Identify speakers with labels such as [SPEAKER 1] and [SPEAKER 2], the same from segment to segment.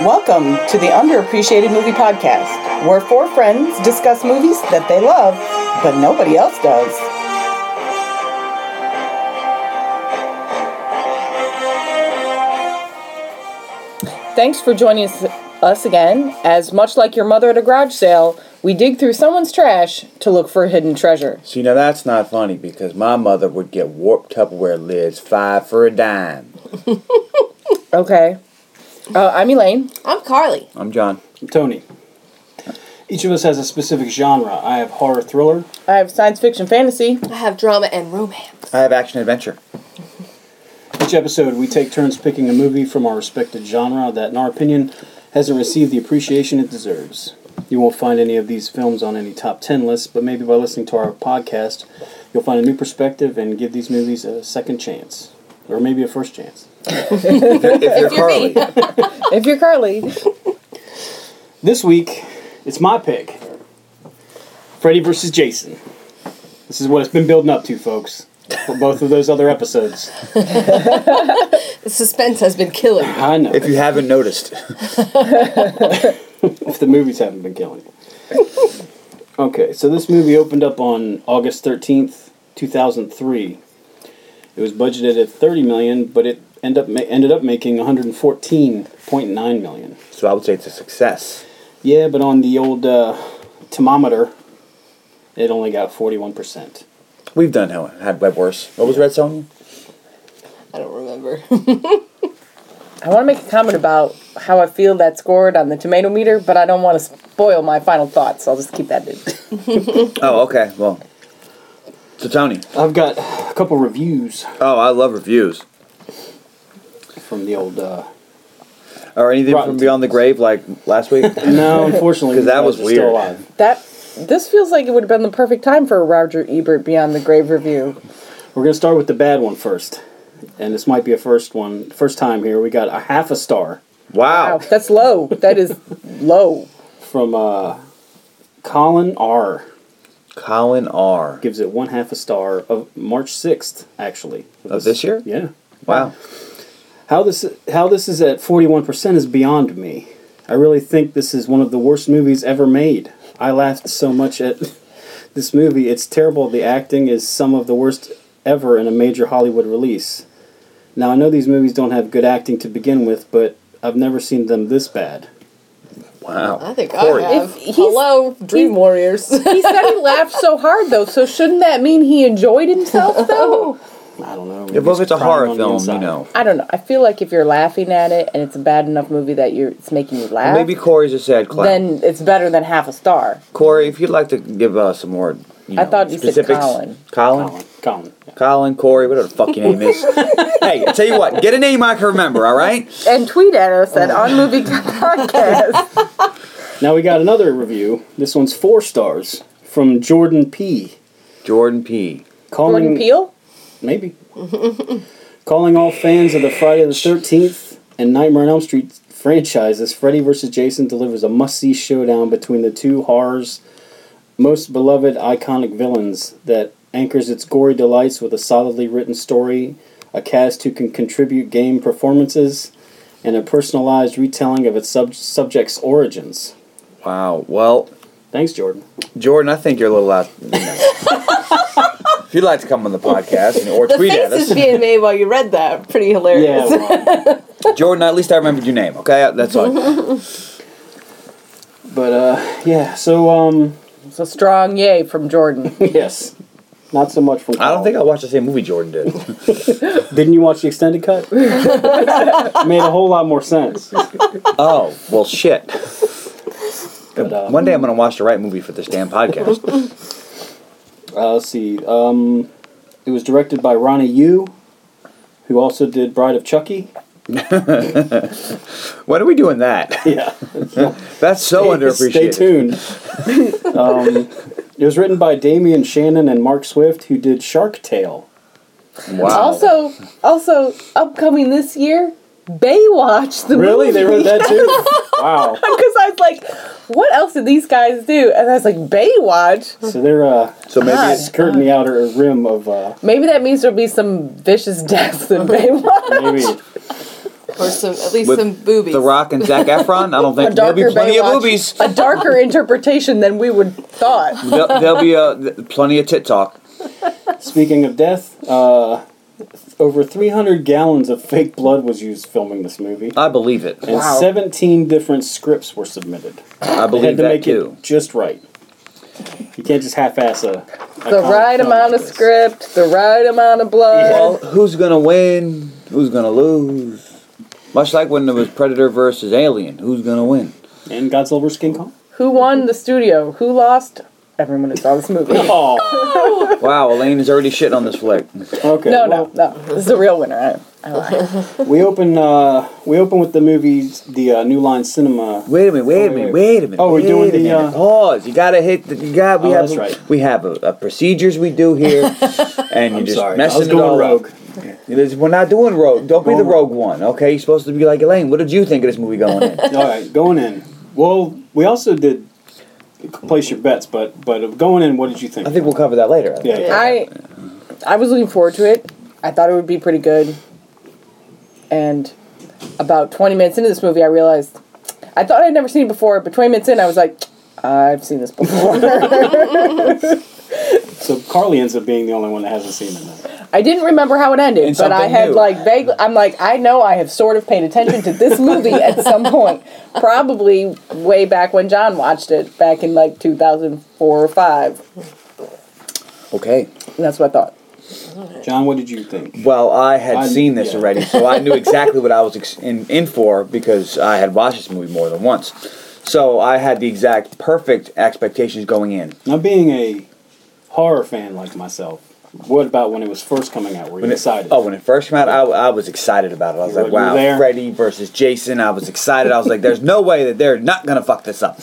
[SPEAKER 1] Welcome to the Underappreciated Movie Podcast, where four friends discuss movies that they love, but nobody else does. Thanks for joining us, us again, as much like your mother at a garage sale, we dig through someone's trash to look for hidden treasure.
[SPEAKER 2] See, now that's not funny because my mother would get warped Tupperware lids five for a dime.
[SPEAKER 1] Okay. Uh, I'm Elaine.
[SPEAKER 3] I'm Carly.
[SPEAKER 2] I'm John.
[SPEAKER 4] Tony. Each of us has a specific genre. I have horror thriller.
[SPEAKER 1] I have science fiction fantasy.
[SPEAKER 3] I have drama and romance.
[SPEAKER 2] I have action adventure.
[SPEAKER 4] Each episode, we take turns picking a movie from our respected genre that, in our opinion, hasn't received the appreciation it deserves. You won't find any of these films on any top 10 lists, but maybe by listening to our podcast, you'll find a new perspective and give these movies a second chance. Or maybe a first chance.
[SPEAKER 2] If you're, if you're Carly,
[SPEAKER 3] me.
[SPEAKER 1] If you're Carly,
[SPEAKER 4] This week, it's my pick Freddy vs. Jason. This is what it's been building up to, folks, for both of those other episodes.
[SPEAKER 3] The suspense has been killing. me.
[SPEAKER 4] I know.
[SPEAKER 2] if you haven't noticed,
[SPEAKER 4] if the movies haven't been killing you. okay, so this movie opened up on August 13th, 2003. It was budgeted at 30 million, but it end up ma- ended up making 114.9 million.
[SPEAKER 2] so I would say it's a success.
[SPEAKER 4] Yeah, but on the old uh, thermometer, it only got 41%.
[SPEAKER 2] We've done hell- had web worse. What was Red Sonja?
[SPEAKER 3] I don't remember.
[SPEAKER 1] I want to make a comment about how I feel that scored on the tomato meter, but I don't want to spoil my final thoughts. So I'll just keep that in.
[SPEAKER 2] Oh, okay. Well, so Tony.
[SPEAKER 4] I've got a couple reviews
[SPEAKER 2] Oh, I love reviews.
[SPEAKER 4] from the old. Uh,
[SPEAKER 2] Or anything
[SPEAKER 4] Rotten
[SPEAKER 2] from Beyond the Grave like last week?
[SPEAKER 4] no, unfortunately,
[SPEAKER 2] 'Cause that
[SPEAKER 4] these
[SPEAKER 2] was
[SPEAKER 4] guys are still
[SPEAKER 2] weird.
[SPEAKER 4] alive.
[SPEAKER 1] That this feels like it would have been the perfect time for a Roger Ebert Beyond the Grave review.
[SPEAKER 4] We're gonna start with the bad one first, and this might be a first one, first time here. We got a half a star
[SPEAKER 1] Wow,
[SPEAKER 2] Wow.
[SPEAKER 1] that's low. That is low.
[SPEAKER 4] from uh, Colin R.
[SPEAKER 2] Colin R.
[SPEAKER 4] Gives it one half a star of March sixth, actually
[SPEAKER 2] Of Oh, this year?
[SPEAKER 4] Yeah.
[SPEAKER 2] Wow.
[SPEAKER 4] How this how this is at forty one percent is beyond me. I really think this is one of the worst movies ever made. I laughed so much at this movie. It's terrible. The acting is some of the worst ever in a major Hollywood release. Now I know these movies don't have good acting to begin with, but I've never seen them this bad.
[SPEAKER 3] I
[SPEAKER 2] Wow.
[SPEAKER 3] think
[SPEAKER 2] Corey.
[SPEAKER 3] I have.
[SPEAKER 1] If he's-
[SPEAKER 3] Hello, Dream Warriors.
[SPEAKER 1] He said he laughed so hard though, so shouldn't that mean he enjoyed himself though?
[SPEAKER 4] I don't know.
[SPEAKER 2] If
[SPEAKER 4] maybe
[SPEAKER 2] it's a
[SPEAKER 4] crying
[SPEAKER 2] horror
[SPEAKER 4] on the
[SPEAKER 2] film, you
[SPEAKER 4] inside.
[SPEAKER 2] know.
[SPEAKER 1] I don't know. I feel like if you're laughing at it and it's a bad enough movie that you're it's making you laugh,
[SPEAKER 2] Maybe Corey's a sad clown.
[SPEAKER 1] then it's better than half a star.
[SPEAKER 2] Corey, if you'd like to give us some more, you know,
[SPEAKER 1] I thought you said
[SPEAKER 2] specifics.
[SPEAKER 1] Colin.
[SPEAKER 2] Colin,
[SPEAKER 4] Colin, Colin.
[SPEAKER 2] Colin, Corey, whatever the fuck your name is. hey, I tell you what, get a name I can remember. All right.
[SPEAKER 1] And tweet at us at on movie podcast.
[SPEAKER 4] Now we got another review. This one's four stars from Jordan P.
[SPEAKER 2] Jordan P.
[SPEAKER 4] Calling
[SPEAKER 1] Jordan Peele.
[SPEAKER 4] Maybe. Calling all fans of the Friday the 13th and Nightmare on Elm Street franchises, Freddy vs. Jason delivers a must see showdown between the two horror's most beloved iconic villains that anchors its gory delights with a solidly written story, a cast who can contribute game performances, and a personalized retelling of its sub- subject's origins.
[SPEAKER 2] Wow. Well,
[SPEAKER 4] Thanks, Jordan.
[SPEAKER 2] Jordan, I think you're a little out. You know. if you'd like to come on the podcast and, or
[SPEAKER 3] the
[SPEAKER 2] tweet at
[SPEAKER 3] faces
[SPEAKER 2] us,
[SPEAKER 3] being made while you read that pretty hilarious.
[SPEAKER 4] Yeah, well,
[SPEAKER 2] Jordan, at least I remembered your name. Okay, that's all.
[SPEAKER 4] but uh, yeah, so um,
[SPEAKER 1] It's a strong yay from Jordan.
[SPEAKER 4] yes, not so much from.
[SPEAKER 2] I don't
[SPEAKER 4] Colin.
[SPEAKER 2] think I watched the same movie Jordan did.
[SPEAKER 4] Didn't you watch the extended cut? Made a whole lot more sense.
[SPEAKER 2] Oh well, shit.
[SPEAKER 4] But, uh,
[SPEAKER 2] One day I'm gonna watch the right movie for this damn podcast.
[SPEAKER 4] uh, let's see. Um, it was directed by Ronnie Yu, who also did Bride of Chucky.
[SPEAKER 2] When are we doing that?
[SPEAKER 4] Yeah,
[SPEAKER 2] That's so underappreciated.
[SPEAKER 4] Stay tuned. um, it was written by Damian Shannon and Mark Swift, who did Shark Tale.
[SPEAKER 2] Wow.
[SPEAKER 1] Also, also upcoming this year, Baywatch. The
[SPEAKER 4] Really, they wrote that too. wow.
[SPEAKER 1] Because I was like, what else did these guys do? And I was like, Baywatch.
[SPEAKER 4] So they're uh,
[SPEAKER 2] so maybe it's
[SPEAKER 4] skirting the outer rim of uh,
[SPEAKER 1] Maybe that means there'll be some vicious deaths in Baywatch.
[SPEAKER 4] maybe.
[SPEAKER 3] or some at least
[SPEAKER 2] With
[SPEAKER 3] some boobies.
[SPEAKER 2] The Rock and Zac Efron. I don't
[SPEAKER 1] A
[SPEAKER 2] think there'll be
[SPEAKER 1] darker
[SPEAKER 2] plenty
[SPEAKER 1] Baywatch,
[SPEAKER 2] of boobies.
[SPEAKER 1] a darker interpretation than we would thought.
[SPEAKER 2] There'll, there'll be uh, th- plenty of tit talk.
[SPEAKER 4] Speaking of death, uh, over 300 gallons of fake blood was used filming this movie,
[SPEAKER 2] I believe it.
[SPEAKER 4] and 17 different scripts were submitted.
[SPEAKER 2] I
[SPEAKER 4] They
[SPEAKER 2] believe
[SPEAKER 4] had to
[SPEAKER 2] that
[SPEAKER 4] make
[SPEAKER 2] too.
[SPEAKER 4] it just right. You can't just half-ass a, a
[SPEAKER 1] The
[SPEAKER 4] comic
[SPEAKER 1] right
[SPEAKER 4] film
[SPEAKER 1] amount
[SPEAKER 4] like
[SPEAKER 1] of
[SPEAKER 4] this.
[SPEAKER 1] script, the right amount of blood.
[SPEAKER 2] Well, who's gonna win? Who's gonna lose? Much like when there was Predator versus Alien. Who's gonna win?
[SPEAKER 4] And Godzilla vs King Kong.
[SPEAKER 1] Who won the studio? Who lost? Everyone who saw this movie. No,
[SPEAKER 4] Oh,
[SPEAKER 2] Wow, Elaine is already shitting on this flick.
[SPEAKER 4] okay.
[SPEAKER 1] no, no. This is a real winner. I, I lied.
[SPEAKER 4] We open uh, we open with the movies the uh, New Line Cinema.
[SPEAKER 2] Wait a minute, wait a minute, wait a minute.
[SPEAKER 4] Oh, we're
[SPEAKER 2] wait
[SPEAKER 4] doing
[SPEAKER 2] a
[SPEAKER 4] the,
[SPEAKER 2] minute.
[SPEAKER 4] uh,
[SPEAKER 2] pause. You gotta hit. The, you got. We
[SPEAKER 4] Oh,
[SPEAKER 2] have.
[SPEAKER 4] that's right.
[SPEAKER 2] We have a, a procedures we do here, and you're
[SPEAKER 4] I'm
[SPEAKER 2] just
[SPEAKER 4] sorry, I
[SPEAKER 2] messing
[SPEAKER 4] was
[SPEAKER 2] it all up.
[SPEAKER 4] going rogue.
[SPEAKER 2] It is- We're not doing rogue. Don't be the
[SPEAKER 4] Going
[SPEAKER 2] rogue one. Okay, you're supposed to be like Elaine. What did you think of this movie going in?
[SPEAKER 4] All right, going in. Well, we also did place your bets, but but going in, what did you think?
[SPEAKER 2] I think we'll cover that later.
[SPEAKER 4] yeah, yeah.
[SPEAKER 1] I, I was looking forward to it. I thought it would be pretty good. And about 20 minutes into this movie, I realized I thought I'd never seen it before, but 20 minutes in, I was like, I've seen this before.
[SPEAKER 4] So Carly ends up being the only one that hasn't seen it.
[SPEAKER 1] I didn't remember how it ended,
[SPEAKER 2] And
[SPEAKER 1] but I
[SPEAKER 2] something
[SPEAKER 1] had
[SPEAKER 2] new.
[SPEAKER 1] like vaguely. I'm like, I know I have sort of paid attention to this movie at some point, probably way back when John watched it back in like 2004 or five.
[SPEAKER 2] Okay.
[SPEAKER 1] And that's what I thought.
[SPEAKER 4] John, what did you think?
[SPEAKER 2] Well, I had
[SPEAKER 4] I-
[SPEAKER 2] seen this
[SPEAKER 4] yeah.
[SPEAKER 2] already, so I knew exactly what I was ex- in, in for because I had watched this movie more than once. So I had the exact perfect expectations going in.
[SPEAKER 4] Now, being a horror fan like myself, what about when it was first coming out? Were you
[SPEAKER 2] When it-
[SPEAKER 4] excited?
[SPEAKER 2] oh, when it first came out, I, I was excited about it. I was
[SPEAKER 4] You
[SPEAKER 2] like,
[SPEAKER 4] were- you were
[SPEAKER 2] wow,
[SPEAKER 4] there?
[SPEAKER 2] Freddy versus Jason. I was excited. I was like, there's no way that they're not going to fuck this up.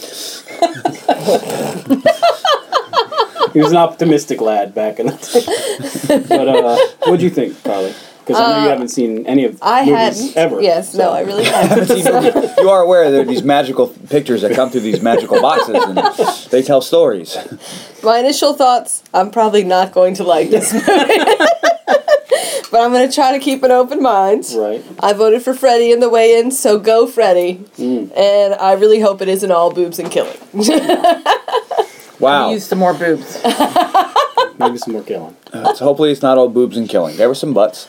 [SPEAKER 4] he was an optimistic lad back in the day. but uh, what did you think, Carly? Because I know you haven't seen any of
[SPEAKER 3] Uh, I
[SPEAKER 4] movies
[SPEAKER 3] hadn't.
[SPEAKER 4] ever.
[SPEAKER 3] Yes, no, I really hadn't.
[SPEAKER 2] you are aware there are these magical pictures that come through these magical boxes and they tell stories.
[SPEAKER 3] My initial thoughts: I'm probably not going to like this movie, but I'm going to try to keep an open mind.
[SPEAKER 4] Right.
[SPEAKER 3] I voted for Freddy in the weigh-in, so go Freddy.
[SPEAKER 2] Mm.
[SPEAKER 3] And I really hope it isn't all boobs and killing.
[SPEAKER 2] Wow.
[SPEAKER 1] Use some more boobs.
[SPEAKER 4] Maybe some more killing.
[SPEAKER 2] So hopefully it's not all boobs and killing. There were some butts.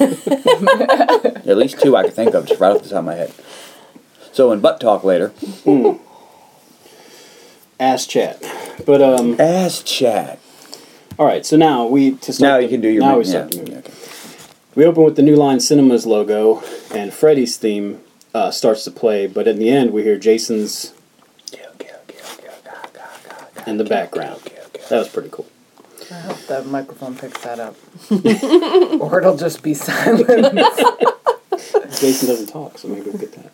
[SPEAKER 2] At least two I could think of just right off the top of my head. So in butt talk later,
[SPEAKER 4] Ass chat. But um,
[SPEAKER 2] ass chat.
[SPEAKER 4] all right. So now we to start
[SPEAKER 2] Now
[SPEAKER 4] the-
[SPEAKER 2] you can do your
[SPEAKER 4] now we
[SPEAKER 2] movie.
[SPEAKER 4] start the
[SPEAKER 2] Yeah,
[SPEAKER 4] movie.
[SPEAKER 2] okay.
[SPEAKER 4] We open with the New Line Cinemas logo, and Freddy's theme uh, starts to play. But in the end, we hear Jason's in the background. That was pretty cool.
[SPEAKER 1] I hope the microphone picks that up. or it'll just be silent.
[SPEAKER 4] Jason doesn't talk, so maybe we'll get that.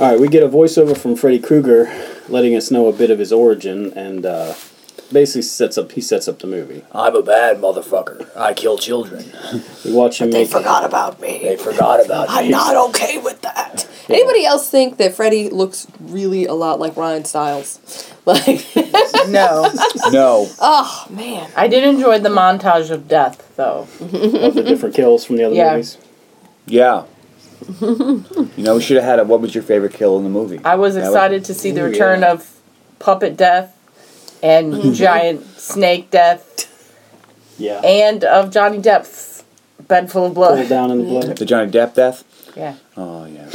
[SPEAKER 4] All right, we get a voiceover from Freddy Krueger, letting us know a bit of his origin, and uh, basically sets up. He sets up the movie.
[SPEAKER 5] I'm a bad motherfucker. I kill children.
[SPEAKER 4] We watch him make.
[SPEAKER 3] Forgot about me.
[SPEAKER 5] They forgot about me.
[SPEAKER 3] I'm not okay with that. Anybody else think that Freddy looks really a lot like Ryan Stiles? Like,
[SPEAKER 1] no.
[SPEAKER 2] No.
[SPEAKER 3] oh man.
[SPEAKER 1] I did enjoy the montage of death, though.
[SPEAKER 4] of the different kills from the other
[SPEAKER 1] Yeah.
[SPEAKER 4] movies.
[SPEAKER 2] Yeah. You know, we should have had a what was your favorite kill in the movie?
[SPEAKER 1] I was
[SPEAKER 2] That
[SPEAKER 1] excited to see the
[SPEAKER 4] Ooh,
[SPEAKER 1] return
[SPEAKER 4] yeah.
[SPEAKER 1] of puppet death and giant snake death
[SPEAKER 4] Yeah.
[SPEAKER 1] and of Johnny Depp's bed full of
[SPEAKER 4] Pulled
[SPEAKER 1] blood.
[SPEAKER 4] down in the blood.
[SPEAKER 2] The Johnny Depp death?
[SPEAKER 1] Yeah.
[SPEAKER 2] Oh, yeah.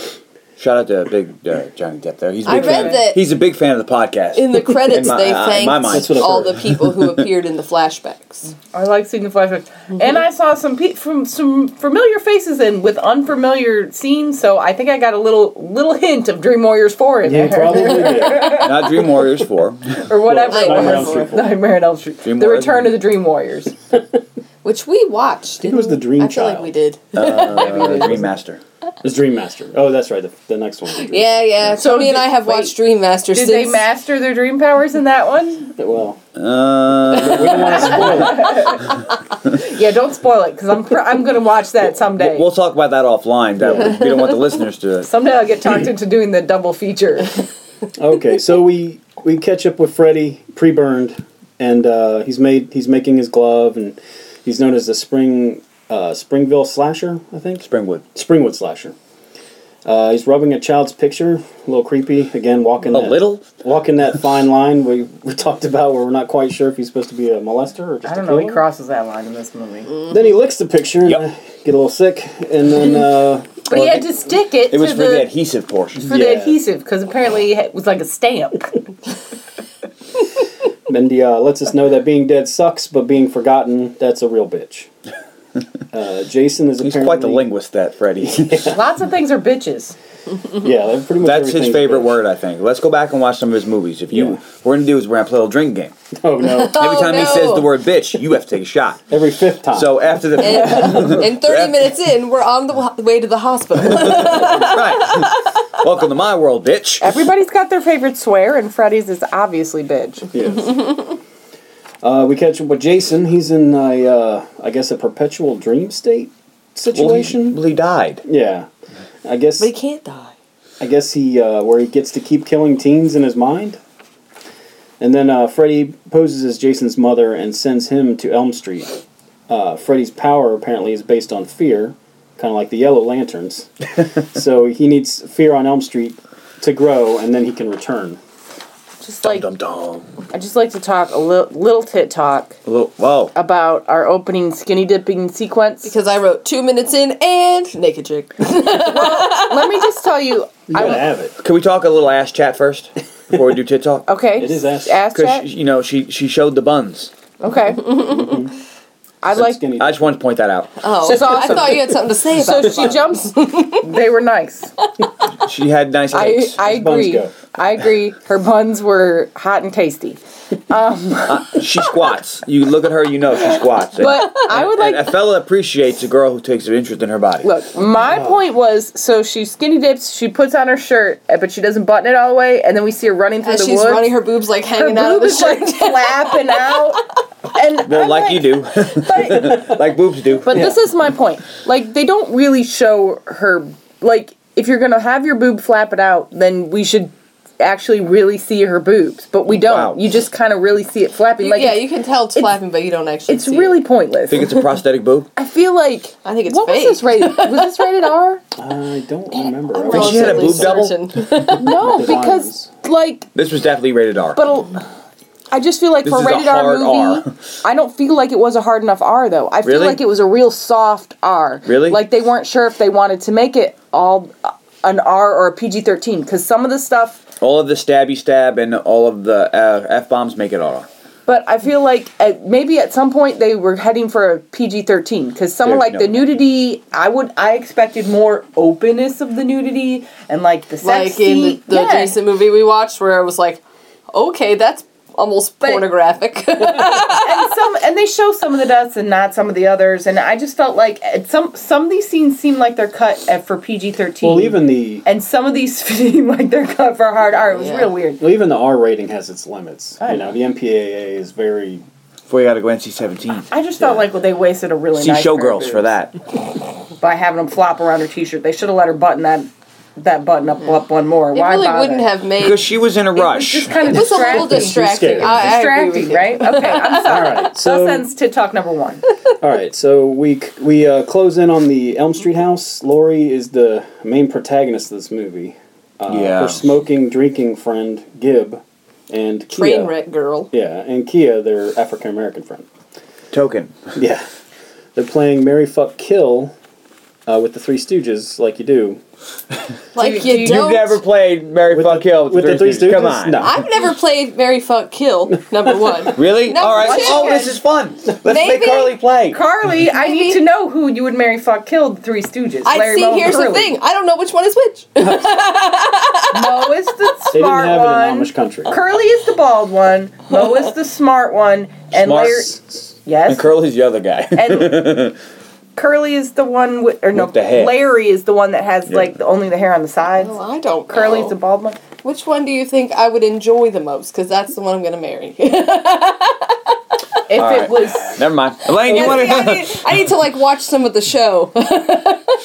[SPEAKER 2] Shout out to big uh, Johnny Depp there. He's a
[SPEAKER 3] I
[SPEAKER 2] big fan.
[SPEAKER 3] read that-
[SPEAKER 2] He's a big fan of the podcast.
[SPEAKER 3] In the credits,
[SPEAKER 2] In my-
[SPEAKER 3] they
[SPEAKER 2] uh, in my mind.
[SPEAKER 3] thanked
[SPEAKER 4] That's what I've
[SPEAKER 3] all
[SPEAKER 4] heard.
[SPEAKER 3] the people who appeared in the flashbacks.
[SPEAKER 1] I like seeing the flashbacks. And I saw some pe- from some familiar faces and with unfamiliar scenes, so I think I got a little little hint of Dream Warriors 4 in
[SPEAKER 4] Yeah,
[SPEAKER 1] there.
[SPEAKER 4] probably did.
[SPEAKER 2] Not Dream Warriors uh, 4.
[SPEAKER 1] or whatever
[SPEAKER 3] Well, Nightmare
[SPEAKER 1] it
[SPEAKER 3] on
[SPEAKER 1] was.
[SPEAKER 4] Elm Street.
[SPEAKER 1] Nightmare on Elm Street.
[SPEAKER 2] Dream
[SPEAKER 1] the
[SPEAKER 2] Warriors.
[SPEAKER 1] Return of the Dream Warriors.
[SPEAKER 3] Which we watched.
[SPEAKER 4] think it was
[SPEAKER 3] didn't
[SPEAKER 4] the
[SPEAKER 3] we?
[SPEAKER 4] Dream
[SPEAKER 3] I feel like
[SPEAKER 4] Child.
[SPEAKER 3] we did.
[SPEAKER 2] Uh, Dream Master.
[SPEAKER 4] It's Dream Master. Oh, that's right. The, the next one.
[SPEAKER 3] yeah, yeah.
[SPEAKER 1] So
[SPEAKER 3] Tony and
[SPEAKER 1] did-
[SPEAKER 3] I have
[SPEAKER 1] wait.
[SPEAKER 3] watched Dream Master
[SPEAKER 1] Did
[SPEAKER 3] since.
[SPEAKER 1] they master their dream powers in that one?
[SPEAKER 4] Well,
[SPEAKER 2] Uh,
[SPEAKER 4] we don't want to spoil it.
[SPEAKER 1] Yeah, don't spoil it because I'm pr- I'm gonna watch that someday.
[SPEAKER 2] We'll, we'll talk about that offline. That we don't want the listeners to.
[SPEAKER 1] someday I'll get talked into doing the double feature.
[SPEAKER 4] Okay, so we we catch up with Freddy pre-burned, and uh, he's made he's making his glove, and he's known as the Spring uh, Springville Slasher, I think.
[SPEAKER 2] Springwood.
[SPEAKER 4] Springwood Slasher. Uh, he's rubbing a child's picture, a little creepy. Again, walking
[SPEAKER 2] A
[SPEAKER 4] that,
[SPEAKER 2] little?
[SPEAKER 4] walking that fine line we, we talked about, where we're not quite sure if he's supposed to be a molester or just
[SPEAKER 1] I
[SPEAKER 4] a
[SPEAKER 1] don't know. He
[SPEAKER 4] killer.
[SPEAKER 1] crosses that line in this movie.
[SPEAKER 4] Then he licks the picture and
[SPEAKER 2] Yep.
[SPEAKER 4] I get a little sick, and then uh,
[SPEAKER 1] But he had to stick it,
[SPEAKER 2] It was
[SPEAKER 1] to
[SPEAKER 2] for the
[SPEAKER 1] the,
[SPEAKER 2] adhesive portion.
[SPEAKER 1] for
[SPEAKER 4] Yeah.
[SPEAKER 1] the adhesive because apparently it was like a stamp.
[SPEAKER 4] Mendy uh, lets us know that being dead sucks, but being forgotten—that's a real bitch. Uh, Jason is
[SPEAKER 2] He's
[SPEAKER 4] apparently
[SPEAKER 2] quite the linguist, that Freddie.
[SPEAKER 1] Lots of things are bitches.
[SPEAKER 4] Yeah, that pretty much
[SPEAKER 2] That's his
[SPEAKER 4] everything's
[SPEAKER 2] favorite
[SPEAKER 4] bitch.
[SPEAKER 2] word, I think. Let's go back and watch some of his movies. If you,
[SPEAKER 4] Yeah.
[SPEAKER 2] what we're gonna do is we're gonna play a little drink game.
[SPEAKER 4] Oh no!
[SPEAKER 2] Every
[SPEAKER 3] Oh,
[SPEAKER 2] time he
[SPEAKER 3] no.
[SPEAKER 2] says the word bitch, you have to take a shot.
[SPEAKER 4] Every fifth time.
[SPEAKER 2] So after the
[SPEAKER 3] And 30 minutes in, we're on the wa- way to the hospital.
[SPEAKER 2] right, welcome to my world, bitch.
[SPEAKER 1] Everybody's got their favorite swear, and Freddy's is obviously bitch.
[SPEAKER 4] Yes. uh, we catch up with Jason. He's in a, uh, I guess, a perpetual dream state
[SPEAKER 2] Well he,
[SPEAKER 4] situation.
[SPEAKER 2] well, he died.
[SPEAKER 4] yeah, I guess.
[SPEAKER 3] but he can't die.
[SPEAKER 4] I guess he uh, where he gets to keep killing teens in his mind. And then uh, Freddy poses as Jason's mother and sends him to Elm Street. Uh, Freddy's power apparently is based on fear, kind of like the Yellow Lanterns. so he needs fear on Elm Street to grow, and then he can return.
[SPEAKER 1] Just like
[SPEAKER 2] Dum dum.
[SPEAKER 1] I just like to talk a little little tit talk
[SPEAKER 2] Well, Whoa.
[SPEAKER 1] about our opening skinny dipping sequence
[SPEAKER 3] Because I wrote two minutes in and naked chick.
[SPEAKER 1] let me just tell you.
[SPEAKER 4] You gotta have it.
[SPEAKER 2] Can we talk a little ass chat first before we do tit talk?
[SPEAKER 1] Okay,
[SPEAKER 4] It is ass-
[SPEAKER 2] Because
[SPEAKER 1] chat.
[SPEAKER 2] you know she she showed the buns.
[SPEAKER 1] Okay,
[SPEAKER 4] Mm-hmm.
[SPEAKER 1] I
[SPEAKER 4] Some
[SPEAKER 1] like.
[SPEAKER 4] skinny.
[SPEAKER 2] I just wanted to point that out.
[SPEAKER 3] Oh,
[SPEAKER 1] So-
[SPEAKER 3] I thought you had something to say about
[SPEAKER 1] So
[SPEAKER 3] it.
[SPEAKER 1] she jumps. they were nice.
[SPEAKER 2] She had nice
[SPEAKER 1] I
[SPEAKER 2] eggs.
[SPEAKER 1] I
[SPEAKER 4] buns
[SPEAKER 1] agree.
[SPEAKER 4] go?
[SPEAKER 1] I agree. Her buns were hot and tasty.
[SPEAKER 2] she squats. You look at her, you know she squats.
[SPEAKER 1] But I would
[SPEAKER 2] and
[SPEAKER 1] like
[SPEAKER 2] a fella appreciates a girl who takes an interest in her body.
[SPEAKER 1] Look, my
[SPEAKER 4] Uh-huh.
[SPEAKER 1] point was so she skinny dips, she puts on her shirt, eh, but she doesn't button it all the way, and then we see her running through
[SPEAKER 3] And
[SPEAKER 1] the
[SPEAKER 3] she's
[SPEAKER 1] woods.
[SPEAKER 3] running her boobs like
[SPEAKER 1] her
[SPEAKER 3] hanging out
[SPEAKER 1] boob
[SPEAKER 3] of the
[SPEAKER 1] is
[SPEAKER 3] shirt.
[SPEAKER 1] like flapping out. And
[SPEAKER 2] well,
[SPEAKER 1] I'm
[SPEAKER 2] like you do,
[SPEAKER 1] But,
[SPEAKER 2] like boobs do.
[SPEAKER 1] but this is my point. Like they don't really show her. Like if you're gonna have your boob flap it out, then we should actually really see her boobs. But we don't.
[SPEAKER 2] Wow.
[SPEAKER 1] You just kind of really see it flapping. Like
[SPEAKER 3] yeah,
[SPEAKER 1] it's,
[SPEAKER 3] you can tell it's, flapping, but you don't actually
[SPEAKER 1] it's
[SPEAKER 3] see
[SPEAKER 1] really
[SPEAKER 3] it.
[SPEAKER 1] pointless.
[SPEAKER 2] think it's a prosthetic boob.
[SPEAKER 1] I feel like
[SPEAKER 3] I think it's
[SPEAKER 1] what
[SPEAKER 3] fake.
[SPEAKER 1] was this rated? was this rated R?
[SPEAKER 4] I don't remember. I
[SPEAKER 2] Well,
[SPEAKER 4] was-
[SPEAKER 2] she had a
[SPEAKER 3] Relatively
[SPEAKER 2] boob double?
[SPEAKER 3] certain.
[SPEAKER 1] No,
[SPEAKER 4] The
[SPEAKER 1] because like
[SPEAKER 2] This was definitely rated R.
[SPEAKER 1] But a- I just feel like
[SPEAKER 2] This
[SPEAKER 1] for
[SPEAKER 2] is a
[SPEAKER 1] rated R
[SPEAKER 2] hard
[SPEAKER 1] movie, I don't feel like it was a hard enough R though. I feel
[SPEAKER 2] Really?
[SPEAKER 1] like it was a real soft R.
[SPEAKER 2] Really?
[SPEAKER 1] Like they weren't sure if they wanted to make it all uh, an R or a PG thirteen because some of the stuff.
[SPEAKER 2] all of the stabby stab and all of the uh, f bombs make it R.
[SPEAKER 1] But I feel like at, maybe at some point they were heading for a PG thirteen because some of like
[SPEAKER 2] There's no-
[SPEAKER 1] the nudity, I would I expected more openness of the nudity and like the sex
[SPEAKER 3] like in the,
[SPEAKER 1] scene-
[SPEAKER 3] the
[SPEAKER 1] Yeah.
[SPEAKER 3] recent movie we watched where it was like, okay, that's almost
[SPEAKER 1] But-
[SPEAKER 3] pornographic.
[SPEAKER 1] and some and they show some of the deaths and not some of the others and i just felt like at some some of these scenes seem like they're cut at, for pg-13
[SPEAKER 4] well, even the
[SPEAKER 1] and some of these seem like they're cut for hard r it was
[SPEAKER 3] Yeah.
[SPEAKER 1] real weird
[SPEAKER 4] well, even the R rating has its limits. You know, the MPAA is very
[SPEAKER 2] Before you got to go NC seventeen.
[SPEAKER 1] i just felt like well, they wasted a really
[SPEAKER 2] See
[SPEAKER 1] nice pair of
[SPEAKER 2] showgirls for
[SPEAKER 1] boobs
[SPEAKER 2] that.
[SPEAKER 1] by having them flop around her t-shirt they should have let her button that that button up up one more
[SPEAKER 3] it
[SPEAKER 1] why
[SPEAKER 3] really
[SPEAKER 1] bother?
[SPEAKER 3] wouldn't have made.
[SPEAKER 2] Because she was in a rush.
[SPEAKER 1] just kind
[SPEAKER 3] It
[SPEAKER 1] of
[SPEAKER 3] was a
[SPEAKER 1] distracting
[SPEAKER 3] little distracting.
[SPEAKER 4] scared.
[SPEAKER 3] I, I agree with
[SPEAKER 1] distracting
[SPEAKER 3] you.
[SPEAKER 1] right okay i'm
[SPEAKER 4] all
[SPEAKER 1] sorry
[SPEAKER 4] right.
[SPEAKER 1] so
[SPEAKER 4] So
[SPEAKER 1] sense to talk number one
[SPEAKER 4] All right, so we c- we uh, close in on the Elm Street house. Lori is the main protagonist of this movie. Uh,
[SPEAKER 2] Yeah.
[SPEAKER 4] Her smoking, drinking friend Gib, and Kia.
[SPEAKER 3] Train wreck girl.
[SPEAKER 4] Yeah, and Kia, their African American friend.
[SPEAKER 2] Token.
[SPEAKER 4] Yeah, they're playing Mary Fuck Kill uh, with the Three Stooges, like you do.
[SPEAKER 3] Like you,
[SPEAKER 2] You've
[SPEAKER 3] don't.
[SPEAKER 2] never played Mary
[SPEAKER 4] With
[SPEAKER 2] Fuck
[SPEAKER 4] the-
[SPEAKER 2] Hill with,
[SPEAKER 4] with the Three
[SPEAKER 2] Come
[SPEAKER 4] Stooges?
[SPEAKER 2] on.
[SPEAKER 4] No.
[SPEAKER 3] I've never played Mary Fuck Kill. Number one.
[SPEAKER 2] Really?
[SPEAKER 3] Number
[SPEAKER 2] All right.
[SPEAKER 3] two.
[SPEAKER 2] Oh, this is fun. Let's make
[SPEAKER 3] Maybe-
[SPEAKER 2] Carly play.
[SPEAKER 1] carly i need to know who you would marry fuck kill the three stooges
[SPEAKER 3] I
[SPEAKER 1] Larry
[SPEAKER 3] see.
[SPEAKER 1] Mullen
[SPEAKER 3] Here's the
[SPEAKER 1] Curly.
[SPEAKER 3] thing. I don't know which one is which.
[SPEAKER 1] Mo is the
[SPEAKER 4] They didn't
[SPEAKER 1] smart
[SPEAKER 4] have it in
[SPEAKER 1] one.
[SPEAKER 4] Amish country.
[SPEAKER 1] Curly is the bald one. Mo is the smart one. And
[SPEAKER 2] Smart.
[SPEAKER 1] Larry,
[SPEAKER 2] And
[SPEAKER 1] yes,
[SPEAKER 2] Curly's the other guy.
[SPEAKER 1] and Curly is the one with, or no,
[SPEAKER 2] With the hair.
[SPEAKER 1] Larry is the one that has like the, only the hair on the sides.
[SPEAKER 3] Well, I don't.
[SPEAKER 1] Curly's
[SPEAKER 3] know.
[SPEAKER 1] the bald one.
[SPEAKER 3] Which one do you think I would enjoy the most? Because that's the one I'm going to marry.
[SPEAKER 1] If
[SPEAKER 2] All right.
[SPEAKER 1] it was,
[SPEAKER 2] Never mind. Elaine, you
[SPEAKER 3] I,
[SPEAKER 2] want
[SPEAKER 3] need,
[SPEAKER 2] to?
[SPEAKER 3] I need to like watch some of the show.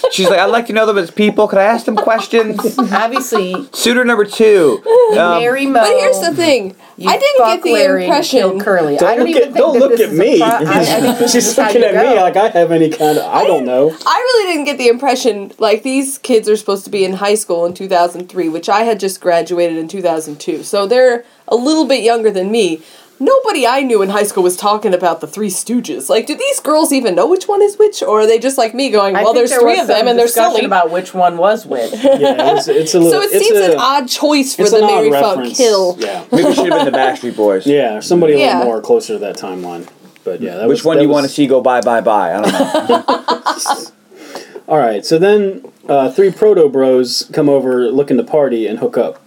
[SPEAKER 2] She's like, I'd like to know them as people. Could I ask them questions?
[SPEAKER 1] Obviously,
[SPEAKER 2] Suitor number two. Um,
[SPEAKER 1] Mary Mo.
[SPEAKER 3] But here's the thing.
[SPEAKER 1] you
[SPEAKER 3] I didn't
[SPEAKER 1] fuck
[SPEAKER 3] get the
[SPEAKER 1] Larry and
[SPEAKER 3] impression.
[SPEAKER 1] Kill Curly. I
[SPEAKER 4] Don't
[SPEAKER 1] don't
[SPEAKER 4] look
[SPEAKER 1] even
[SPEAKER 4] at
[SPEAKER 1] think
[SPEAKER 4] don't
[SPEAKER 1] that
[SPEAKER 4] look
[SPEAKER 1] this
[SPEAKER 4] at
[SPEAKER 1] is
[SPEAKER 4] me.
[SPEAKER 1] A pro- I, I think this
[SPEAKER 4] She's
[SPEAKER 1] is how
[SPEAKER 4] looking
[SPEAKER 1] you
[SPEAKER 4] at
[SPEAKER 1] go.
[SPEAKER 4] me like I have any kind of I don't know.
[SPEAKER 3] I really didn't get the impression like these kids are supposed to be in high school in 2003, which I had just graduated in 2002. So they're a little bit younger than me. Nobody I knew in high school was talking about the Three Stooges. Like, do these girls even know which one is which, or are they just like me going,
[SPEAKER 1] I
[SPEAKER 3] "Well,
[SPEAKER 1] think
[SPEAKER 3] there's
[SPEAKER 1] there
[SPEAKER 3] three
[SPEAKER 1] was
[SPEAKER 3] of them,
[SPEAKER 1] some
[SPEAKER 3] and they're
[SPEAKER 1] discussion
[SPEAKER 3] silly."
[SPEAKER 1] about which one was which.
[SPEAKER 4] Yeah, it's, it's a
[SPEAKER 3] so
[SPEAKER 4] little.
[SPEAKER 3] it
[SPEAKER 4] it's
[SPEAKER 3] seems
[SPEAKER 4] a,
[SPEAKER 3] an odd choice for
[SPEAKER 4] it's
[SPEAKER 3] the
[SPEAKER 4] an odd
[SPEAKER 3] Mary Fuck
[SPEAKER 4] reference.
[SPEAKER 3] Kill.
[SPEAKER 4] Yeah,
[SPEAKER 2] maybe it should have been the Backstreet Boys.
[SPEAKER 4] yeah, or somebody a
[SPEAKER 3] Yeah.
[SPEAKER 4] little more closer to that timeline. But yeah, that
[SPEAKER 2] Which
[SPEAKER 4] was,
[SPEAKER 2] one
[SPEAKER 4] that
[SPEAKER 2] do you
[SPEAKER 4] was-
[SPEAKER 2] want to see go bye bye bye? I don't know.
[SPEAKER 4] All right, so then uh, three proto bros come over looking to party and hook up.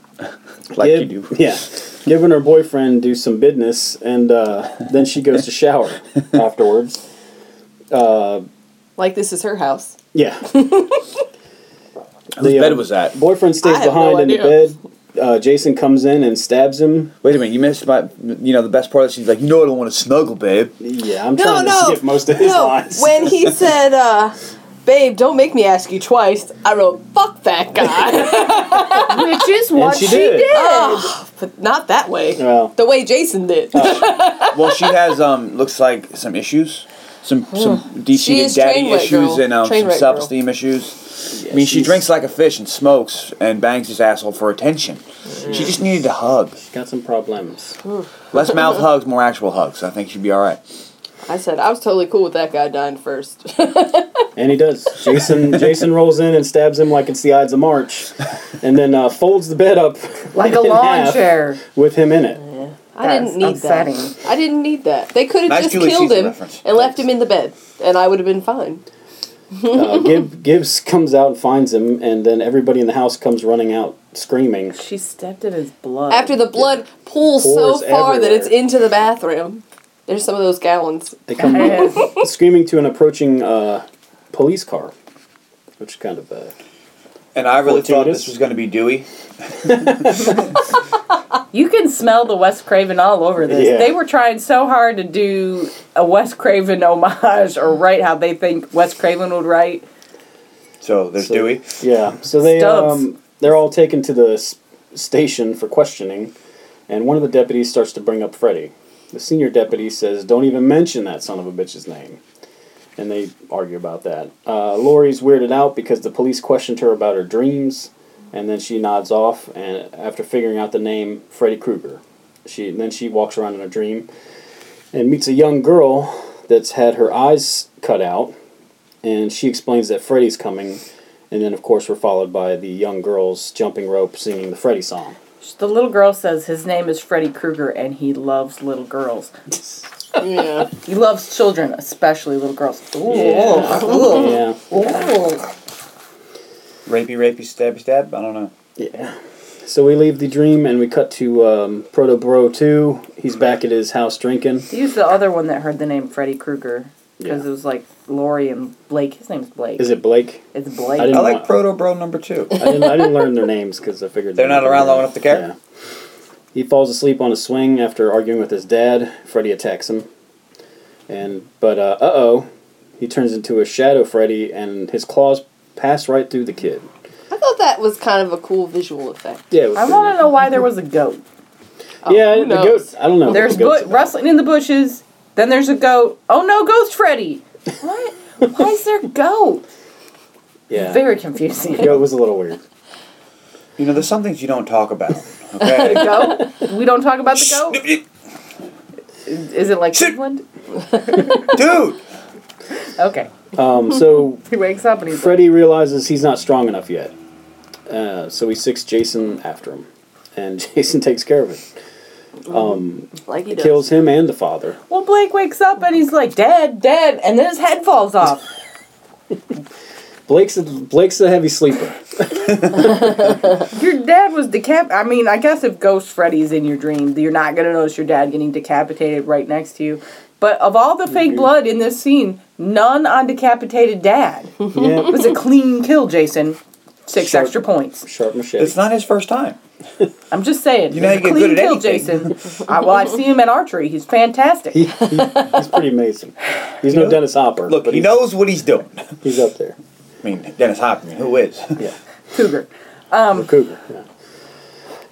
[SPEAKER 2] Like
[SPEAKER 4] Gib-
[SPEAKER 2] you do.
[SPEAKER 4] Yeah. Gib and her boyfriend do some business, and uh, then she goes to shower afterwards.
[SPEAKER 3] Like this is her house.
[SPEAKER 4] Yeah.
[SPEAKER 2] Whose
[SPEAKER 4] The,
[SPEAKER 2] bed
[SPEAKER 4] um,
[SPEAKER 2] was that?
[SPEAKER 4] Boyfriend stays
[SPEAKER 3] I have no
[SPEAKER 4] behind in the
[SPEAKER 3] idea.
[SPEAKER 4] bed. Uh, Jason comes in and stabs him.
[SPEAKER 2] Wait a minute, you missed my. You know the best part. Is she's like, you know, I don't want to snuggle, babe.
[SPEAKER 4] Yeah, I'm
[SPEAKER 3] No,
[SPEAKER 4] trying
[SPEAKER 3] no,
[SPEAKER 4] to skip most of his
[SPEAKER 3] no.
[SPEAKER 4] lines.
[SPEAKER 3] When he said, uh, "Babe, don't make me ask you twice," I wrote, "Fuck that guy,"
[SPEAKER 1] Which is what
[SPEAKER 4] she
[SPEAKER 1] she,
[SPEAKER 4] did.
[SPEAKER 1] did.
[SPEAKER 3] Oh, but not that way.
[SPEAKER 4] Well.
[SPEAKER 3] The way Jason did.
[SPEAKER 2] Oh. Well, she has um looks like some issues, some some deep
[SPEAKER 3] She
[SPEAKER 2] seated
[SPEAKER 3] is
[SPEAKER 2] daddy
[SPEAKER 3] train wreck
[SPEAKER 2] issues
[SPEAKER 3] girl.
[SPEAKER 2] and um,
[SPEAKER 3] Train
[SPEAKER 2] some
[SPEAKER 3] wreck
[SPEAKER 2] self esteem issues. I mean, she
[SPEAKER 4] she's-
[SPEAKER 2] drinks like a fish and smokes and bangs this asshole for attention. She just needed a hug.
[SPEAKER 4] Got some problems.
[SPEAKER 2] Less mouth hugs, more actual hugs. I think she'd be all right.
[SPEAKER 3] I said I was totally cool with that guy dying first.
[SPEAKER 4] And he does. Jason Jason rolls in and stabs him like it's the Ides of March, and then uh, folds the bed up
[SPEAKER 1] Like a
[SPEAKER 4] in
[SPEAKER 1] lawn
[SPEAKER 4] half
[SPEAKER 1] chair.
[SPEAKER 4] with him in it.
[SPEAKER 3] I didn't
[SPEAKER 1] That's
[SPEAKER 3] need
[SPEAKER 1] upsetting.
[SPEAKER 3] that. I didn't need that. They could have
[SPEAKER 2] Nice
[SPEAKER 3] just
[SPEAKER 2] Julie
[SPEAKER 3] killed
[SPEAKER 2] Caesar
[SPEAKER 3] him
[SPEAKER 2] reference.
[SPEAKER 3] and left him in the bed, and I would have been fine.
[SPEAKER 4] Uh, Gib, Gibbs comes out and finds him, and then everybody in the house comes running out screaming.
[SPEAKER 1] She stepped in his blood.
[SPEAKER 3] After the blood pools so
[SPEAKER 4] Pours
[SPEAKER 3] far that it's
[SPEAKER 4] everywhere.
[SPEAKER 3] into the bathroom. There's some of those gallons.
[SPEAKER 4] They come
[SPEAKER 1] And
[SPEAKER 4] screaming to an approaching uh, police car, which is kind of uh,
[SPEAKER 2] And I really thought
[SPEAKER 4] Fortuitous.
[SPEAKER 2] this was going to be Dewey.
[SPEAKER 1] you can smell the Wes Craven all over this.
[SPEAKER 4] Yeah.
[SPEAKER 1] They were trying so hard to do a Wes Craven homage or write how they think Wes Craven would write.
[SPEAKER 2] So there's
[SPEAKER 4] So-
[SPEAKER 2] Dewey.
[SPEAKER 4] yeah. So they
[SPEAKER 1] Stubbs.
[SPEAKER 4] um, they're all taken to the s- station for questioning, and one of the deputies starts to bring up Freddy. The senior deputy says, "Don't even mention that son of a bitch's name," and they argue about that. Uh, Lori's weirded out because the police questioned her about her dreams, and then she nods off. And after figuring out the name Freddy Krueger, she then she walks around in a dream and meets a young girl that's had her eyes cut out and she explains that Freddy's coming, and then of course we're followed by the young girls jumping rope singing the Freddy song.
[SPEAKER 1] The little girl says his name is Freddy Krueger and he loves little girls.
[SPEAKER 3] Yeah.
[SPEAKER 1] He loves children, especially little girls. Ooh,
[SPEAKER 4] Yeah.
[SPEAKER 1] ooh,
[SPEAKER 4] Yeah,
[SPEAKER 1] ooh.
[SPEAKER 2] Rapey, rapey, stabby, stab. I don't know.
[SPEAKER 4] yeah. So we leave the dream and we cut to um, Proto Bro Two. He's back at his house drinking.
[SPEAKER 1] Use the other one that heard the name Freddy Krueger because
[SPEAKER 4] Yeah.
[SPEAKER 1] it was like Lori and Blake. His name's Blake.
[SPEAKER 4] Is it Blake?
[SPEAKER 1] It's Blake.
[SPEAKER 4] I didn't-
[SPEAKER 2] I
[SPEAKER 4] Wow.
[SPEAKER 2] like Proto Bro number two.
[SPEAKER 4] I didn't, I didn't learn their names because I figured
[SPEAKER 2] They're not around long enough to care.
[SPEAKER 4] Yeah. He falls asleep on a swing after arguing with his dad. Freddy attacks him, and but uh oh, he turns into a shadow Freddy, and his claws pass right through the kid.
[SPEAKER 3] I thought that was kind of a cool visual effect.
[SPEAKER 4] Yeah, it was
[SPEAKER 1] I
[SPEAKER 4] pretty
[SPEAKER 1] want to know why there was a goat.
[SPEAKER 4] yeah,
[SPEAKER 3] Oh, who
[SPEAKER 4] the
[SPEAKER 3] knows?
[SPEAKER 4] goat. I don't know. what
[SPEAKER 1] There's
[SPEAKER 4] the goat's
[SPEAKER 1] goat
[SPEAKER 4] about.
[SPEAKER 1] rustling in the bushes. Then there's a goat. Oh no, Ghost Freddy. What? why is there goat?
[SPEAKER 4] Yeah,
[SPEAKER 1] Very confusing.
[SPEAKER 4] goat was a little weird.
[SPEAKER 2] You know, there's some things you don't talk about. Okay.
[SPEAKER 1] goat? We don't talk about the goat. Is it like
[SPEAKER 2] Shit.
[SPEAKER 1] Cleveland?
[SPEAKER 2] Dude!
[SPEAKER 1] Okay.
[SPEAKER 4] Um, so
[SPEAKER 1] He wakes up and he's like,
[SPEAKER 4] Freddy realizes he's not strong enough yet, uh, so he sicks Jason after him, and Jason takes care of it.
[SPEAKER 3] Like he
[SPEAKER 4] It
[SPEAKER 3] does.
[SPEAKER 4] kills him and the father.
[SPEAKER 1] well, Blake wakes up and he's like, dead, dead, and then his head falls off.
[SPEAKER 4] Blake's a, Blake's a heavy sleeper.
[SPEAKER 1] Your dad was decap. I mean, I guess if Ghost Freddy's in your dream, you're not gonna notice your dad getting decapitated right next to you. But of all the fake blood in this scene, none on decapitated dad. It
[SPEAKER 4] yeah,
[SPEAKER 1] was a clean kill, Jason. Six
[SPEAKER 4] Sharp.
[SPEAKER 1] extra points.
[SPEAKER 4] sharp machete.
[SPEAKER 2] It's not his first time.
[SPEAKER 1] I'm just saying.
[SPEAKER 2] You know
[SPEAKER 1] it was
[SPEAKER 2] you
[SPEAKER 1] a
[SPEAKER 2] get
[SPEAKER 1] clean kill,
[SPEAKER 2] good at anything.
[SPEAKER 1] Jason. I, well, I see him at archery. He's fantastic.
[SPEAKER 4] He- he- he's pretty amazing. He's no Dennis Hopper.
[SPEAKER 2] Look,
[SPEAKER 4] but
[SPEAKER 2] he
[SPEAKER 4] he's,
[SPEAKER 2] knows what he's doing.
[SPEAKER 4] he's up there.
[SPEAKER 6] I mean, Dennis Hopkins. Who is?
[SPEAKER 4] Yeah.
[SPEAKER 1] Cougar.
[SPEAKER 4] Or Cougar. Yeah.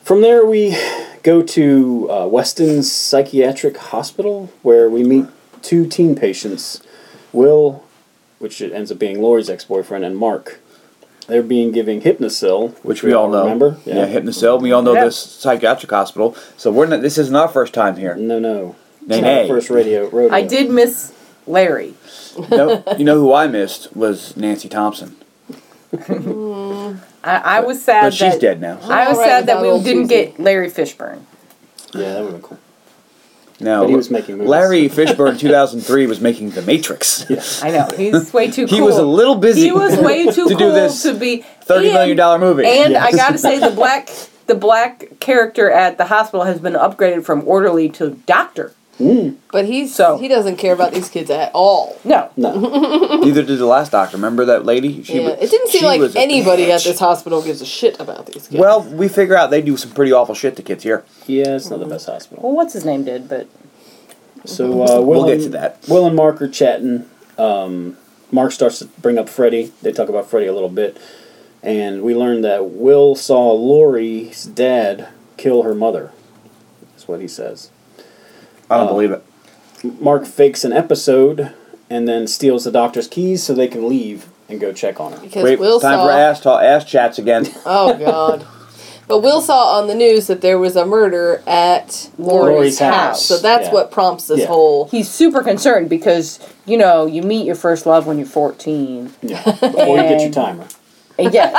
[SPEAKER 4] From there, we go to uh, Weston's Psychiatric Hospital, where we meet two teen patients, Will, which it ends up being Lori's ex-boyfriend, and Mark. They're being given Hypnosil,
[SPEAKER 2] which we all know.
[SPEAKER 4] Remember?
[SPEAKER 2] Yeah, Hypnocell. We all know
[SPEAKER 1] Yeah.
[SPEAKER 2] this psychiatric hospital. So we're not. This isn't our first time here.
[SPEAKER 4] No, no.
[SPEAKER 2] Nay,
[SPEAKER 4] It's
[SPEAKER 2] nay.
[SPEAKER 4] our First radio. Rodeo.
[SPEAKER 1] I did miss Larry.
[SPEAKER 2] no, you know who I missed was Nancy Thompson,
[SPEAKER 1] I, I was sad
[SPEAKER 2] but she's
[SPEAKER 1] that
[SPEAKER 2] dead now.
[SPEAKER 1] I was
[SPEAKER 3] Alright
[SPEAKER 1] sad that
[SPEAKER 3] without
[SPEAKER 1] we
[SPEAKER 3] old
[SPEAKER 1] didn't
[SPEAKER 3] Susie.
[SPEAKER 1] get Larry Fishburne.
[SPEAKER 4] Yeah, that would have been cool.
[SPEAKER 2] No,
[SPEAKER 4] But he was making movies.
[SPEAKER 2] Larry Fishburne, two thousand three, was making The Matrix.
[SPEAKER 1] I know he's way too.
[SPEAKER 2] He
[SPEAKER 1] cool.
[SPEAKER 2] was a little busy.
[SPEAKER 1] He was way too
[SPEAKER 2] to
[SPEAKER 1] cool
[SPEAKER 2] do this
[SPEAKER 1] to be
[SPEAKER 2] thirty million
[SPEAKER 1] and-
[SPEAKER 2] dollar movie.
[SPEAKER 1] And I gotta say, the black the black character at the hospital has been upgraded from orderly to doctor.
[SPEAKER 3] But he's
[SPEAKER 1] So-
[SPEAKER 3] he doesn't care about these kids at all.
[SPEAKER 1] No,
[SPEAKER 4] No.
[SPEAKER 2] Neither did the last Doctor. Remember that lady? She
[SPEAKER 3] Yeah.
[SPEAKER 2] was-
[SPEAKER 3] It didn't seem
[SPEAKER 2] she
[SPEAKER 3] like
[SPEAKER 2] was a
[SPEAKER 3] anybody
[SPEAKER 2] bitch.
[SPEAKER 3] at this hospital gives a shit about these kids.
[SPEAKER 2] Well, we figure out they do some pretty awful shit to kids here.
[SPEAKER 4] yeah, it's not the best hospital.
[SPEAKER 1] well, what's his name did, but
[SPEAKER 4] So uh, Will
[SPEAKER 2] We'll get
[SPEAKER 4] and-
[SPEAKER 2] to that.
[SPEAKER 4] Will and Mark are chatting. Um, Mark starts to bring up Freddie. They talk about Freddie a little bit, and we learn that Will saw Lori's dad kill her mother. That's what he says.
[SPEAKER 2] I
[SPEAKER 3] Oh.
[SPEAKER 2] don't believe it.
[SPEAKER 4] Mark fakes an episode and then steals the doctor's keys so they can leave and go check on her.
[SPEAKER 3] because
[SPEAKER 2] Wait,
[SPEAKER 3] Will
[SPEAKER 2] time
[SPEAKER 3] saw
[SPEAKER 2] for ass talk, ass chats again.
[SPEAKER 3] Oh god. But Will saw on the news that there was a murder at Lori's,
[SPEAKER 4] Lori's
[SPEAKER 3] house.
[SPEAKER 4] house.
[SPEAKER 3] So that's
[SPEAKER 4] Yeah.
[SPEAKER 3] what prompts this
[SPEAKER 4] Yeah.
[SPEAKER 3] whole
[SPEAKER 1] he's super concerned because you know you meet your first love when you're 14.
[SPEAKER 4] Yeah, before you get your
[SPEAKER 1] And-
[SPEAKER 4] timer.
[SPEAKER 1] And yes,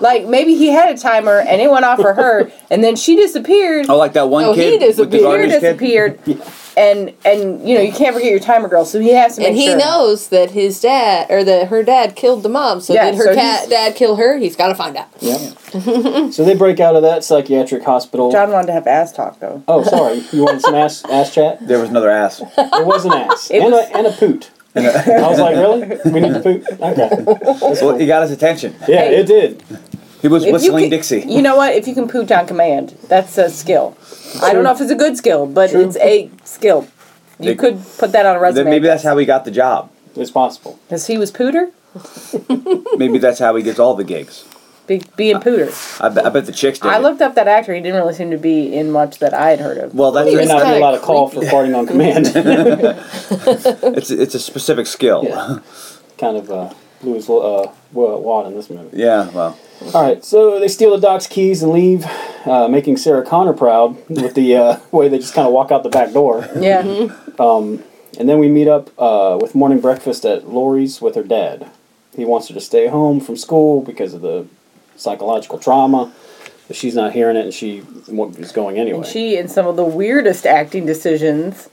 [SPEAKER 1] like maybe he had a timer and it went off for her, and then she disappeared.
[SPEAKER 2] Oh, like that one
[SPEAKER 3] No, he
[SPEAKER 2] kid with the
[SPEAKER 3] disappeared.
[SPEAKER 1] Peter
[SPEAKER 2] garbage kid.
[SPEAKER 1] disappeared, and and you know you can't forget your timer girl, so he has to make
[SPEAKER 3] and he
[SPEAKER 1] sure.
[SPEAKER 3] knows that his dad or that her dad killed the mom. So
[SPEAKER 1] Yeah,
[SPEAKER 3] did her
[SPEAKER 1] so
[SPEAKER 3] cat
[SPEAKER 1] he's-
[SPEAKER 3] dad kill her? He's got to find out.
[SPEAKER 4] Yeah. so they break out of that psychiatric hospital.
[SPEAKER 1] John wanted to have ass talk though.
[SPEAKER 4] Oh, sorry. You wanted some ass, ass chat?
[SPEAKER 2] There was another ass.
[SPEAKER 4] It was an ass. and, a, and a poot. I was like, really? We need to poot? Okay.
[SPEAKER 2] well, he got his attention.
[SPEAKER 4] Yeah, it did.
[SPEAKER 2] He was
[SPEAKER 1] If you
[SPEAKER 2] whistling
[SPEAKER 1] can-
[SPEAKER 2] Dixie.
[SPEAKER 1] You know what? If you can poot on command, that's a skill. I don't know if it's a good skill, but it's a skill. You
[SPEAKER 2] They-
[SPEAKER 1] could put that on a resume.
[SPEAKER 2] then maybe that's how he got the job.
[SPEAKER 4] It's possible.
[SPEAKER 1] because he was pooter,
[SPEAKER 2] Maybe that's how he gets all the gigs.
[SPEAKER 1] be, being pooter.
[SPEAKER 2] I, bet I bet the chicks did.
[SPEAKER 1] I
[SPEAKER 2] it.
[SPEAKER 1] looked up that actor. He didn't really seem to be in much that I had heard of.
[SPEAKER 2] Well, that's
[SPEAKER 3] He
[SPEAKER 4] There may
[SPEAKER 3] was-
[SPEAKER 2] a,
[SPEAKER 4] not be a
[SPEAKER 3] kinda
[SPEAKER 4] lot of call for farting on command.
[SPEAKER 2] it's a- it's a specific skill. Yeah.
[SPEAKER 4] Yeah. kind of uh, Louis uh, Wa- Watt in this movie.
[SPEAKER 2] well,
[SPEAKER 4] All right, so they steal the doc's keys and leave, uh, making Sarah Connor proud with the uh, way they just kind of walk out the back door.
[SPEAKER 1] yeah,
[SPEAKER 4] And then we meet up uh, with morning breakfast at Lori's with her dad. He wants her to stay home from school because of the psychological trauma. But she's not hearing it, and she wa- is going anyway.
[SPEAKER 1] and she in some of the weirdest acting decisions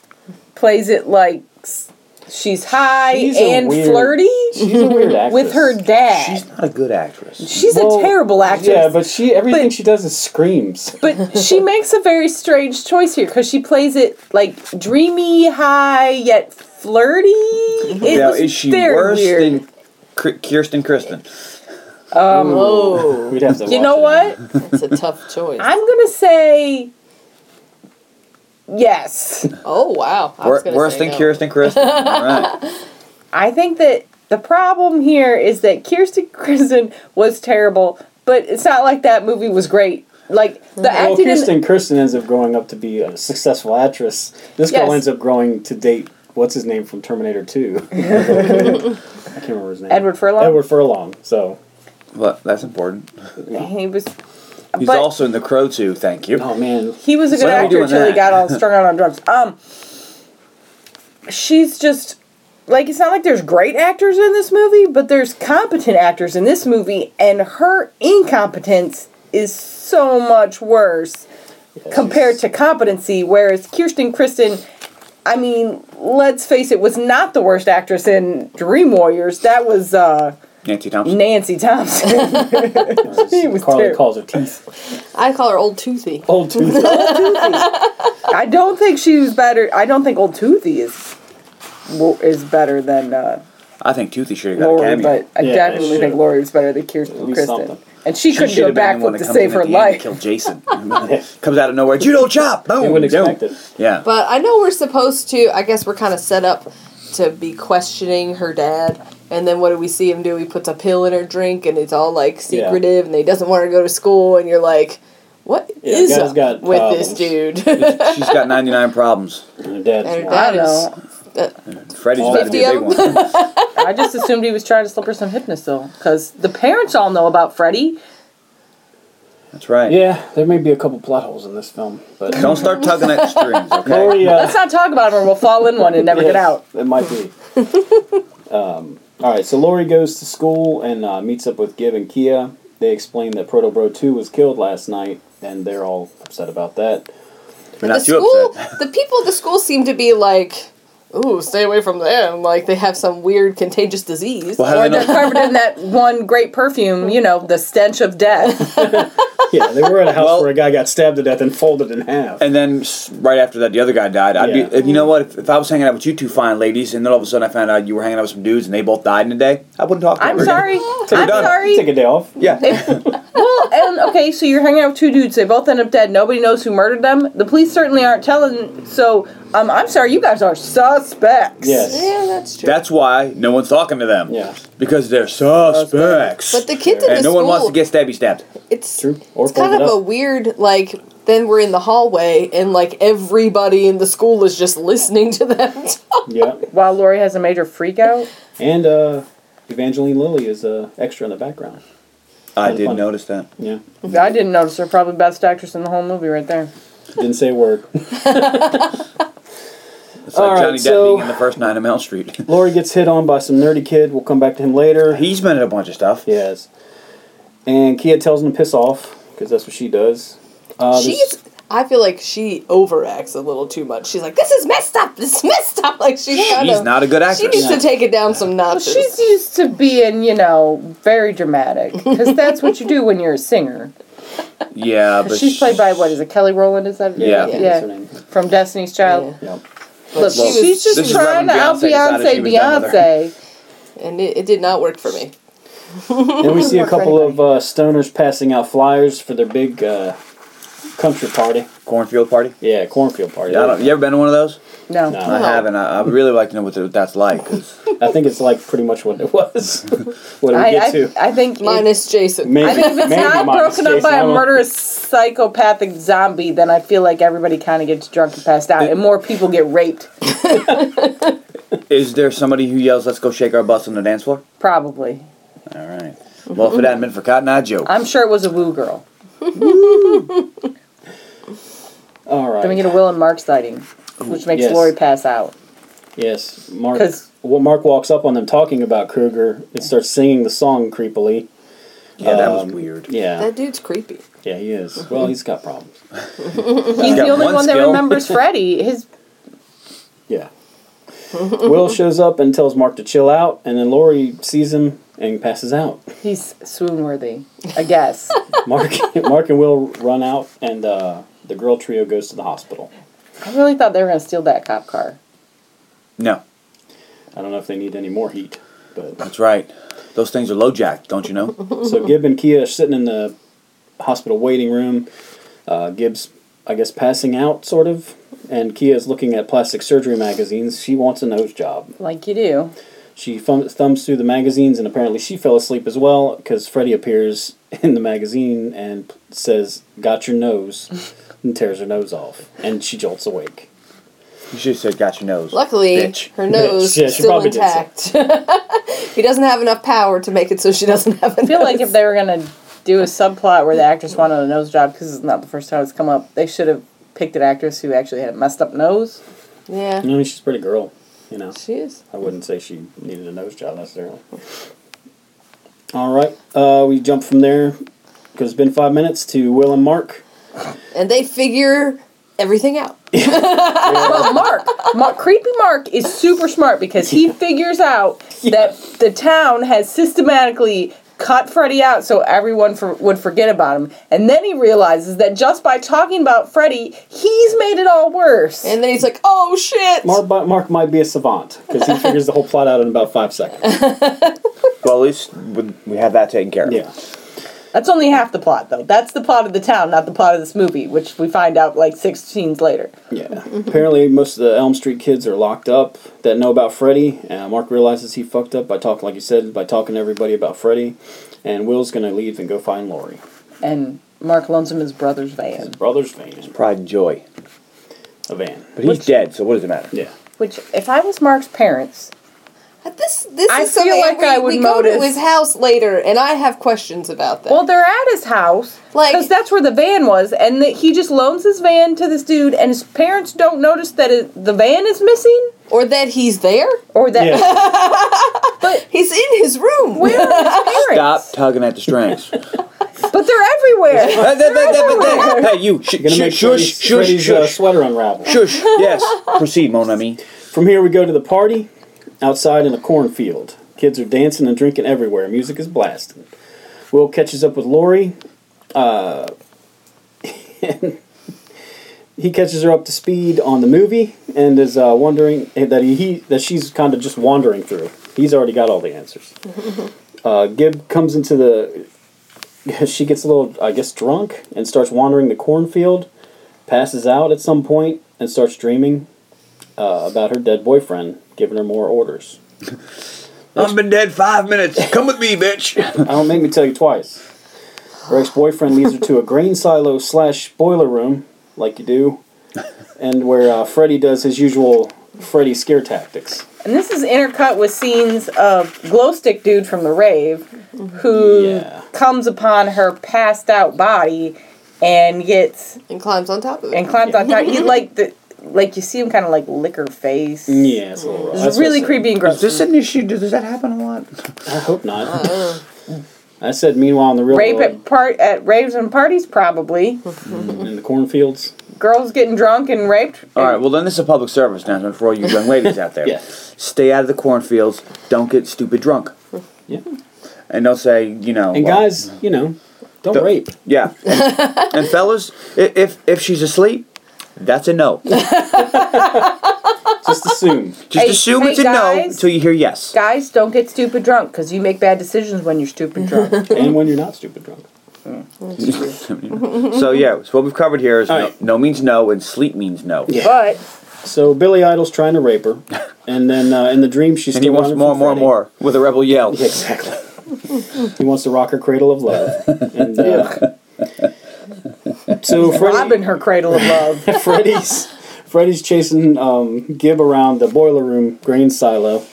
[SPEAKER 1] plays it like s- she's high
[SPEAKER 4] She's a
[SPEAKER 1] and
[SPEAKER 4] weird-
[SPEAKER 1] flirty
[SPEAKER 4] she's a weird actress.
[SPEAKER 1] with her dad.
[SPEAKER 2] she's
[SPEAKER 1] She's,
[SPEAKER 2] not a good actress.
[SPEAKER 4] Well,
[SPEAKER 1] a terrible actress.
[SPEAKER 4] Yeah, but she everything
[SPEAKER 1] But-
[SPEAKER 4] she does is screams.
[SPEAKER 1] But she makes a very strange choice here because she plays it like dreamy, high, yet flirty. It
[SPEAKER 2] Mm-hmm. now,
[SPEAKER 1] was
[SPEAKER 2] is she
[SPEAKER 1] very
[SPEAKER 2] worse
[SPEAKER 1] weird.
[SPEAKER 2] than Kr- Kirsten Kristen?
[SPEAKER 3] Oh,
[SPEAKER 1] Oh.
[SPEAKER 4] We'd have to.
[SPEAKER 1] You know what?
[SPEAKER 3] that's a tough choice.
[SPEAKER 1] I'm gonna say yes.
[SPEAKER 3] oh wow, I was
[SPEAKER 2] Wor-
[SPEAKER 3] gonna
[SPEAKER 2] worse
[SPEAKER 3] say
[SPEAKER 2] than
[SPEAKER 3] no.
[SPEAKER 2] Kirsten Kristen. all right.
[SPEAKER 1] I think that the problem here is that Kirsten Kristen was terrible, but it's not like that movie was great. Like the
[SPEAKER 4] Well,
[SPEAKER 1] acting in
[SPEAKER 4] Kirsten Kirsten ends up growing up to be a successful actress. This
[SPEAKER 1] Yes.
[SPEAKER 4] girl ends up growing to date. What's his name from Terminator Two? I can't remember his name.
[SPEAKER 1] Edward Furlong.
[SPEAKER 4] Edward Furlong. So
[SPEAKER 2] Well, that's important.
[SPEAKER 1] he was
[SPEAKER 2] He's
[SPEAKER 1] But-
[SPEAKER 2] also in The Crow too. Thank you.
[SPEAKER 4] Oh man,
[SPEAKER 1] he was a good
[SPEAKER 2] Why are we
[SPEAKER 1] actor
[SPEAKER 2] doing
[SPEAKER 1] until he
[SPEAKER 2] that?
[SPEAKER 1] got all strung out on drugs. Um, she's just like it's not like there's great actors in this movie, but there's competent actors in this movie, and her incompetence is so much worse compared to competency. Whereas Kirsten Kristen, I mean, let's face it, was not the worst actress in Dream Warriors. That was uh,
[SPEAKER 2] Nancy Thompson.
[SPEAKER 1] Nancy Thompson. She was
[SPEAKER 4] Carly
[SPEAKER 1] terrible.
[SPEAKER 4] calls her teeth.
[SPEAKER 3] I call her old toothy.
[SPEAKER 4] Old tooth.
[SPEAKER 1] I don't think she was better. I don't think Old Toothy is wo- is better than uh,
[SPEAKER 2] I think Toothy should have got a
[SPEAKER 1] Lori,
[SPEAKER 2] cameo.
[SPEAKER 1] but I
[SPEAKER 4] Yeah,
[SPEAKER 1] definitely
[SPEAKER 4] sure.
[SPEAKER 1] think Lori was better than Kirsten
[SPEAKER 4] least
[SPEAKER 1] Kristen.
[SPEAKER 4] something.
[SPEAKER 1] And she, couldn't do a
[SPEAKER 2] should've been the one
[SPEAKER 1] backflip
[SPEAKER 2] that
[SPEAKER 1] to
[SPEAKER 2] comes in
[SPEAKER 1] save
[SPEAKER 2] at
[SPEAKER 1] her
[SPEAKER 2] the end to
[SPEAKER 1] life.
[SPEAKER 2] Kill Jason. Comes out of nowhere. Judo chop. Boom.
[SPEAKER 4] You wouldn't
[SPEAKER 2] boom.
[SPEAKER 4] expect it.
[SPEAKER 2] Yeah.
[SPEAKER 3] But I know we're supposed to. I guess we're kind of set up to be questioning her dad And then what do we see him do? He puts a pill in her drink, and it's all like secretive, and he doesn't want her to go to school. And you're like, what
[SPEAKER 4] Yeah,
[SPEAKER 3] is
[SPEAKER 4] guy's
[SPEAKER 3] up
[SPEAKER 4] got
[SPEAKER 3] with
[SPEAKER 4] problems.
[SPEAKER 3] this dude?
[SPEAKER 2] She's got 99 problems.
[SPEAKER 4] Her dad's
[SPEAKER 3] And her
[SPEAKER 4] not.
[SPEAKER 3] dad
[SPEAKER 1] I
[SPEAKER 3] is
[SPEAKER 1] don't know.
[SPEAKER 2] Freddy's about to be a big
[SPEAKER 3] 50
[SPEAKER 2] one.
[SPEAKER 1] I just assumed he was trying to slip her some Hypnosil because the parents all know about Freddy.
[SPEAKER 2] That's right.
[SPEAKER 4] Yeah, there may be a couple plot holes in this film, but
[SPEAKER 2] Don't start tugging at strings, okay?
[SPEAKER 4] Lori, uh,
[SPEAKER 1] Let's not talk about him or we'll fall in one and never get
[SPEAKER 4] yes,
[SPEAKER 1] out.
[SPEAKER 4] It might be. um, all right, so Lori goes to school and uh, meets up with Gib and Kia. They explain that Proto Bro Two was killed last night, and they're all upset about that.
[SPEAKER 2] We're
[SPEAKER 3] the
[SPEAKER 2] not too
[SPEAKER 3] school,
[SPEAKER 2] upset.
[SPEAKER 3] the people at the school seem to be like, ooh, stay away from them. Like they have some weird contagious disease.
[SPEAKER 2] Well,
[SPEAKER 1] Or
[SPEAKER 2] how do
[SPEAKER 1] they're
[SPEAKER 2] they know?
[SPEAKER 1] covered in that one great perfume, you know, the stench of death.
[SPEAKER 4] Yeah, they were at a house
[SPEAKER 2] Well-
[SPEAKER 4] where a guy got stabbed to death and folded in half.
[SPEAKER 2] And then s- right after that, the other guy died. I'd
[SPEAKER 4] Yeah.
[SPEAKER 2] be, if, you know what? If, if I was hanging out with you two fine ladies, and then all of a sudden I found out you were hanging out with some dudes, and they both died in a day, I wouldn't talk to
[SPEAKER 1] I'm
[SPEAKER 2] them.
[SPEAKER 1] sorry.
[SPEAKER 2] it
[SPEAKER 1] I'm
[SPEAKER 2] down.
[SPEAKER 1] sorry.
[SPEAKER 4] Take a day off.
[SPEAKER 2] Yeah.
[SPEAKER 1] Well, and okay, so you're hanging out with two dudes. They both end up dead. Nobody knows who murdered them. The police certainly aren't telling. So, um, I'm sorry, you guys are suspects.
[SPEAKER 4] Yes.
[SPEAKER 3] yeah, that's true.
[SPEAKER 2] That's why no one's talking to them.
[SPEAKER 4] Yeah.
[SPEAKER 2] Because they're suspects.
[SPEAKER 3] but the kids in
[SPEAKER 2] and
[SPEAKER 3] the
[SPEAKER 2] no
[SPEAKER 3] school,
[SPEAKER 2] one wants to get stabby stabbed.
[SPEAKER 3] it's
[SPEAKER 4] True. Or
[SPEAKER 3] it's kind
[SPEAKER 4] fold it
[SPEAKER 3] of
[SPEAKER 4] up.
[SPEAKER 3] a weird like. Then we're in the hallway, and like everybody in the school is just listening to them. talk.
[SPEAKER 4] Yeah.
[SPEAKER 1] While Lori has a major freak out.
[SPEAKER 4] And uh, Evangeline Lilly is uh, extra in the background.
[SPEAKER 2] I
[SPEAKER 4] Kinda
[SPEAKER 2] did
[SPEAKER 4] funny.
[SPEAKER 2] notice that.
[SPEAKER 4] Yeah.
[SPEAKER 1] I didn't notice her. Probably best actress in the whole movie right there.
[SPEAKER 4] Didn't say a word.
[SPEAKER 2] It's like
[SPEAKER 4] All right,
[SPEAKER 2] Johnny Depp
[SPEAKER 4] so-
[SPEAKER 2] being in the first nine of Mount Street.
[SPEAKER 4] Lori gets hit on by some nerdy kid. We'll come back to him later.
[SPEAKER 2] He's been in a bunch of stuff.
[SPEAKER 4] Yes. And Kia tells him to piss off because that's what she does. Uh, there's-
[SPEAKER 3] She's. I feel like she overacts a little too much. She's like, "This is messed up. This is messed up." Like she's kind
[SPEAKER 2] He's
[SPEAKER 3] of.
[SPEAKER 2] not a good
[SPEAKER 3] She
[SPEAKER 2] actress.
[SPEAKER 3] needs to take it down some notches.
[SPEAKER 1] She's used to being, you know, very dramatic because that's what you do when you're a singer.
[SPEAKER 2] yeah, but
[SPEAKER 1] She's played by what is it? Kelly Rowland is that?
[SPEAKER 2] Yeah.
[SPEAKER 4] I think
[SPEAKER 1] yeah.
[SPEAKER 4] that's her name.
[SPEAKER 1] From Destiny's Child.
[SPEAKER 3] Yeah.
[SPEAKER 4] Yep.
[SPEAKER 1] Look,
[SPEAKER 3] Well,
[SPEAKER 1] she's
[SPEAKER 2] this
[SPEAKER 1] just
[SPEAKER 2] is
[SPEAKER 1] trying to
[SPEAKER 2] right
[SPEAKER 1] out
[SPEAKER 2] when
[SPEAKER 1] Beyonce.
[SPEAKER 2] Beyonce decided she was done with her.
[SPEAKER 1] Beyonce.
[SPEAKER 3] and it, it did not work for me.
[SPEAKER 4] Then we see a
[SPEAKER 1] work for
[SPEAKER 4] couple of uh, stoners passing out flyers for their big uh, country party.
[SPEAKER 2] cornfield party.
[SPEAKER 4] Yeah, cornfield party.
[SPEAKER 2] Yeah, I don't, you ever been to one of those?
[SPEAKER 1] No.
[SPEAKER 4] No.
[SPEAKER 2] I haven't. I, I would really like to know what th- that's like. 'cause
[SPEAKER 4] I think it's like pretty much what it was. what did we
[SPEAKER 1] I,
[SPEAKER 4] get
[SPEAKER 1] I,
[SPEAKER 4] to?
[SPEAKER 1] I think it-
[SPEAKER 3] Minus Jason.
[SPEAKER 4] Maybe,
[SPEAKER 1] I mean, if it's
[SPEAKER 4] maybe
[SPEAKER 1] not
[SPEAKER 4] minus
[SPEAKER 1] broken up
[SPEAKER 4] Jason,
[SPEAKER 1] by
[SPEAKER 4] I
[SPEAKER 1] a
[SPEAKER 4] don't-
[SPEAKER 1] murderous psychopathic zombie, then I feel like everybody kind of gets drunk and passed out, and more people get raped.
[SPEAKER 2] Is there somebody who yells, let's go shake our butts on the dance floor?
[SPEAKER 1] Probably.
[SPEAKER 2] All right. Well, if it hadn't been for Cotton Eye Joe.
[SPEAKER 1] I'm sure it was a woo girl.
[SPEAKER 4] All right.
[SPEAKER 1] Then we get a Will and Mark sighting, which makes
[SPEAKER 4] Yes.
[SPEAKER 1] Lori pass out.
[SPEAKER 4] Yes, Mark.
[SPEAKER 1] 'Cause-
[SPEAKER 4] Well, Mark walks up on them talking about Kruger and starts singing the song creepily.
[SPEAKER 2] yeah, that was
[SPEAKER 4] um,
[SPEAKER 2] weird.
[SPEAKER 4] Yeah,
[SPEAKER 3] That dude's creepy.
[SPEAKER 4] yeah, he is. Well, he's got problems.
[SPEAKER 1] He's the
[SPEAKER 2] got
[SPEAKER 1] only
[SPEAKER 2] one
[SPEAKER 1] one, that
[SPEAKER 2] skill.
[SPEAKER 1] remembers Freddy. His
[SPEAKER 4] Yeah. Will shows up and tells Mark to chill out, and then Lori sees him and passes out.
[SPEAKER 1] he's swoon worthy, I guess.
[SPEAKER 4] Mark, Mark and Will run out, and uh, the girl trio goes to the hospital.
[SPEAKER 1] I really thought they were gonna steal that cop car.
[SPEAKER 2] No,
[SPEAKER 4] I don't know if they need any more heat, but
[SPEAKER 2] that's right. Those things are low jacked, don't you know?
[SPEAKER 4] so Gib and Kia are sitting in the hospital waiting room. Uh, Gibbs, I guess, passing out sort of, and Kia's looking at plastic surgery magazines. She wants a nose job.
[SPEAKER 1] Like you do.
[SPEAKER 4] She thumb- thumbs through the magazines, and apparently she fell asleep as well because Freddy appears in the magazine and says, "Got your nose," and tears her nose off, and she jolts awake.
[SPEAKER 2] You should have said, got your nose.
[SPEAKER 3] Luckily,
[SPEAKER 2] Bitch.
[SPEAKER 3] her nose
[SPEAKER 4] Yeah,
[SPEAKER 3] is
[SPEAKER 4] she
[SPEAKER 3] still
[SPEAKER 4] probably did
[SPEAKER 3] intact. he doesn't have enough power to make it so she doesn't have a
[SPEAKER 1] I feel like if they were gonna do a subplot where the actress wanted a nose job, because it's not the first time it's come up, they should have picked an actress who actually had a messed up nose.
[SPEAKER 3] Yeah,
[SPEAKER 4] I mean, she's a pretty girl, you know.
[SPEAKER 3] she is.
[SPEAKER 4] I wouldn't say she needed a nose job necessarily. All right, uh, we jump from there because it's been five minutes to Will and Mark.
[SPEAKER 3] And they figure everything out.
[SPEAKER 1] Well, Mark, Mark, creepy Mark is super smart because he figures out that the town has systematically cut Freddy out so everyone for, would forget about him, and then he realizes that just by talking about Freddy, he's made it all worse.
[SPEAKER 3] And then he's like, oh shit!
[SPEAKER 4] Mark, Mark might be a savant because he figures the whole plot out in about five seconds.
[SPEAKER 2] Well, at least we we have that taken care of.
[SPEAKER 4] Yeah.
[SPEAKER 1] That's only half the plot, though. That's the plot of the town, not the plot of this movie, which we find out like six scenes later.
[SPEAKER 4] Yeah. Apparently, most of the Elm Street kids are locked up that know about Freddy. Uh, Mark realizes he fucked up by talking, like you said, by talking to everybody about Freddy. And Will's going to leave and go find Lori.
[SPEAKER 1] And Mark loans him his brother's van,
[SPEAKER 4] His brother's van.
[SPEAKER 2] Pride and joy.
[SPEAKER 4] A van.
[SPEAKER 2] But he's dead, so what does it matter?
[SPEAKER 4] Yeah.
[SPEAKER 1] which, if I was Mark's parents,
[SPEAKER 3] This this
[SPEAKER 1] I
[SPEAKER 3] is
[SPEAKER 1] feel
[SPEAKER 3] something
[SPEAKER 1] like
[SPEAKER 3] we,
[SPEAKER 1] I would
[SPEAKER 3] we go to
[SPEAKER 1] notice.
[SPEAKER 3] his house later, and I have questions about that.
[SPEAKER 1] well, they're at his house
[SPEAKER 3] Like-
[SPEAKER 1] because that's where the van was, and that he just loans his van to this dude, and his parents don't notice that it, the van is missing,
[SPEAKER 3] or that he's there.
[SPEAKER 1] or that
[SPEAKER 4] Yeah.
[SPEAKER 3] He's in his room.
[SPEAKER 1] where are his
[SPEAKER 2] Stop
[SPEAKER 1] parents?
[SPEAKER 2] tugging at the strings. Hey,
[SPEAKER 1] But they're everywhere.
[SPEAKER 2] hey, hey, hey, hey, hey, you. Sh-
[SPEAKER 4] Gonna make
[SPEAKER 2] sh- shush,
[SPEAKER 4] Freddy's,
[SPEAKER 2] shush,
[SPEAKER 4] Freddy's uh,
[SPEAKER 2] shush.
[SPEAKER 4] sweater unravel.
[SPEAKER 2] Shush. Yes. Proceed, mon ami.
[SPEAKER 4] From here, we go to the party outside in a cornfield. Kids are dancing and drinking everywhere. Music is blasting. Will catches up with Lori. Uh, and he catches her up to speed on the movie and is uh, wondering that he, he that she's kind of just wandering through. He's already got all the answers. uh, Gib comes into the. She gets a little, I guess, drunk and starts wandering the cornfield. Passes out at some point and starts dreaming uh, about her dead boyfriend giving her more orders.
[SPEAKER 2] I've been dead five minutes. Come with me, bitch.
[SPEAKER 4] I don't make me tell you twice. Her ex boyfriend leads her to a grain silo slash boiler room, like you do, and where uh, Freddy does his usual Freddy scare tactics.
[SPEAKER 1] And this is intercut with scenes of glow stick dude from the rave who
[SPEAKER 4] Yeah.
[SPEAKER 1] comes upon her passed out body and gets
[SPEAKER 3] And climbs on top of it.
[SPEAKER 1] and climbs on top. He like the like you see him kind of like lick her face.
[SPEAKER 4] Yeah, it's a little rough.
[SPEAKER 1] It's
[SPEAKER 4] That's
[SPEAKER 1] really
[SPEAKER 4] what I said.
[SPEAKER 1] creepy and gross.
[SPEAKER 2] Is this an issue? Does does that happen a lot?
[SPEAKER 4] I hope not. I said, meanwhile, in the real
[SPEAKER 1] Uh, Rape
[SPEAKER 4] world,
[SPEAKER 1] at part at raves and parties probably.
[SPEAKER 4] in the cornfields.
[SPEAKER 1] Girls getting drunk and raped.
[SPEAKER 2] All right. Well, then this is a public service announcement for all you young ladies out there.
[SPEAKER 4] Yeah.
[SPEAKER 2] Stay out of the cornfields. Don't get stupid drunk.
[SPEAKER 4] Yeah.
[SPEAKER 2] And don't say, you know.
[SPEAKER 4] And
[SPEAKER 2] well,
[SPEAKER 4] guys, you know, don't
[SPEAKER 2] don't-
[SPEAKER 4] rape.
[SPEAKER 2] Yeah. And, and fellas, i- if if she's asleep, that's a no.
[SPEAKER 4] Just assume.
[SPEAKER 2] Just
[SPEAKER 1] Hey,
[SPEAKER 2] assume
[SPEAKER 1] hey,
[SPEAKER 2] it's a no
[SPEAKER 1] guys.
[SPEAKER 2] until you hear yes.
[SPEAKER 1] Guys, don't get stupid drunk because you make bad decisions when you're stupid drunk.
[SPEAKER 4] and when you're not stupid drunk.
[SPEAKER 2] so yeah, so what we've covered here is
[SPEAKER 4] All
[SPEAKER 2] no,
[SPEAKER 4] right.
[SPEAKER 2] no means no and sleep means no.
[SPEAKER 4] Yeah.
[SPEAKER 1] but
[SPEAKER 4] So Billy Idol's trying to rape her, and then uh, in the dream she's
[SPEAKER 2] And
[SPEAKER 4] still
[SPEAKER 2] he wants
[SPEAKER 4] running
[SPEAKER 2] more,
[SPEAKER 4] from
[SPEAKER 2] more, more
[SPEAKER 4] Freddy.
[SPEAKER 2] with a rebel yell.
[SPEAKER 4] Yeah, exactly. he wants to rock her cradle of love. And, uh, so
[SPEAKER 1] robbing
[SPEAKER 4] Freddy,
[SPEAKER 1] her cradle of love.
[SPEAKER 4] Freddy's Freddy's chasing um, Gib around the boiler room grain silo,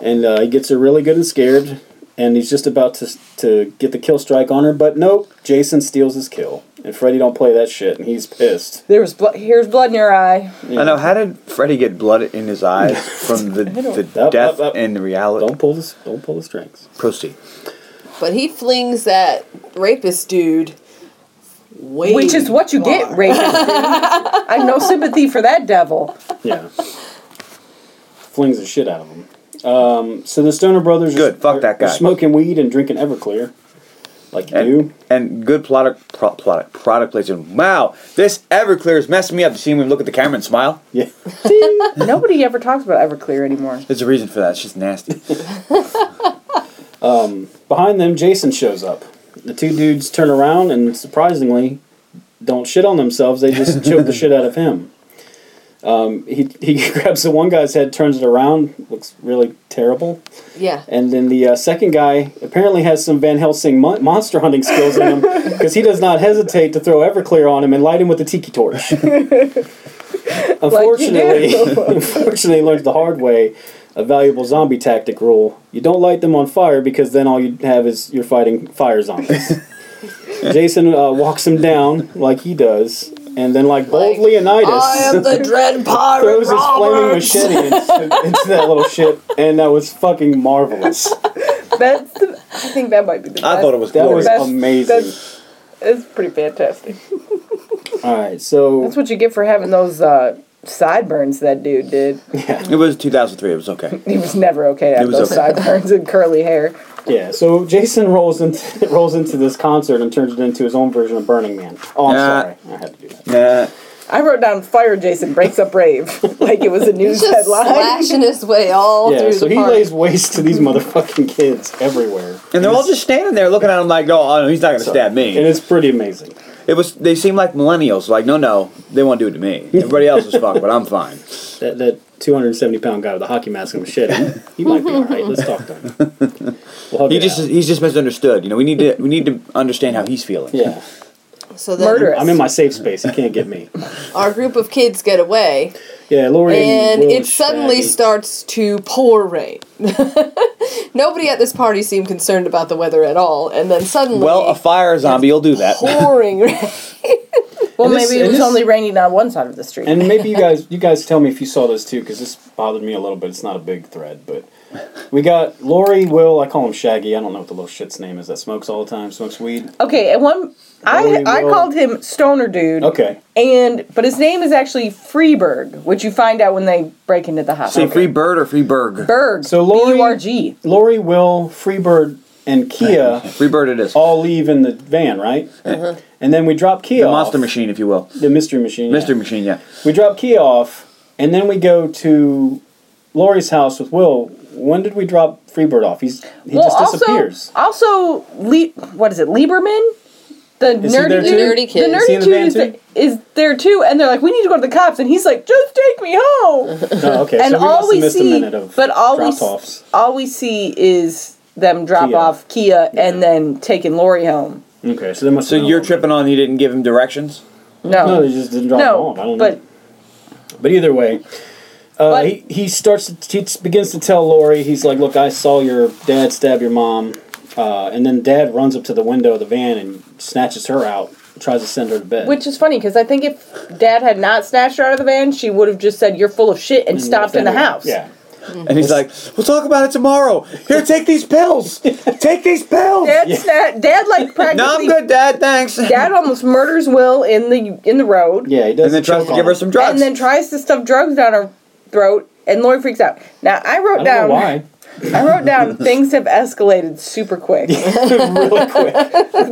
[SPEAKER 4] and uh, he gets her really good and scared. And he's just about to to get the kill strike on her, but nope. Jason steals his kill, and Freddy don't play that shit, and he's pissed.
[SPEAKER 1] there was blood. Here's blood in your eye.
[SPEAKER 2] I know. How did Freddy get blood in his eyes from the, the
[SPEAKER 4] Up,
[SPEAKER 2] death
[SPEAKER 4] up, up.
[SPEAKER 2] and the reality?
[SPEAKER 4] Don't pull this. Don't pull the strings.
[SPEAKER 2] Proceed.
[SPEAKER 3] But he flings that rapist dude. Way
[SPEAKER 1] Which is what you get,
[SPEAKER 3] far.
[SPEAKER 1] rapist. dude. I have no sympathy for that devil.
[SPEAKER 4] Yeah. Flings the shit out of him. Um, so the Stoner Brothers
[SPEAKER 2] Good,
[SPEAKER 4] Are,
[SPEAKER 2] fuck that
[SPEAKER 4] are
[SPEAKER 2] guy.
[SPEAKER 4] smoking weed and drinking Everclear. Like you
[SPEAKER 2] And,
[SPEAKER 4] do.
[SPEAKER 2] and good product, pro, product, product placement. Wow, this Everclear is messing me up. Seeing me look at the camera and smile.
[SPEAKER 4] Yeah.
[SPEAKER 1] Nobody ever talks about Everclear anymore.
[SPEAKER 2] There's a reason for that. It's just nasty.
[SPEAKER 4] Behind them, Jason shows up. The two dudes turn around and surprisingly don't shit on themselves. They just choke the shit out of him. Um, he, he grabs the one guy's head, turns it around, looks really terrible.
[SPEAKER 3] Yeah.
[SPEAKER 4] And then the uh, second guy apparently has some Van Helsing mon- monster hunting skills in him because he does not hesitate to throw Everclear on him and light him with a tiki torch. unfortunately, unfortunately, he learns the hard way a valuable zombie tactic rule: you don't light them on fire because then all you have is you're fighting fire zombies. Jason uh, walks him down like he does, and then like boldly
[SPEAKER 3] Like,
[SPEAKER 4] Anidas
[SPEAKER 3] I am the dread pirate
[SPEAKER 4] throws his flaming
[SPEAKER 3] Roberts.
[SPEAKER 4] machete into, into that little shit, and that was fucking marvelous.
[SPEAKER 1] That's the, I think that might be the best.
[SPEAKER 2] I thought it was
[SPEAKER 4] That
[SPEAKER 2] glorious.
[SPEAKER 4] was
[SPEAKER 1] That's-
[SPEAKER 4] amazing.
[SPEAKER 1] that's- It's pretty fantastic.
[SPEAKER 4] All right, so
[SPEAKER 1] That's what you get for having those uh, sideburns that dude did.
[SPEAKER 2] it was 2003. It was okay.
[SPEAKER 1] He was never okay to have
[SPEAKER 2] was
[SPEAKER 1] those
[SPEAKER 2] okay.
[SPEAKER 1] sideburns and curly hair.
[SPEAKER 4] yeah, so Jason rolls into rolls into this concert and turns it into his own version of Burning Man. Oh, I'm
[SPEAKER 2] Nah. Uh,
[SPEAKER 4] sorry, I had to do that.
[SPEAKER 2] Nah.
[SPEAKER 1] I wrote down fire Jason breaks up rave. like it was a news
[SPEAKER 3] Just
[SPEAKER 1] headline.
[SPEAKER 3] slashing his way all
[SPEAKER 4] yeah,
[SPEAKER 3] through
[SPEAKER 4] so
[SPEAKER 3] the
[SPEAKER 4] he
[SPEAKER 3] park.
[SPEAKER 4] lays waste to these motherfucking kids everywhere.
[SPEAKER 2] And they're all just standing there looking at him like, no, oh, he's not gonna stab me.
[SPEAKER 4] And it's pretty amazing.
[SPEAKER 2] It was. They seemed like millennials. Like, no, no, they won't do it to me. Everybody else is fucked, but I'm fine.
[SPEAKER 4] That, that 270 pound guy with the hockey mask and shit, he, he might be alright. Let's talk to him. We'll hug
[SPEAKER 2] He
[SPEAKER 4] it
[SPEAKER 2] just
[SPEAKER 4] out.
[SPEAKER 2] he's just misunderstood. You know, we need to we need to understand how he's feeling.
[SPEAKER 4] Yeah.
[SPEAKER 3] So then
[SPEAKER 1] Murderous.
[SPEAKER 4] I'm in my safe space. He can't get me.
[SPEAKER 3] our group of kids get away,
[SPEAKER 4] Yeah, Lori
[SPEAKER 3] and
[SPEAKER 4] Will
[SPEAKER 3] it
[SPEAKER 4] Shaggy-
[SPEAKER 3] suddenly starts to pour rain. Nobody at this party seemed concerned about the weather at all, and then suddenly,
[SPEAKER 2] Well, a fire zombie will do that.
[SPEAKER 3] pouring rain.
[SPEAKER 1] well,
[SPEAKER 4] And this-
[SPEAKER 1] maybe it
[SPEAKER 4] and
[SPEAKER 1] was
[SPEAKER 4] this-
[SPEAKER 1] only raining on one side of the street.
[SPEAKER 4] And maybe you guys, you guys, tell me if you saw this too, because this bothered me a little bit. It's not a big thread, but we got Lori, Will. I call him Shaggy. I don't know what the little shit's name is that smokes all the time, smokes weed.
[SPEAKER 1] okay, and one I
[SPEAKER 4] Holy
[SPEAKER 1] I
[SPEAKER 4] Oh, Will.
[SPEAKER 1] called him Stoner Dude.
[SPEAKER 4] Okay,
[SPEAKER 1] And but his name is actually Freeberg, which you find out when they break into the house.
[SPEAKER 2] Say free bird or free berg.
[SPEAKER 1] Berg.
[SPEAKER 4] So Lori-
[SPEAKER 1] B U R G.
[SPEAKER 4] Lori, Will, Freebird, and Kia
[SPEAKER 2] Free bird it is.
[SPEAKER 4] all leave in the van, right?
[SPEAKER 1] Mm-hmm.
[SPEAKER 4] And then we drop Kia
[SPEAKER 2] the
[SPEAKER 4] off.
[SPEAKER 2] monster machine, if you will.
[SPEAKER 4] the mystery machine, yeah.
[SPEAKER 2] Mystery machine, yeah.
[SPEAKER 4] We drop Kia off, and then we go to Lori's house with Will. When did we drop Freebird off? He's he
[SPEAKER 1] Well,
[SPEAKER 4] just
[SPEAKER 1] also,
[SPEAKER 4] disappears.
[SPEAKER 1] also, Le- what is it, Lieberman? The
[SPEAKER 4] Is he
[SPEAKER 1] nerdy,
[SPEAKER 4] there
[SPEAKER 1] the
[SPEAKER 4] too?
[SPEAKER 1] nerdy
[SPEAKER 3] Nerdy kid.
[SPEAKER 1] kid. The
[SPEAKER 4] Is he in
[SPEAKER 1] nerdy
[SPEAKER 4] the
[SPEAKER 1] kid
[SPEAKER 4] van
[SPEAKER 1] is,
[SPEAKER 4] too?
[SPEAKER 1] the- is there too, and they're like, "We need to go to the cops," and he's like, "Just take me home."
[SPEAKER 4] Oh, okay.
[SPEAKER 1] and
[SPEAKER 4] so we must
[SPEAKER 1] all
[SPEAKER 4] have
[SPEAKER 1] we
[SPEAKER 4] missed a
[SPEAKER 1] see,
[SPEAKER 4] minute of
[SPEAKER 1] but all we,
[SPEAKER 4] drop-offs.
[SPEAKER 1] s- all we see is them drop
[SPEAKER 4] Kia.
[SPEAKER 1] off Kia and then taking Lori home.
[SPEAKER 4] Okay, so there must.
[SPEAKER 2] So
[SPEAKER 4] have been a
[SPEAKER 2] you're
[SPEAKER 4] little-
[SPEAKER 2] tripping on he didn't give him directions?
[SPEAKER 1] No,
[SPEAKER 4] No, they just didn't drop him
[SPEAKER 1] no,
[SPEAKER 4] off. I don't
[SPEAKER 1] but
[SPEAKER 4] know. But either way, uh,
[SPEAKER 1] But-
[SPEAKER 4] he, he starts to, he begins to tell Lori. He's like, "Look, I saw your dad stab your mom," uh, and then Dad runs up to the window of the van and snatches her out, tries to send her to bed.
[SPEAKER 1] which is funny because I think if Dad had not snatched her out of the van, she would have just said, "You're full of shit," and, stopped in the house.
[SPEAKER 4] Mm, Yeah.
[SPEAKER 2] And he's like, We'll talk about it tomorrow. Here, take these pills. Take these pills.
[SPEAKER 1] Dad, sna- Dad, like practically,
[SPEAKER 2] No, I'm good, Dad, thanks.
[SPEAKER 1] Dad almost murders Will in the in the road,
[SPEAKER 4] Yeah, he does.
[SPEAKER 2] And then tries to give her some drugs.
[SPEAKER 1] and then tries to stuff drugs down her throat, and Lori freaks out. Now I wrote
[SPEAKER 4] I don't
[SPEAKER 1] down,
[SPEAKER 4] know why.
[SPEAKER 1] I wrote down, things have escalated super quick.
[SPEAKER 4] really quick.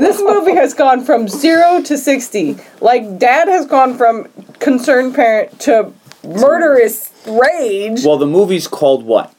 [SPEAKER 1] this movie has gone from zero to sixty. Like Dad has gone from concerned parent to murderous rage.
[SPEAKER 2] well, the movie's called what?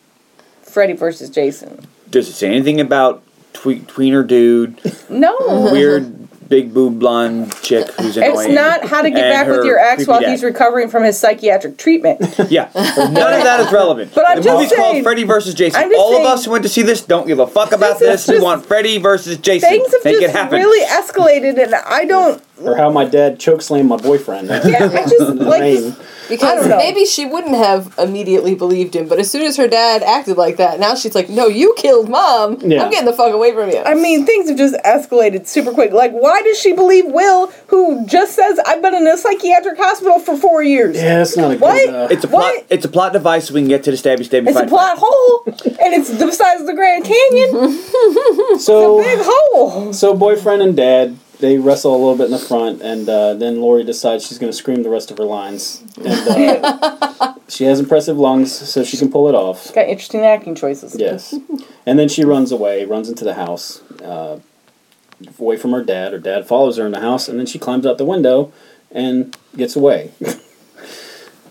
[SPEAKER 1] Freddy versus Jason.
[SPEAKER 2] Does it say anything about twe- tweener dude,
[SPEAKER 1] No.
[SPEAKER 2] weird big boob blonde chick who's annoying?
[SPEAKER 1] It's not how to get
[SPEAKER 2] and
[SPEAKER 1] back with
[SPEAKER 2] her
[SPEAKER 1] your ex
[SPEAKER 2] creepy
[SPEAKER 1] while
[SPEAKER 2] dad.
[SPEAKER 1] he's recovering from his psychiatric treatment.
[SPEAKER 2] Yeah, none of that is relevant.
[SPEAKER 1] But I'm
[SPEAKER 2] the
[SPEAKER 1] just
[SPEAKER 2] movie's called
[SPEAKER 1] saying-
[SPEAKER 2] Freddy versus
[SPEAKER 1] I'm
[SPEAKER 2] Jason.
[SPEAKER 1] just
[SPEAKER 2] All
[SPEAKER 1] saying-
[SPEAKER 2] of us who went to see this don't give a fuck
[SPEAKER 1] This
[SPEAKER 2] about this.
[SPEAKER 1] is
[SPEAKER 2] We
[SPEAKER 1] just-
[SPEAKER 2] want Freddy versus Jason.
[SPEAKER 1] Things have
[SPEAKER 2] Make
[SPEAKER 1] just
[SPEAKER 2] it happen.
[SPEAKER 1] really escalated, and I don't.
[SPEAKER 4] Or how my dad chokeslammed my boyfriend.
[SPEAKER 1] Yeah, I just like.
[SPEAKER 4] Lame.
[SPEAKER 1] I
[SPEAKER 3] Because
[SPEAKER 1] don't know.
[SPEAKER 3] maybe she wouldn't have immediately believed him, but as soon as her dad acted like that, now she's like, "No, you killed mom.
[SPEAKER 4] Yeah.
[SPEAKER 3] I'm getting the fuck away from you."
[SPEAKER 1] I mean, things have just escalated super quick. Like, why does she believe Will, who just says, "I've been in a psychiatric hospital for four years"?
[SPEAKER 4] yeah, that's not a good.
[SPEAKER 1] What?
[SPEAKER 4] uh,
[SPEAKER 2] It's a plot.
[SPEAKER 1] What?
[SPEAKER 2] It's a plot device so we can get to the stabby stabby
[SPEAKER 1] It's
[SPEAKER 2] fight.
[SPEAKER 1] a plot hole, and it's the size of the Grand Canyon.
[SPEAKER 4] so
[SPEAKER 1] Big hole.
[SPEAKER 4] So boyfriend and dad, they wrestle a little bit in the front, and uh, then Lori decides she's going to scream the rest of her lines. And uh, she has impressive lungs, so she can pull it off.
[SPEAKER 1] Got interesting acting choices.
[SPEAKER 4] Yes. And then she runs away, runs into the house, uh, away from her dad. Her dad follows her in the house, and then she climbs out the window and gets away.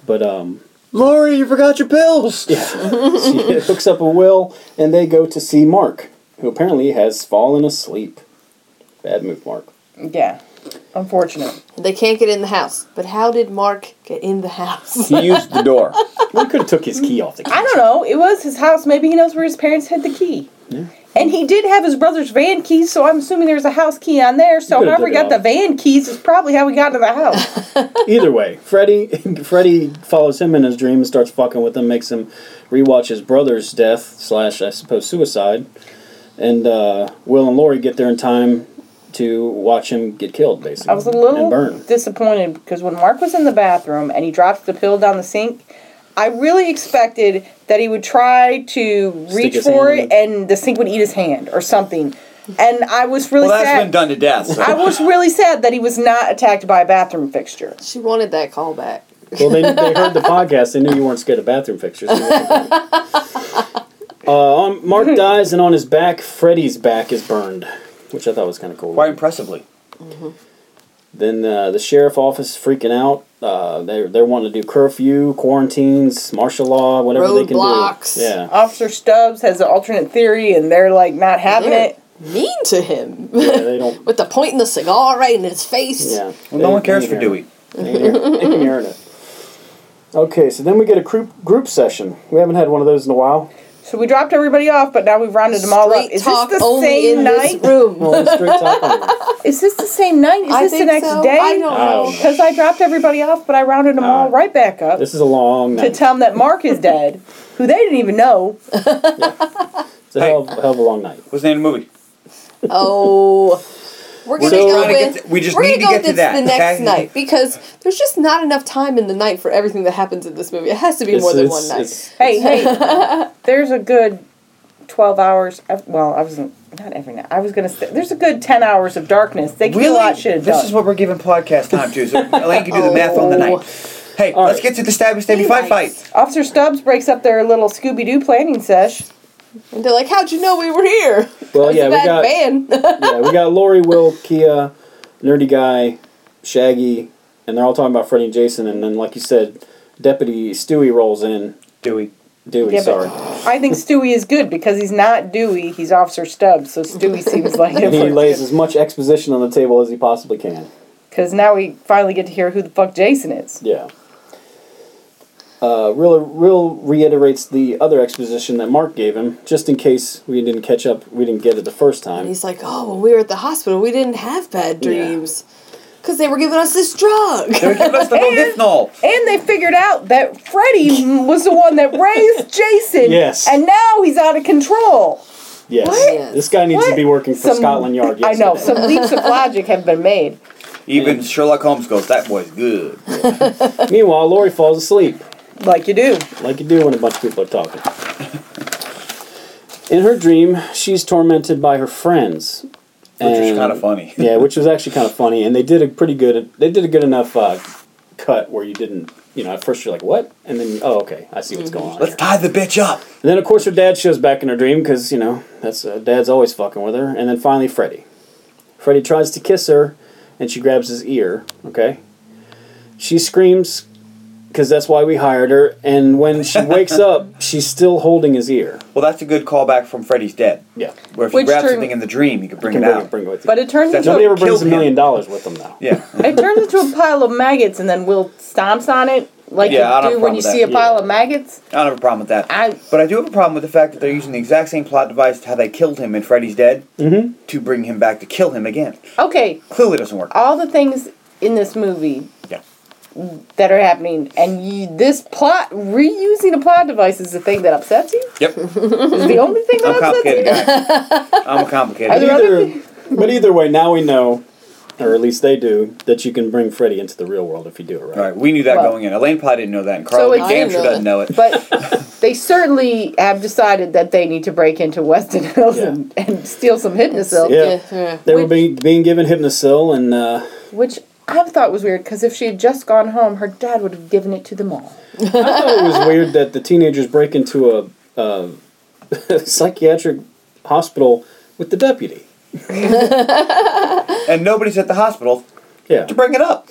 [SPEAKER 4] but um,
[SPEAKER 2] Lori, you forgot your pills.
[SPEAKER 4] yeah, she hooks up with Will, and they go to see Mark, who apparently has fallen asleep. Bad move, Mark.
[SPEAKER 1] Yeah. Unfortunate.
[SPEAKER 3] they can't get in the house, but how did Mark get in the house?
[SPEAKER 2] He used the door.
[SPEAKER 4] We could have took his key off the
[SPEAKER 1] I don't know. It was his house. Maybe he knows where his parents had the key. And he did have his brother's van key, so I'm assuming there's a house key on there. So
[SPEAKER 4] could've
[SPEAKER 1] however
[SPEAKER 4] did
[SPEAKER 1] he
[SPEAKER 4] it
[SPEAKER 1] got the
[SPEAKER 4] all.
[SPEAKER 1] van keys is probably how he got to the house.
[SPEAKER 4] Either way, Freddy Freddy follows him in his dream and starts fucking with him, makes him rewatch his brother's death slash I suppose suicide, and uh, Will and Lori get there in time to watch him get killed basically
[SPEAKER 1] I was a
[SPEAKER 4] and
[SPEAKER 1] little
[SPEAKER 4] burn.
[SPEAKER 1] disappointed because when Mark was in the bathroom and he dropped the pill down the sink, I really expected that he would try to reach
[SPEAKER 4] his
[SPEAKER 1] for it
[SPEAKER 4] hand in
[SPEAKER 1] and the sink would eat his hand or something. And I was really
[SPEAKER 2] Well, that's
[SPEAKER 1] sad.
[SPEAKER 2] been done to death. so-
[SPEAKER 1] I was really sad that he was not attacked by a bathroom fixture.
[SPEAKER 3] she wanted that call back.
[SPEAKER 4] Well, they, they heard the podcast. They knew you weren't scared of bathroom fixtures. so they- uh, um, Mark dies, and on his back, Freddy's back is burned, which I thought was kind of cool.
[SPEAKER 2] Quite impressively.
[SPEAKER 4] Then uh, the sheriff office is freaking out. Uh, they're, they're wanting to do curfew, quarantines, martial law, whatever they can
[SPEAKER 3] Roadblocks.
[SPEAKER 4] do. Yeah.
[SPEAKER 1] Officer Stubbs has an alternate theory, and they're like not having
[SPEAKER 3] They're
[SPEAKER 1] it.
[SPEAKER 3] mean to him.
[SPEAKER 4] yeah. They don't.
[SPEAKER 3] With the point in the cigar right in his face.
[SPEAKER 4] Yeah.
[SPEAKER 2] Well, no one cares for
[SPEAKER 4] Dewey.
[SPEAKER 2] Dewey.
[SPEAKER 4] They can earn- they can earn it. Okay, so then we get a group group session. We haven't had one of those in a while.
[SPEAKER 1] So we dropped everybody off, but now we've rounded them all up.
[SPEAKER 3] Straight
[SPEAKER 1] Is this
[SPEAKER 3] talk
[SPEAKER 1] the
[SPEAKER 3] only
[SPEAKER 1] same
[SPEAKER 3] in
[SPEAKER 1] night?
[SPEAKER 3] this room.
[SPEAKER 4] Well, let's straight talk on it.
[SPEAKER 1] Is this the same night? Is
[SPEAKER 3] I
[SPEAKER 1] this the
[SPEAKER 3] think
[SPEAKER 1] next
[SPEAKER 3] so.
[SPEAKER 1] day?
[SPEAKER 3] I don't
[SPEAKER 4] I
[SPEAKER 3] know.
[SPEAKER 4] don't know.
[SPEAKER 1] Because I dropped everybody off, but I rounded them all right back up
[SPEAKER 4] This is a long
[SPEAKER 1] to
[SPEAKER 4] night.
[SPEAKER 1] tell them that Mark is dead, who they didn't even know.
[SPEAKER 4] It's a hell of, hell of a long night.
[SPEAKER 2] What's the name of the movie?
[SPEAKER 3] Oh. We're gonna
[SPEAKER 4] just
[SPEAKER 3] go
[SPEAKER 4] trying
[SPEAKER 2] to get
[SPEAKER 3] with.
[SPEAKER 2] to- we just
[SPEAKER 3] we're
[SPEAKER 2] need
[SPEAKER 3] gonna go
[SPEAKER 2] to get
[SPEAKER 3] with
[SPEAKER 2] to that,
[SPEAKER 3] the next
[SPEAKER 2] okay?
[SPEAKER 3] night because there's just not enough time in the night for everything that happens in this movie. It has to be
[SPEAKER 4] It's-
[SPEAKER 3] more than
[SPEAKER 4] it's-
[SPEAKER 3] one night.
[SPEAKER 4] it's-
[SPEAKER 1] Hey, hey, there's a good 12 hours. Of, well, I wasn't, not every night. I was going to say, there's a good 10 hours of darkness. They can do a lot of shit
[SPEAKER 2] This
[SPEAKER 1] done.
[SPEAKER 2] is what we're giving podcast time to. So Elaine can do the math on the night. Hey,
[SPEAKER 4] All
[SPEAKER 2] let's
[SPEAKER 4] right.
[SPEAKER 2] get to the stabby stabby fight fight.
[SPEAKER 1] Officer Stubbs breaks up their little Scooby Doo planning sesh.
[SPEAKER 3] And they're like, "How'd you know we were here?"
[SPEAKER 4] Well,
[SPEAKER 3] It's
[SPEAKER 4] Oh, yeah,
[SPEAKER 3] a
[SPEAKER 4] we
[SPEAKER 3] bad
[SPEAKER 4] got
[SPEAKER 3] man.
[SPEAKER 4] yeah, we got Lori, Will, Kia, Nerdy Guy, Shaggy, and they're all talking about Freddy and Jason. And then, like you said, Deputy Stewie rolls in.
[SPEAKER 2] Dewey.
[SPEAKER 4] Dewey,
[SPEAKER 1] Yeah, but-
[SPEAKER 4] sorry.
[SPEAKER 1] I think Stewie is good because he's not Dewey, he's Officer Stubbs. So Stewie seems like
[SPEAKER 4] And he
[SPEAKER 1] it.
[SPEAKER 4] lays as much exposition on the table as he possibly can.
[SPEAKER 1] Because now we finally get to hear who the fuck Jason is.
[SPEAKER 4] Yeah. Uh, real, real reiterates the other exposition that Mark gave him, just in case we didn't catch up, we didn't get it the first
[SPEAKER 3] And
[SPEAKER 4] time.
[SPEAKER 3] he's like, "Oh, when we were at the hospital, we didn't have bad dreams, because they were giving us this drug."
[SPEAKER 2] They're giving us the molybdenol.
[SPEAKER 1] And they figured out that Freddy was the one that raised Jason.
[SPEAKER 4] Yes.
[SPEAKER 1] And now he's out of control.
[SPEAKER 4] Yes,
[SPEAKER 3] What?
[SPEAKER 4] this guy needs to
[SPEAKER 1] What?
[SPEAKER 4] be working for
[SPEAKER 1] Some-
[SPEAKER 4] Scotland Yard.
[SPEAKER 1] I know,
[SPEAKER 4] yesterday.
[SPEAKER 1] some leaps of logic have been made.
[SPEAKER 2] Even Sherlock Holmes goes, that boy's good.
[SPEAKER 4] Meanwhile, Lori falls asleep.
[SPEAKER 1] Like you do.
[SPEAKER 4] like you do when a bunch of people are talking. In her dream, she's tormented by her friends,
[SPEAKER 2] Which is
[SPEAKER 4] And-
[SPEAKER 2] kind of funny.
[SPEAKER 4] Yeah, which was actually kind of funny, and they did a pretty good. They did a good enough uh, cut where you didn't. You know, at first you're like, "What?" and then, "Oh, okay, I see what's going on."
[SPEAKER 2] Let's
[SPEAKER 4] here."
[SPEAKER 2] tie the bitch up.
[SPEAKER 4] And then, of course, her dad shows back in her dream because you know that's uh, dad's always fucking with her. And then finally, Freddy. Freddy tries to kiss her, and she grabs his ear. Okay. She screams because that's why we hired her. And when she wakes up, she's still holding his ear.
[SPEAKER 2] Well, that's a good callback from Freddy's Dead.
[SPEAKER 4] Yeah.
[SPEAKER 2] Where if
[SPEAKER 1] Which
[SPEAKER 2] you grab
[SPEAKER 1] turn-
[SPEAKER 2] something in the dream, you can bring
[SPEAKER 4] Can
[SPEAKER 2] it
[SPEAKER 4] bring it,
[SPEAKER 2] out.
[SPEAKER 4] bring it with you.
[SPEAKER 1] But it turns
[SPEAKER 2] That's
[SPEAKER 1] into
[SPEAKER 4] Nobody
[SPEAKER 1] a,
[SPEAKER 2] what-
[SPEAKER 4] ever brings
[SPEAKER 2] killed
[SPEAKER 4] a million
[SPEAKER 2] him.
[SPEAKER 4] dollars with them though.
[SPEAKER 2] Yeah.
[SPEAKER 1] it turns into a pile of maggots and then Will stomps on it like
[SPEAKER 2] Yeah, I don't
[SPEAKER 1] you do
[SPEAKER 2] have a
[SPEAKER 1] when you
[SPEAKER 2] problem
[SPEAKER 1] see a
[SPEAKER 2] with
[SPEAKER 1] pile of maggots.
[SPEAKER 2] I don't have a problem with that.
[SPEAKER 1] I-
[SPEAKER 2] but I do have a problem with the fact that they're using the exact same plot device to how they killed him in Freddy's Dead to bring him back to kill him again.
[SPEAKER 1] Okay,
[SPEAKER 2] Clearly doesn't work.
[SPEAKER 1] all the things in this movie
[SPEAKER 2] yeah.
[SPEAKER 1] that are happening and you, this plot reusing a plot device is the thing that upsets you?
[SPEAKER 2] Yep.
[SPEAKER 1] Is the only thing
[SPEAKER 2] I'm
[SPEAKER 1] that
[SPEAKER 2] a
[SPEAKER 1] upsets you?
[SPEAKER 2] complicated guy. I'm a
[SPEAKER 4] But
[SPEAKER 2] complicated guy.
[SPEAKER 1] there other
[SPEAKER 4] either, but either way, now we know, or at least they do, that you can bring Freddy into the real world if you do it right.
[SPEAKER 2] All right, we knew that
[SPEAKER 1] Well-
[SPEAKER 2] going in. Elaine probably didn't know that, and Carl
[SPEAKER 1] it's-
[SPEAKER 2] damn sure
[SPEAKER 3] I know
[SPEAKER 2] doesn't know it.
[SPEAKER 1] But they certainly have decided that they need to break into Weston Hills
[SPEAKER 4] Yeah.
[SPEAKER 1] and, and steal some hypnosil,
[SPEAKER 4] Yeah.
[SPEAKER 3] yeah.
[SPEAKER 4] They were being, being given hypnosil, and uh,
[SPEAKER 1] which I thought was weird because if she had just gone home, her dad would have given it to them all.
[SPEAKER 4] I thought it was weird that the teenagers break into a, uh psychiatric hospital with the deputy.
[SPEAKER 2] And nobody's at the hospital
[SPEAKER 4] Yeah,
[SPEAKER 2] to bring it up.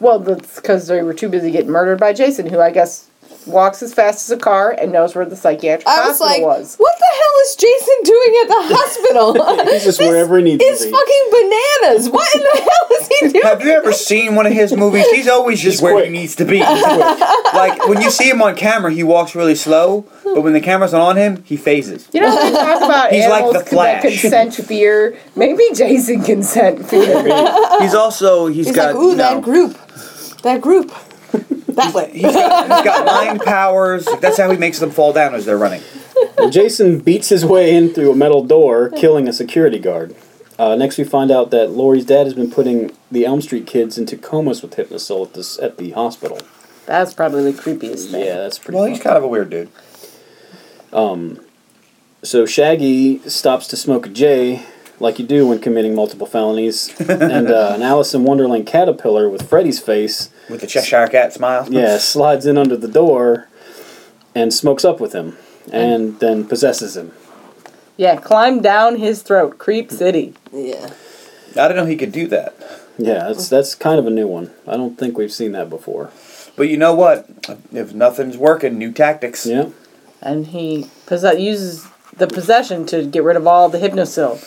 [SPEAKER 1] Well, that's because they were too busy getting murdered by Jason, who I guess walks as fast as a car and knows where the psychiatric
[SPEAKER 3] I was
[SPEAKER 1] hospital
[SPEAKER 3] like,
[SPEAKER 1] was.
[SPEAKER 3] "What the hell is Jason doing at the hospital?"
[SPEAKER 4] he's just wherever he needs
[SPEAKER 3] It's
[SPEAKER 4] to be.
[SPEAKER 3] fucking bananas. What in the hell is he doing?
[SPEAKER 2] Have you ever seen one of his movies? He's always just
[SPEAKER 4] He's
[SPEAKER 2] where
[SPEAKER 4] quick.
[SPEAKER 2] he needs to be. like when you see him on camera, he walks really slow, but when the camera's not on him, he phases.
[SPEAKER 1] You know, they talk about
[SPEAKER 2] He's like
[SPEAKER 1] animals
[SPEAKER 2] the
[SPEAKER 1] that
[SPEAKER 2] Flash.
[SPEAKER 1] consent fear. Maybe Jason can sent fear.
[SPEAKER 2] He's also
[SPEAKER 3] He's
[SPEAKER 2] got
[SPEAKER 3] like, "Ooh,
[SPEAKER 2] you know,
[SPEAKER 3] that group, that group, that way."
[SPEAKER 2] He's got, he's got mind powers. That's how he makes them fall down as they're running.
[SPEAKER 4] Jason beats his way in through a metal door, killing a security guard. Uh, next, we find out that Lori's dad has been putting the Elm Street kids into comas with hypnosil at, this, at the hospital.
[SPEAKER 1] That's probably the creepiest thing.
[SPEAKER 4] Yeah, that's pretty.
[SPEAKER 2] Well, he's
[SPEAKER 4] fucked
[SPEAKER 2] kind of a weird dude.
[SPEAKER 4] So Shaggy stops to smoke a J, like you do when committing multiple felonies, and uh, an Alice in Wonderland caterpillar with Freddy's face,
[SPEAKER 2] With the Cheshire Cat smile.
[SPEAKER 4] yeah, slides in under the door, and smokes up with him, and then possesses him.
[SPEAKER 1] Yeah, climb down his throat, creep city.
[SPEAKER 3] Yeah.
[SPEAKER 2] I didn't know he could do that.
[SPEAKER 4] Yeah, that's that's kind of a new one. I don't think we've seen that before.
[SPEAKER 2] But you know what? If nothing's working, new tactics.
[SPEAKER 4] Yeah.
[SPEAKER 7] and he possess- uses the possession to get rid of all the hypnosil.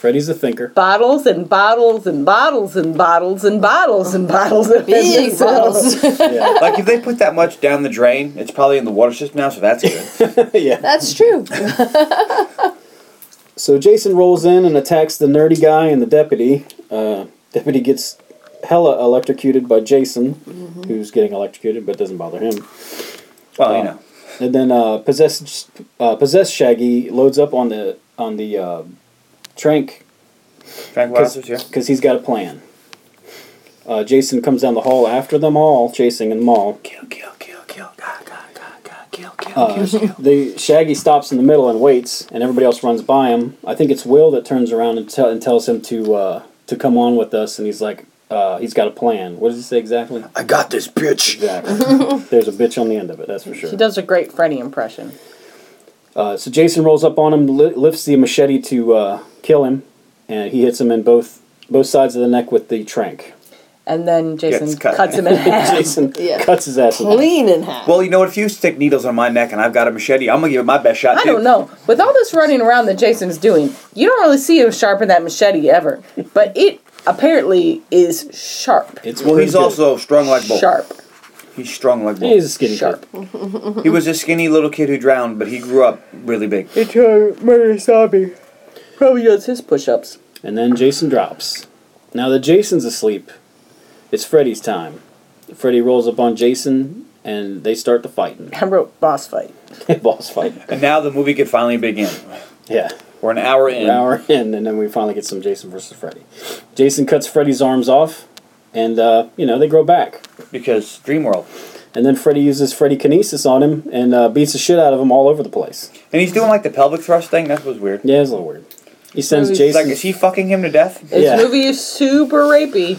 [SPEAKER 4] Freddy's a thinker.
[SPEAKER 7] Bottles and bottles and bottles and bottles and bottles and bottles of
[SPEAKER 3] Big
[SPEAKER 7] hypnosil.
[SPEAKER 3] bottles.
[SPEAKER 4] Yeah.
[SPEAKER 2] Like if they put that much down the drain, it's probably in the water system now, so that's good.
[SPEAKER 4] yeah.
[SPEAKER 3] That's true.
[SPEAKER 4] So Jason rolls in and attacks the nerdy guy and the deputy. Uh, deputy gets hella electrocuted by Jason, who's getting electrocuted, but doesn't bother him.
[SPEAKER 2] Well, you know.
[SPEAKER 4] And then uh, possess uh, possess Shaggy loads up on the on the uh, Trank
[SPEAKER 2] Tranquilizers, yeah.
[SPEAKER 4] because he's got a plan. Uh, Jason comes down the hall after them all, chasing them all.
[SPEAKER 2] Kill, kill, kill, kill. God, God, God, God, kill, kill,
[SPEAKER 4] Uh, the Shaggy stops in the middle and waits, and everybody else runs by him. I think it's Will that turns around and, tell and tells him to uh, to come on with us, and he's like, uh, he's got a plan. What does he say exactly?
[SPEAKER 2] I got this bitch.
[SPEAKER 4] Exactly. There's a bitch on the end of it, that's for
[SPEAKER 7] He
[SPEAKER 4] sure.
[SPEAKER 7] does a great Freddy impression.
[SPEAKER 4] Uh, so Jason rolls up on him, li- lifts the machete to uh, kill him, and he hits him in both both sides of the neck with the trank.
[SPEAKER 7] And then Jason
[SPEAKER 2] Gets cut.
[SPEAKER 7] cuts him in half.
[SPEAKER 4] Jason
[SPEAKER 3] Yeah.
[SPEAKER 4] cuts his ass. in half.
[SPEAKER 3] Lean in half.
[SPEAKER 2] Well, you know what? If you stick needles on my neck and I've got a machete, I'm gonna give it my best shot.
[SPEAKER 7] I
[SPEAKER 2] too.
[SPEAKER 7] don't know. With all this running around that Jason's doing, you don't really see him sharpen that machete ever. But it apparently is sharp.
[SPEAKER 4] It's
[SPEAKER 2] Well,
[SPEAKER 4] pretty
[SPEAKER 2] he's
[SPEAKER 4] good.
[SPEAKER 2] also strong like bull.
[SPEAKER 7] Sharp.
[SPEAKER 2] He's strong like bull.
[SPEAKER 4] he's a skinny
[SPEAKER 7] Sharp.
[SPEAKER 4] kid.
[SPEAKER 2] He was a skinny little kid who drowned, but he grew up really big.
[SPEAKER 7] Until murder zombie. Probably does his push ups.
[SPEAKER 4] And then Jason drops. Now that Jason's asleep, it's Freddy's time. Freddy rolls up on Jason and they start to fighting.
[SPEAKER 7] I wrote boss fight.
[SPEAKER 4] Boss fight.
[SPEAKER 2] And now the movie could finally begin.
[SPEAKER 4] Yeah.
[SPEAKER 2] We're an hour in.
[SPEAKER 4] An hour in, and then we finally get some Jason versus Freddy. Jason cuts Freddy's arms off, and, uh, you know, they grow back.
[SPEAKER 2] Because Dream World.
[SPEAKER 4] And then Freddy uses Freddy Kinesis on him and uh, beats the shit out of him all over the place.
[SPEAKER 2] And he's doing like the pelvic thrust thing. That was weird.
[SPEAKER 4] Yeah, it's a little weird. He sends
[SPEAKER 7] Really?
[SPEAKER 2] It's like, is
[SPEAKER 4] Jason,
[SPEAKER 2] he fucking him to death?
[SPEAKER 7] This
[SPEAKER 4] Yeah.
[SPEAKER 7] movie is super rapey.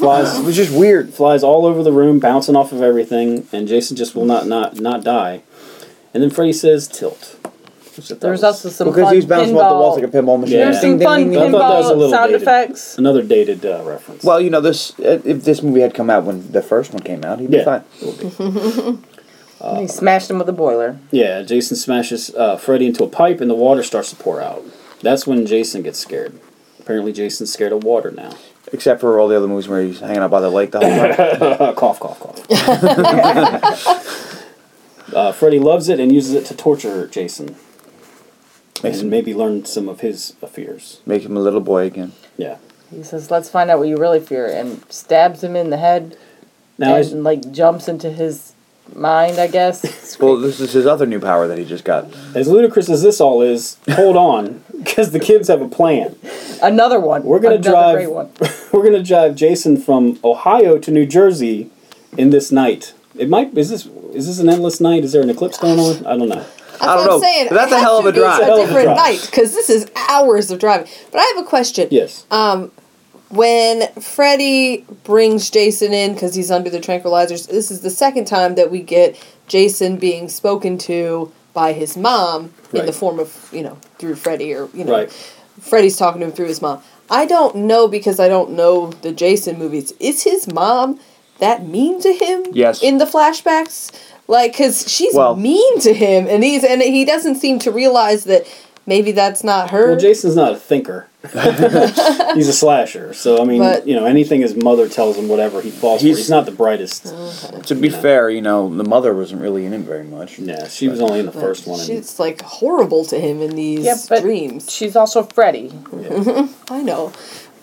[SPEAKER 4] flies,
[SPEAKER 2] It was just weird.
[SPEAKER 4] flies all over the room, bouncing off of everything, and Jason just will not not not die. And then Freddy says, "Tilt." Which I thought
[SPEAKER 7] There's
[SPEAKER 4] was
[SPEAKER 7] also some
[SPEAKER 2] Because
[SPEAKER 7] fun
[SPEAKER 2] he's bouncing off the walls
[SPEAKER 7] pinball-
[SPEAKER 2] like a pinball machine.
[SPEAKER 4] Yeah.
[SPEAKER 7] There's some
[SPEAKER 2] Ding, ding,
[SPEAKER 7] fun
[SPEAKER 2] ding, ding,
[SPEAKER 4] I thought that was a
[SPEAKER 7] pinball
[SPEAKER 4] little
[SPEAKER 7] sound
[SPEAKER 4] dated.
[SPEAKER 7] effects.
[SPEAKER 4] another dated uh, reference.
[SPEAKER 2] Well, you know, this uh, if this movie had come out when the first one came out, he'd be
[SPEAKER 4] Yeah.
[SPEAKER 2] fine.
[SPEAKER 7] he smashed him with a boiler.
[SPEAKER 4] yeah, Jason smashes uh, Freddy into a pipe, and the water starts to pour out. That's when Jason gets scared. Apparently, Jason's scared of water now.
[SPEAKER 2] Except for all the other movies where he's hanging out by the lake the whole time.
[SPEAKER 4] Uh, cough, cough, cough. uh, Freddy loves it and uses it to torture Jason,
[SPEAKER 2] makes,
[SPEAKER 4] and
[SPEAKER 2] him,
[SPEAKER 4] maybe learn some of his uh, fears.
[SPEAKER 2] makes him a little boy again.
[SPEAKER 4] Yeah.
[SPEAKER 7] He says, "Let's find out what you really fear," and stabs him in the head,
[SPEAKER 4] Now he's-
[SPEAKER 7] and like jumps into his mind. I guess.
[SPEAKER 2] Well, this is his other new power that he just got.
[SPEAKER 4] As ludicrous as this all is, hold on, because the kids have a plan.
[SPEAKER 7] Another one.
[SPEAKER 4] We're gonna
[SPEAKER 7] Another
[SPEAKER 4] drive.
[SPEAKER 7] Great one.
[SPEAKER 4] We're gonna drive Jason from Ohio to New Jersey in this night. It might is this is this an endless night? Is there an eclipse going on? I don't know.
[SPEAKER 2] I don't
[SPEAKER 3] what I'm
[SPEAKER 2] know.
[SPEAKER 3] saying.
[SPEAKER 2] But that's
[SPEAKER 3] It
[SPEAKER 2] a
[SPEAKER 3] has
[SPEAKER 2] hell
[SPEAKER 3] to
[SPEAKER 2] of a
[SPEAKER 3] be
[SPEAKER 2] drive.
[SPEAKER 3] A
[SPEAKER 4] Hell of a
[SPEAKER 3] different
[SPEAKER 4] drive.
[SPEAKER 3] night because this is hours of driving. But I have a question.
[SPEAKER 4] Yes.
[SPEAKER 3] Um, when Freddy brings Jason in because he's under the tranquilizers, this is the second time that we get Jason being spoken to by his mom in the
[SPEAKER 4] Right.
[SPEAKER 3] form of you know through Freddy or you know
[SPEAKER 4] Right.
[SPEAKER 3] Freddy's talking to him through his mom. I don't know because I don't know the Jason movies. Is his mom that mean to him?
[SPEAKER 2] Yes.
[SPEAKER 3] In the flashbacks, like because she's
[SPEAKER 2] Well-
[SPEAKER 3] mean to him, and he's and he doesn't seem to realize that maybe that's not her.
[SPEAKER 4] Well, Jason's not a thinker. he's a slasher, so I mean,
[SPEAKER 3] But-
[SPEAKER 4] you know, anything his mother tells him, whatever he falls
[SPEAKER 2] He's-
[SPEAKER 4] for. He's not the brightest.
[SPEAKER 3] Oh,
[SPEAKER 2] To be fair, you know, the mother wasn't really in it very much.
[SPEAKER 4] yeah, she was only in the first one. And,
[SPEAKER 3] She's like horrible to him in these
[SPEAKER 7] Yeah, but
[SPEAKER 3] dreams.
[SPEAKER 7] she's also Freddy.
[SPEAKER 4] Mm-hmm.
[SPEAKER 3] I know,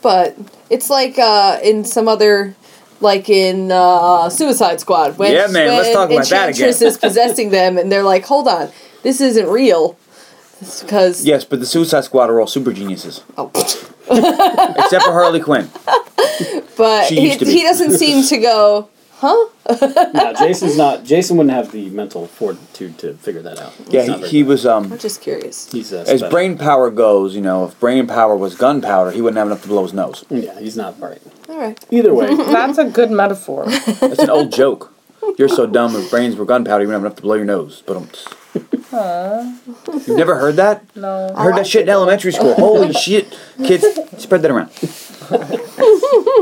[SPEAKER 3] but it's like uh, in some other, like in uh, Suicide Squad when
[SPEAKER 2] Yeah, man, let's
[SPEAKER 3] when
[SPEAKER 2] talk about that
[SPEAKER 3] Enchantress
[SPEAKER 2] again.
[SPEAKER 3] is possessing them, and they're like, "Hold on, this isn't real," because
[SPEAKER 2] Yes, but the Suicide Squad are all super geniuses.
[SPEAKER 3] Oh.
[SPEAKER 2] Except for Harley Quinn.
[SPEAKER 3] but
[SPEAKER 2] She
[SPEAKER 3] he,
[SPEAKER 2] used to be.
[SPEAKER 3] he doesn't seem to go.
[SPEAKER 4] no, Jason's not. Jason wouldn't have the mental fortitude to figure that out. He's
[SPEAKER 2] Yeah,
[SPEAKER 4] not
[SPEAKER 2] he,
[SPEAKER 4] very
[SPEAKER 2] he
[SPEAKER 4] bright.
[SPEAKER 2] was um
[SPEAKER 3] I'm just curious.
[SPEAKER 4] He's uh,
[SPEAKER 2] as
[SPEAKER 4] special.
[SPEAKER 2] brain power goes, you know, if brain power was gunpowder, he wouldn't have enough to blow his nose.
[SPEAKER 4] Yeah, he's not bright.
[SPEAKER 3] All right,
[SPEAKER 4] Either way,
[SPEAKER 7] That's a good metaphor.
[SPEAKER 2] That's an old joke. You're so dumb. If brains were gunpowder, you wouldn't have enough to blow your nose. But um, you've never heard that?
[SPEAKER 7] No.
[SPEAKER 2] I heard that shit in elementary school. Holy shit, kids, spread that around.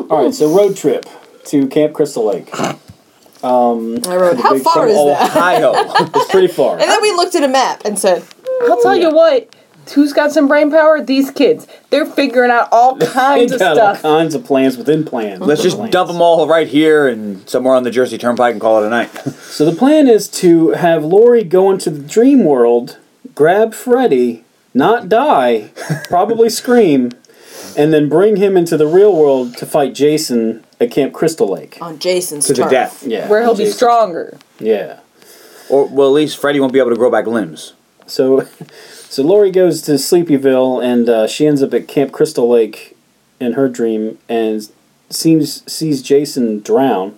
[SPEAKER 4] All right, so road trip to Camp Crystal Lake.
[SPEAKER 3] I wrote, how
[SPEAKER 4] big
[SPEAKER 3] far
[SPEAKER 4] trouble.
[SPEAKER 2] Oh.
[SPEAKER 3] is that?
[SPEAKER 2] Ohio.
[SPEAKER 4] It's pretty far.
[SPEAKER 3] And then we looked at a map and said,
[SPEAKER 1] I'll tell you what. Who's got some brain power? These kids. They're figuring out all
[SPEAKER 4] They
[SPEAKER 1] kinds of
[SPEAKER 4] got all
[SPEAKER 1] stuff.
[SPEAKER 4] kinds of plans within plans.
[SPEAKER 2] Let's just
[SPEAKER 4] Plans.
[SPEAKER 2] dump them all right here and somewhere on the Jersey Turnpike and call it a night.
[SPEAKER 4] So the plan is to have Lori go into the dream world, grab Freddy, not die, probably scream, and then bring him into the real world to fight Jason at Camp Crystal Lake.
[SPEAKER 3] on Jason's
[SPEAKER 2] to the
[SPEAKER 3] turf.
[SPEAKER 2] death.
[SPEAKER 4] Yeah.
[SPEAKER 1] Where he'll be
[SPEAKER 4] Jason.
[SPEAKER 1] stronger.
[SPEAKER 4] Yeah.
[SPEAKER 2] Or, well, at least Freddy won't be able to grow back limbs.
[SPEAKER 4] So, so Lori goes to Sleepyville, and uh, she ends up at Camp Crystal Lake in her dream, and seems sees Jason drown,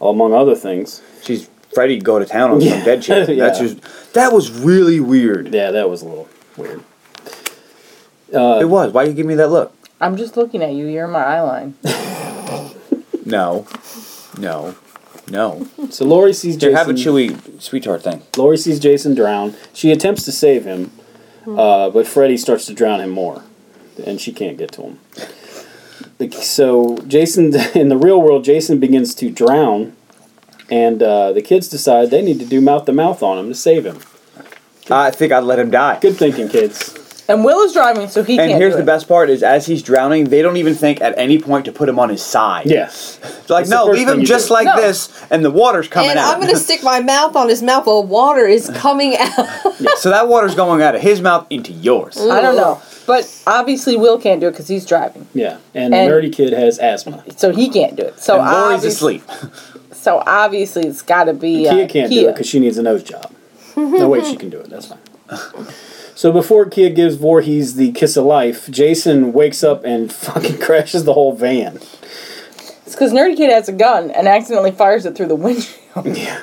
[SPEAKER 4] among other things.
[SPEAKER 2] She's Freddy go to town on some dead chick.
[SPEAKER 4] Yeah.
[SPEAKER 2] That's just, that was really weird.
[SPEAKER 4] Yeah, that was a little weird.
[SPEAKER 2] it was. Why you give me that look?
[SPEAKER 1] I'm just looking at you. You're in my eye line.
[SPEAKER 2] No, no, no.
[SPEAKER 4] So Lori sees Jason.
[SPEAKER 2] Here, have a chewy sweetheart thing.
[SPEAKER 4] Lori sees Jason drown. She attempts to save him, uh, but Freddy starts to drown him more, and she can't get to him. The- So Jason, in the real world, Jason begins to drown, and uh, the kids decide they need to do mouth to mouth on him to save him.
[SPEAKER 2] I think I'd let him die.
[SPEAKER 4] Good thinking, kids.
[SPEAKER 1] And Will is driving, so he
[SPEAKER 2] And
[SPEAKER 1] can't.
[SPEAKER 2] here's
[SPEAKER 1] do
[SPEAKER 2] the
[SPEAKER 1] it.
[SPEAKER 2] best part: is as he's drowning, they don't even think at any point to put him on his side.
[SPEAKER 4] Yes.
[SPEAKER 2] It's like
[SPEAKER 4] It's the
[SPEAKER 2] no,
[SPEAKER 4] first
[SPEAKER 2] leave
[SPEAKER 4] thing
[SPEAKER 2] him
[SPEAKER 4] you
[SPEAKER 2] just
[SPEAKER 4] do.
[SPEAKER 2] like
[SPEAKER 1] No.
[SPEAKER 2] this, and the water's coming
[SPEAKER 3] And
[SPEAKER 2] out.
[SPEAKER 3] I'm gonna stick my mouth on his mouth while water is coming out.
[SPEAKER 2] so that water's going out of his mouth into yours.
[SPEAKER 1] I don't know. But obviously, Will can't do it because he's driving.
[SPEAKER 4] Yeah, and,
[SPEAKER 1] And-
[SPEAKER 4] the nerdy kid has asthma.
[SPEAKER 1] So he can't do it. So,
[SPEAKER 2] and Lori's
[SPEAKER 1] obvi-
[SPEAKER 2] asleep.
[SPEAKER 1] so obviously, it's got to be.
[SPEAKER 4] Kia
[SPEAKER 1] Uh,
[SPEAKER 4] can't do it because she needs a nose job. No, wait, she can do it. That's fine. So before Kia gives Voorhees the kiss of life, Jason wakes up and fucking crashes the whole van.
[SPEAKER 1] It's because Nerdy Kid has a gun and accidentally fires it through the windshield.
[SPEAKER 4] Yeah,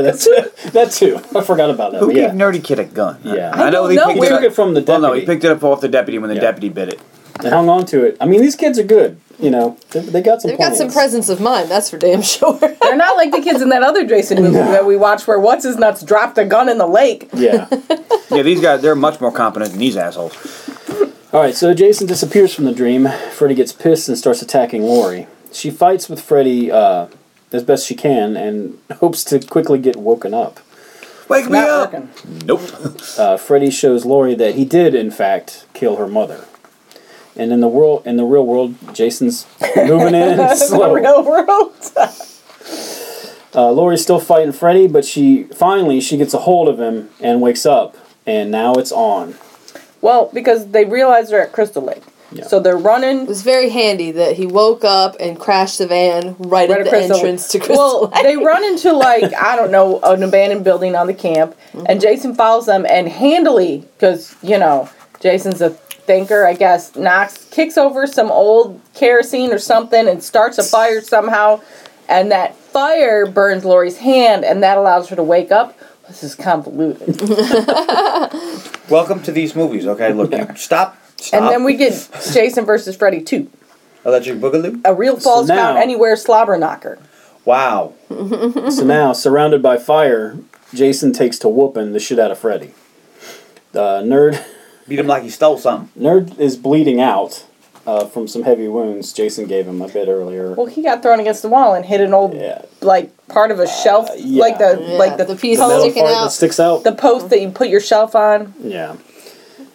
[SPEAKER 4] that's that too. I forgot about that.
[SPEAKER 2] Who
[SPEAKER 4] but
[SPEAKER 2] gave
[SPEAKER 4] yeah.
[SPEAKER 2] Nerdy Kid a gun?
[SPEAKER 4] Yeah.
[SPEAKER 2] I, know
[SPEAKER 4] I
[SPEAKER 1] don't
[SPEAKER 2] they
[SPEAKER 1] know.
[SPEAKER 2] picked
[SPEAKER 1] We
[SPEAKER 2] it
[SPEAKER 1] took
[SPEAKER 2] up.
[SPEAKER 4] it from the
[SPEAKER 2] Well, no, he
[SPEAKER 4] deputy.
[SPEAKER 2] picked it up off the deputy when the
[SPEAKER 4] Yeah.
[SPEAKER 2] deputy bit it.
[SPEAKER 4] They hung on to it. I mean, these kids are good. You know, they, they got some.
[SPEAKER 3] They've got some
[SPEAKER 4] plans.
[SPEAKER 3] presence of mind, that's for damn sure.
[SPEAKER 1] They're not like the kids in that other Jason movie that we watched where What's His Nuts dropped a gun in the lake.
[SPEAKER 4] Yeah.
[SPEAKER 2] Yeah, these guys, they're much more competent than these assholes.
[SPEAKER 4] All right. So Jason disappears from the dream. Freddy gets pissed and starts attacking Lori. She fights with Freddy uh, as best she can and hopes to quickly get woken up.
[SPEAKER 2] Wake me
[SPEAKER 1] Not
[SPEAKER 2] up!
[SPEAKER 1] working.
[SPEAKER 2] Nope.
[SPEAKER 4] uh, Freddy shows Lori that he did, in fact, kill her mother. And in the world, in the real world, Jason's moving in
[SPEAKER 1] The
[SPEAKER 4] slow.
[SPEAKER 1] real world.
[SPEAKER 4] Uh, Lori's still fighting Freddy, but she finally she gets a hold of him and wakes up, and now it's on.
[SPEAKER 1] well, because they realize they're at Crystal Lake.
[SPEAKER 4] Yeah.
[SPEAKER 1] So they're running.
[SPEAKER 3] It was very handy that he woke up and crashed the van right,
[SPEAKER 1] Right
[SPEAKER 3] at
[SPEAKER 1] at
[SPEAKER 3] the
[SPEAKER 1] Crystal-
[SPEAKER 3] entrance to Crystal
[SPEAKER 1] Well,
[SPEAKER 3] Lake.
[SPEAKER 1] they run into, like, I don't know, an abandoned building on the camp.
[SPEAKER 3] Mm-hmm.
[SPEAKER 1] And Jason follows them and handily, because, you know, Jason's a thinker, I guess, knocks, kicks over some old kerosene or something and starts a fire somehow. And that fire burns Lori's hand, and that allows her to wake up. This is convoluted.
[SPEAKER 2] Welcome to these movies, okay? Look, you stop. Stop.
[SPEAKER 1] And then we get Jason versus Freddy 2.
[SPEAKER 2] Electric Boogaloo?
[SPEAKER 1] A real falls
[SPEAKER 4] now-
[SPEAKER 1] down anywhere slobber knocker.
[SPEAKER 2] Wow.
[SPEAKER 1] Mm-hmm.
[SPEAKER 4] so now, surrounded by fire, Jason takes to whooping the shit out of Freddy. Uh, nerd,
[SPEAKER 2] Beat him like he stole something.
[SPEAKER 4] nerd is bleeding out uh, from some heavy wounds Jason gave him a bit earlier.
[SPEAKER 1] Well, he got thrown against the wall and hit an old
[SPEAKER 4] Yeah. Uh,
[SPEAKER 1] like part of a shelf,
[SPEAKER 4] yeah.
[SPEAKER 1] like the
[SPEAKER 3] Yeah,
[SPEAKER 1] like the,
[SPEAKER 3] the piece
[SPEAKER 1] post,
[SPEAKER 4] Metal
[SPEAKER 3] sticking
[SPEAKER 4] part that
[SPEAKER 3] out.
[SPEAKER 4] sticks out.
[SPEAKER 1] the post that you put your shelf on,
[SPEAKER 4] yeah.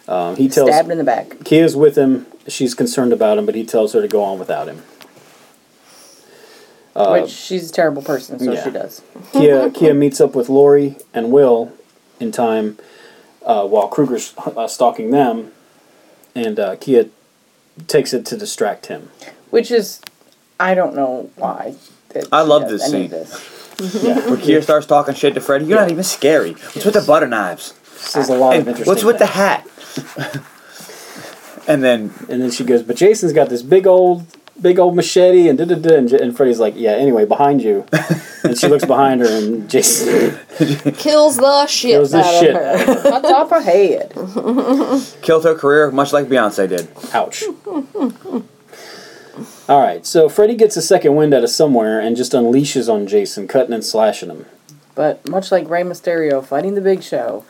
[SPEAKER 4] Um, he tells
[SPEAKER 1] stabbed in the back.
[SPEAKER 4] Kia's with him. She's concerned about him, but he tells her to go on without him.
[SPEAKER 1] which she's a terrible person, so
[SPEAKER 4] uh, yeah.
[SPEAKER 1] she does.
[SPEAKER 4] Kia Kia meets up with Lori and Will in time, uh, while Kruger's uh, stalking them, and uh, Kia takes it to distract him.
[SPEAKER 1] Which is, I don't know why. that
[SPEAKER 2] I
[SPEAKER 1] she
[SPEAKER 2] love
[SPEAKER 1] does
[SPEAKER 2] this
[SPEAKER 1] any
[SPEAKER 2] scene.
[SPEAKER 1] of this.
[SPEAKER 4] Yeah,
[SPEAKER 2] Where Kier starts talking shit to Freddy. You're not even scary. What's with the butter knives?
[SPEAKER 4] this is a lot of
[SPEAKER 2] And
[SPEAKER 4] interesting.
[SPEAKER 2] what's with the
[SPEAKER 4] things.
[SPEAKER 2] hat? and then
[SPEAKER 4] And then she goes, but Jason's got this big old. Big old machete and da da da, and J- and Freddy's like, yeah. Anyway, behind you, and she looks behind her, and Jason
[SPEAKER 3] Kills the shit
[SPEAKER 4] throws
[SPEAKER 3] out
[SPEAKER 4] this shit.
[SPEAKER 3] of her.
[SPEAKER 4] at her.
[SPEAKER 1] Cuts off her head.
[SPEAKER 2] killed her career much like Beyonce did.
[SPEAKER 4] Ouch. All right, so Freddy gets a second wind out of somewhere and just unleashes on Jason, cutting and slashing him.
[SPEAKER 1] But much like Rey Mysterio fighting the Big Show,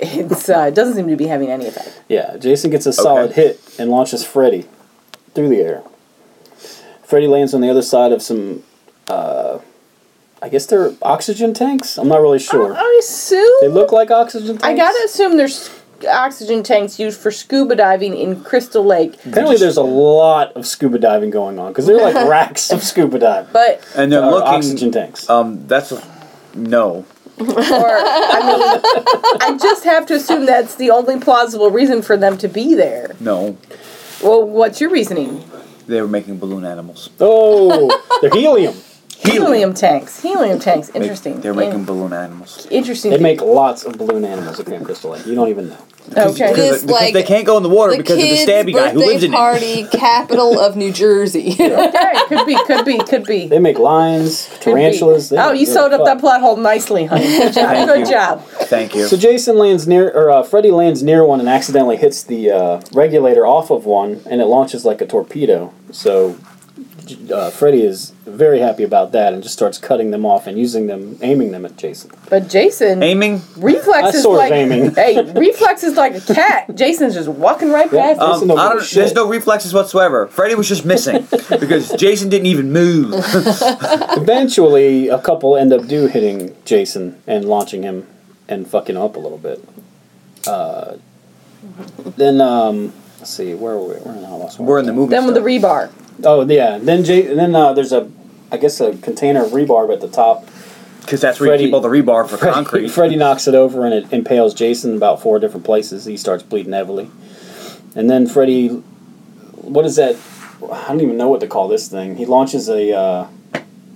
[SPEAKER 1] it's uh, it doesn't seem to be having any effect.
[SPEAKER 4] Yeah, Jason gets a solid hit and launches Freddy through the air. Freddy lands on the other side of some, uh, I guess they're oxygen tanks. I'm not really sure.
[SPEAKER 1] I assume.
[SPEAKER 4] They look like oxygen tanks.
[SPEAKER 1] I gotta assume there's oxygen tanks used for scuba diving in Crystal Lake.
[SPEAKER 4] Apparently, there's a lot of scuba diving going on because they're like racks of scuba diving.
[SPEAKER 1] But
[SPEAKER 2] And they're
[SPEAKER 4] Or
[SPEAKER 2] looking.
[SPEAKER 4] oxygen tanks.
[SPEAKER 2] Um, that's a, no.
[SPEAKER 1] or I mean, I just have to assume that's the only plausible reason for them to be there.
[SPEAKER 2] No,
[SPEAKER 1] Well, what's your reasoning?
[SPEAKER 2] they were making balloon animals.
[SPEAKER 4] oh, they're helium.
[SPEAKER 1] Helium, tanks. Helium tanks.
[SPEAKER 2] They-
[SPEAKER 1] Interesting.
[SPEAKER 2] They're making
[SPEAKER 1] In-
[SPEAKER 2] balloon animals.
[SPEAKER 1] interesting.
[SPEAKER 4] They make lots of balloon animals at Camp Crystal Lake. You don't even know.
[SPEAKER 1] okay.
[SPEAKER 3] This,
[SPEAKER 2] Because, because
[SPEAKER 3] like,
[SPEAKER 2] they can't go in the water
[SPEAKER 3] The
[SPEAKER 2] because of the
[SPEAKER 3] kids'
[SPEAKER 2] stabby guy who lives
[SPEAKER 3] birthday
[SPEAKER 2] in it.
[SPEAKER 3] party, capital of New Jersey.
[SPEAKER 1] okay. Could be. Could be. Could be.
[SPEAKER 4] They make lions,
[SPEAKER 1] Could be.
[SPEAKER 4] tarantulas. they
[SPEAKER 1] Oh,
[SPEAKER 4] don't
[SPEAKER 1] you
[SPEAKER 4] give a
[SPEAKER 1] sewed up
[SPEAKER 4] fuck.
[SPEAKER 1] that plot hole nicely, honey. Good job.
[SPEAKER 2] Thank
[SPEAKER 1] Good
[SPEAKER 2] you.
[SPEAKER 1] job.
[SPEAKER 2] Thank you.
[SPEAKER 4] So Jason lands near, or uh, Freddy lands near one and accidentally hits the uh, regulator off of one, and it launches like a torpedo. So J- uh, Freddy is very happy about that and just starts cutting them off and using them, aiming them at Jason.
[SPEAKER 1] But Jason,
[SPEAKER 2] Aiming. um,
[SPEAKER 1] reflex
[SPEAKER 4] I
[SPEAKER 1] is
[SPEAKER 4] sort of
[SPEAKER 1] like
[SPEAKER 4] aiming.
[SPEAKER 1] hey, reflex is like a cat. Jason's just walking right
[SPEAKER 4] Yeah.
[SPEAKER 1] past.
[SPEAKER 4] Jason
[SPEAKER 2] Um,
[SPEAKER 4] don't
[SPEAKER 2] I
[SPEAKER 4] give a
[SPEAKER 2] don't,
[SPEAKER 4] shit.
[SPEAKER 2] there's no reflexes whatsoever. Freddy was just missing because Jason didn't even move.
[SPEAKER 4] Eventually, a couple end up do hitting Jason and launching him and fucking up a little bit. Uh, then um, let's see, where are we? We're in, I lost my
[SPEAKER 2] We're in the movie.
[SPEAKER 1] Then with the
[SPEAKER 2] still.
[SPEAKER 1] rebar.
[SPEAKER 4] Oh yeah. Then J- then uh, there's a, I guess a container of rebarb at the top.
[SPEAKER 2] Because that's where
[SPEAKER 4] Freddy-
[SPEAKER 2] you keep all the rebar for
[SPEAKER 4] Freddy,
[SPEAKER 2] concrete.
[SPEAKER 4] Freddy knocks it over and it impales Jason in about four different places. He starts bleeding heavily, and then Freddy, what is that? I don't even know what to call this thing. He launches a uh,